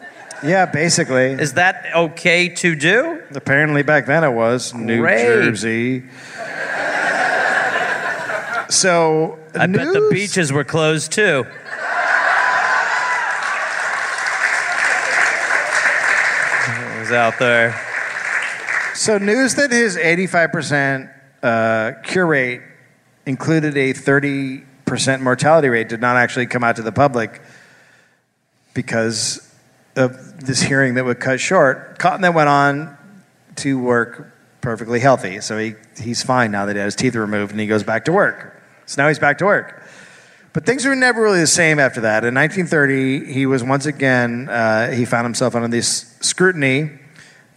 Yeah, basically.
Is that okay to do?
Apparently, back then it was New
Great.
Jersey. So
I bet the
news-
beaches were closed too. It was out there.
So news that his 85% uh, cure rate included a 30% mortality rate did not actually come out to the public because of this hearing that would cut short. Cotton then went on to work perfectly healthy. So he, he's fine now that he had his teeth removed and he goes back to work. So now he's back to work. But things were never really the same after that. In 1930, he was once again, uh, he found himself under this scrutiny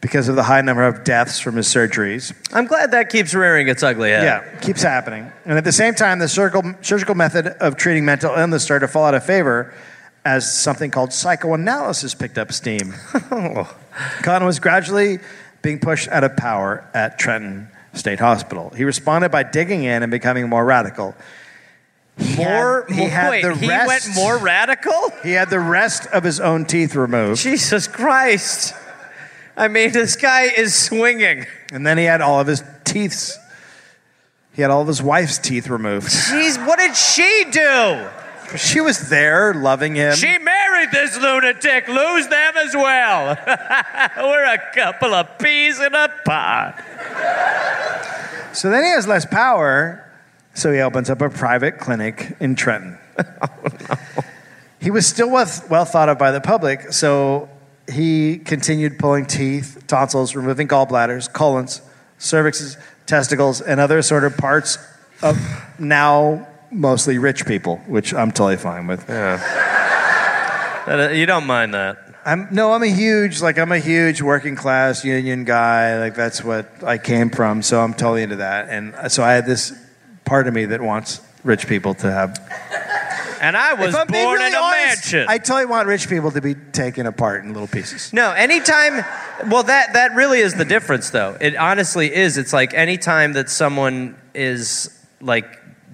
because of the high number of deaths from his surgeries.
I'm glad that keeps rearing its ugly head.
Yeah, keeps happening. And at the same time, the surgical, surgical method of treating mental illness started to fall out of favor as something called psychoanalysis picked up steam.
Oh.
Cotton was gradually being pushed out of power at Trenton State Hospital. He responded by digging in and becoming more radical. He had-
More,
he had
wait,
the
he
rest-
went more radical?
He had the rest of his own teeth removed,
Jesus Christ. I mean, this guy is swinging.
and then he had all of his teeth. He had all of his wife's teeth removed.
Jeez, what did she do?
She was there, loving him.
She married this lunatic. Lose them as well. We're a couple of peas in a pod.
So then he has less power, so he opens up a private clinic in Trenton. Oh, He was still well, well thought of by the public, so he continued pulling teeth, tonsils, removing gallbladders, colons, cervixes, testicles, and other assorted parts of now mostly rich people, which I'm totally fine with.
Uh, You don't mind that.
I'm no, I'm a huge like I'm a huge working class union guy. Like that's what I came from, so I'm totally into that. And uh, so I had this part of me that wants rich people to have.
And I was
If I'm being
born
really
in a
honest,
mansion.
I totally want rich people to be taken apart in little pieces.
No, anytime. Well, that that really is the difference, though. It honestly is. It's like anytime that someone is like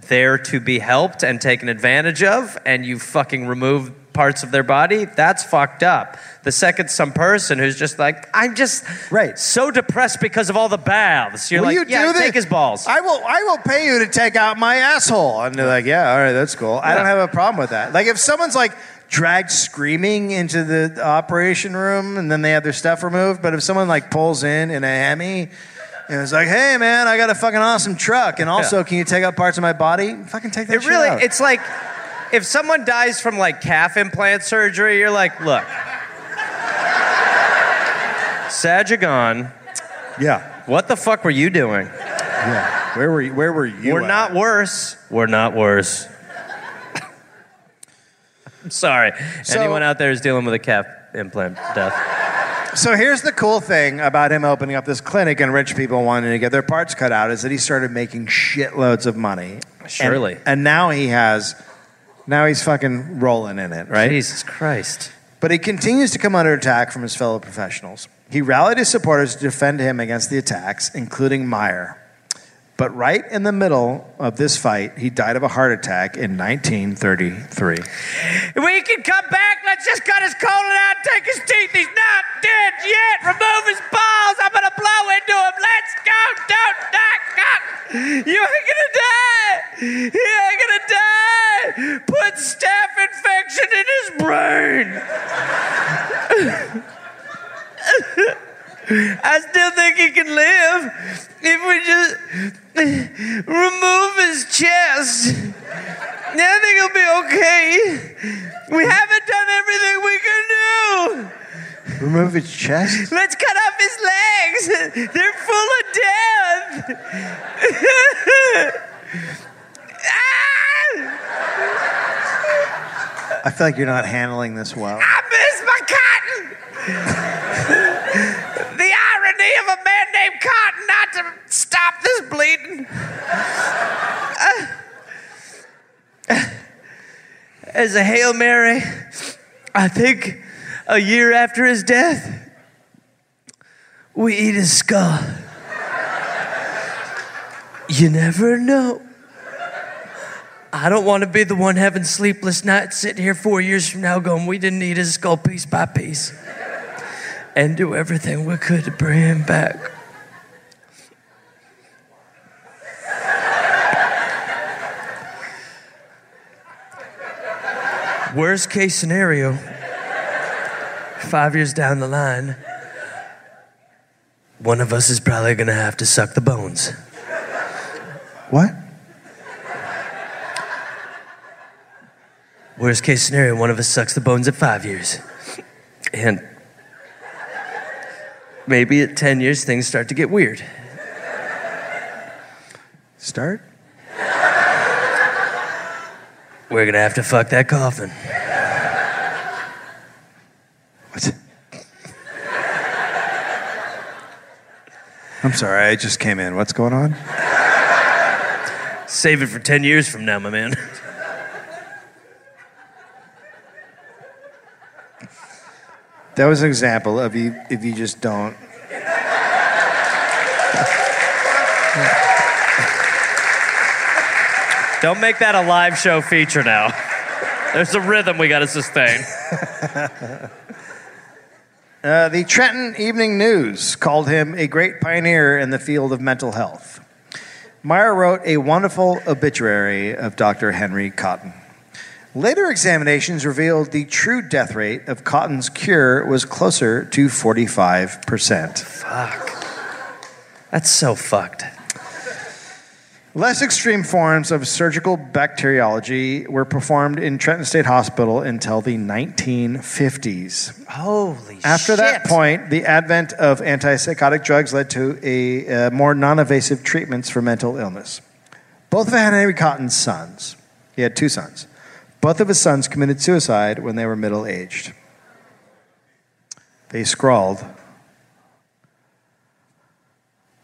there to be helped and taken advantage of, and you fucking remove parts of their body, that's fucked up. The second some person who's just like, I'm just
Right.
so depressed because of all the baths. You're
Will
like,
you
yeah,
do this?
take his balls.
I will. I will pay you to take out my asshole. And they're like, yeah, all right, that's cool. I don't
Yeah.
have a problem with that. Like if someone's like dragged screaming into the operation room and then they have their stuff removed, but if someone like pulls in in a Hemi. And it's like, hey man, I got a fucking awesome truck, and also,
Yeah.
can you take out parts of my body? Fucking take that.
It
shit
really,
out.
it's like if someone dies from like calf implant surgery, you're like, look, Sajagon,
yeah,
what the fuck were you doing?
yeah. Where were you? Where were you?
we're
at?
not worse. We're not worse. I'm sorry.
So-
Anyone out there who's dealing with a calf implant death?
So here's the cool thing about him opening up this clinic and rich people wanting to get their parts cut out is that he started making shitloads of money.
Surely.
And, and now he has, now he's fucking rolling in it, right?
Jesus Christ.
But he continues to come under attack from his fellow professionals. He rallied his supporters to defend him against the attacks, including Meyer. But right in the middle of this fight, he died of a heart attack in 1933.
If we can come back, let's just cut his colon out, take his teeth. He's not dead yet. Remove his balls. I'm gonna blow into him. Let's go. Don't die. God. You ain't gonna die. He ain't gonna die. Put staph infection in his brain. I still think he can live if we just remove his chest. I think it'll be okay. We haven't done everything we can
Remove his chest?
do. Let's cut off his legs. They're full of death. ah,
I feel like you're not handling this well.
I miss my cotton. the irony of a man named Cotton not to stop this bleeding. Uh, as a Hail Mary, I think a year after his death, we eat his skull. You never know. I don't want to be the one having sleepless nights, sitting here four years from now going, we didn't eat his skull piece by piece and do everything we could to bring him back. Worst case scenario, five years down the line, one of us is probably going to have to suck the bones.
What?
Worst case scenario, one of us sucks the bones at five years. And maybe at 10 years, things start to get weird.
Start?
We're gonna have to fuck that coffin.
What? I'm sorry, I just came in. What's going on?
Save it for 10 years from now, my man.
That was an example of you if you just don't.
Don't make that a live show feature now. There's a rhythm we gotta sustain.
Uh, the Trenton Evening News called him a great pioneer in the field of mental health. Meyer wrote a wonderful obituary of Dr. Henry Cotton. Later examinations revealed the true death rate of Cotton's cure was closer to 45%.
Fuck. That's so fucked.
Less extreme forms of surgical bacteriology were performed in Trenton State Hospital until the 1950s.
Holy
After
shit.
that point, the advent of antipsychotic drugs led to a uh, more non-invasive treatments for mental illness. Both of Henry Cotton's sons, he had two sons, both of his sons committed suicide when they were middle-aged. They scrawled,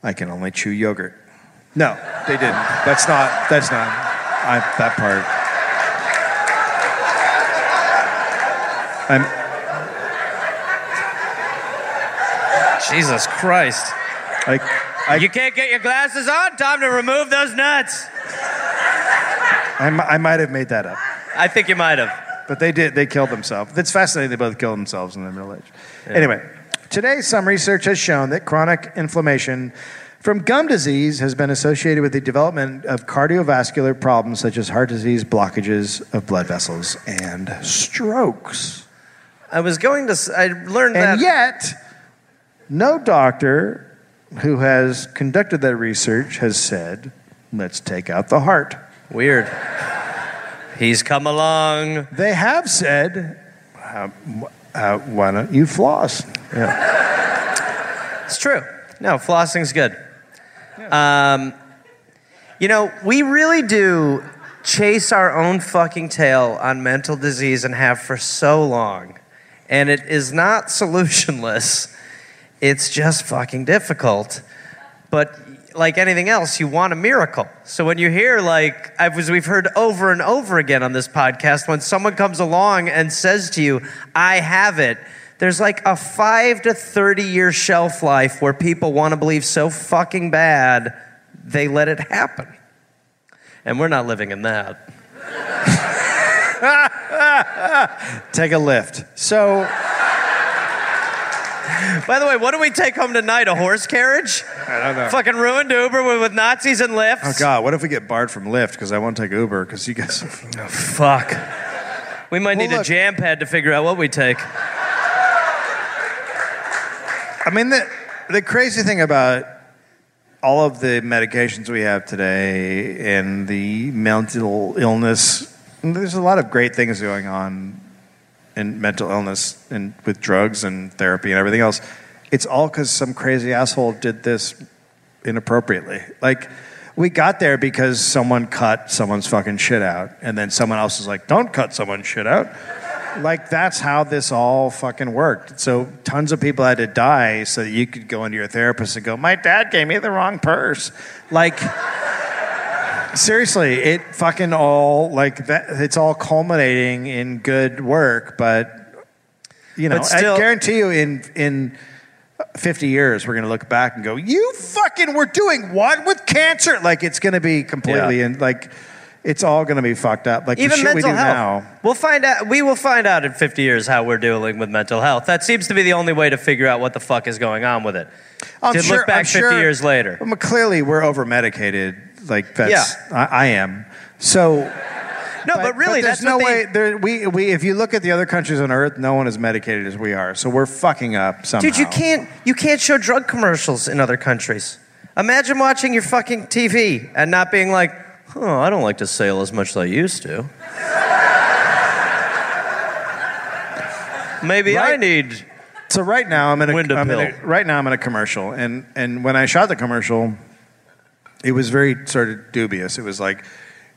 "I can only chew yogurt." No, they didn't. That's not. That's not. I, that part. I'm,
Jesus Christ.
I, I
you can't get your glasses on? Time to remove those nuts.
I, mi- I might have made that up,
I think you might have.
but they did. They killed themselves. It's fascinating. They both killed themselves in the middle age. Anyway, today some research has shown that chronic inflammation from gum disease has been associated with the development of cardiovascular problems such as heart disease, blockages of blood vessels, and strokes.
I was going to, s- I learned that.
And yet, no doctor who has conducted that research has said, "Let's take out the heart."
Weird. He's come along.
They have said, uh, w- uh, why don't you floss? Yeah.
It's true. No, flossing's good. Um, you know, we really do chase our own fucking tail on mental disease and have for so long. And it is not solutionless, it's just fucking difficult. But like anything else, you want a miracle. So when you hear, like, I was, we've heard over and over again on this podcast, when someone comes along and says to you, I have it, there's like a five to 30 year shelf life where people want to believe so fucking bad they let it happen. And we're not living in that.
Take a lift. So,
By the way, what do we take home tonight? A horse carriage?
I don't know.
Fucking ruined Uber with- with Nazis and lifts.
Uh, Oh, God, what if we get barred from Lyft because I won't take Uber because you guys.
Fuck. We might
Well,
need a
look-
jam pad to figure out what we take.
I mean, the, the crazy thing about all of the medications we have today and the mental illness, there's a lot of great things going on in mental illness and with drugs and therapy and everything else. It's all because some crazy asshole did this inappropriately. Like, we got there because someone cut someone's fucking shit out, and then someone else is like, don't cut someone's shit out. Like, that's how this all fucking worked. So, tons of people had to die so that you could go into your therapist and go, My dad gave me the wrong purse. Like, seriously, it fucking all, like, that, it's all culminating in good work, but, you know,
But still-
I guarantee you, in, in, 50 years, we're going to look back and go, you fucking were doing what with cancer? Like, it's going to be completely,
Yeah.
and like, it's all going to be fucked up. Like, the
Even
shit
mental
we do
health.
now.
We'll find out. We will find out in 50 years how we're dealing with mental health. That seems to be the only way to figure out what the fuck is going on with it.
I'm
to look
sure-
back
I'm
50
sure-
years later.
Well, clearly, we're over medicated. Like, that's, I, I am. So,
No, but, really,
there's
that's
no
what they-
way. There, we, we, if you look at the other countries on Earth, no one is medicated as we are. So we're fucking up somehow.
Dude, you can't you can't show drug commercials in other countries. Imagine watching your fucking TV and not being like, "Oh, I don't like to sail as much as I used to." Maybe I
Right.
need.
So right now I'm in a,
Wind a
I'm in
pill.
a- right now I'm in a commercial, and and when I shot the commercial, it was very sort of dubious. It was like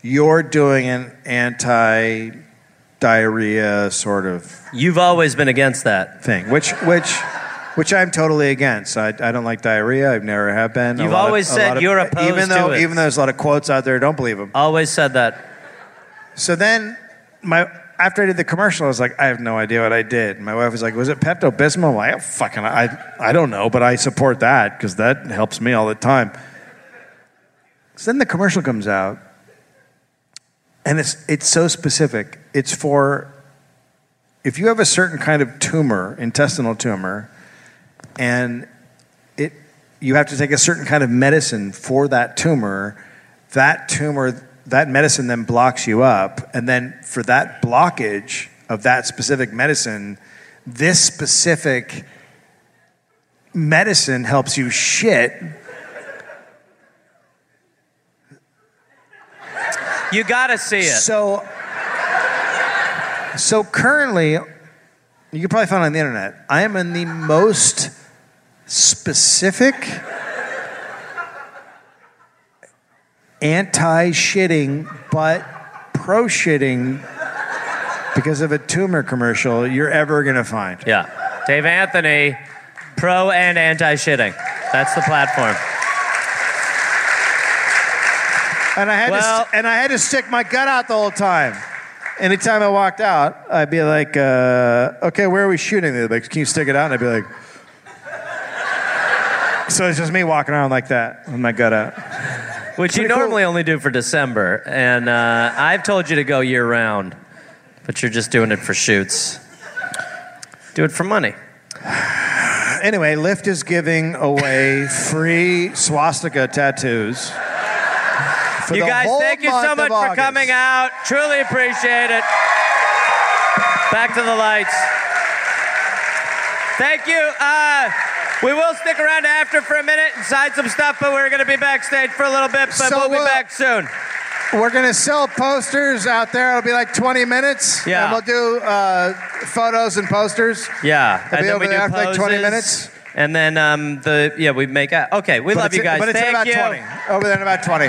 you're doing an anti diarrhea sort of
You've always been against that.
thing, which which which I'm totally against. I, I don't like diarrhea. I've never have been. A
You've
lot of-
always
a
said
lot of- e,
you're opposed
even though
to it.
even though there's a lot of quotes out there, don't believe them.
Always said that.
So then my after I did the commercial, I was like, I have no idea what I did. And my wife was like, Was it Pepto Bismol? I'm like, I fucking I I don't know, but I support that because that helps me all the time. So then the commercial comes out, and it's it's so specific. It's for if you have a certain kind of tumor, intestinal tumor, and it you have to take a certain kind of medicine for that tumor that tumor that medicine then blocks you up and then for that blockage of that specific medicine this specific medicine helps you shit
You gotta see it.
so so currently you can probably find it on the internet i am in the most specific anti-shitting but pro-shitting because of a tumor commercial you're ever going to find
yeah, Dave Anthony, pro and anti shitting. That's the platform.
and i had
Well-
to st- and i had to stick my gut out the whole time anytime i walked out i'd be like uh, okay where are we shooting they'd be like can you stick it out and i'd be like so it's just me walking around like that with my gut out
Which you
Pretty cool.
normally only do for December, and uh, I've told you to go year round, but you're just doing it for shoots. Do it for money.
Anyway, Lyft is giving away free swastika tattoos. For
You
the
guys,
whole
thank you
month
so
of
much for
August.
coming out. Truly appreciate it. Back to the lights. Thank you. Uh, we will stick around after for a minute and sign some stuff, but we're going to be backstage for a little bit, but
So
we'll be
we'll-
back soon.
We're gonna sell posters out there. It'll be like 20 minutes.
Yeah.
And we'll do uh, photos and posters.
Yeah.
It'll be over there after like 20 minutes.
And then um, the yeah we make out. Okay, we
But
love
it's-
you guys.
But it's
Thank
in about
you.
20. Over there in about 20.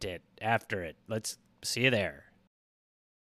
it after it. Let's see you there.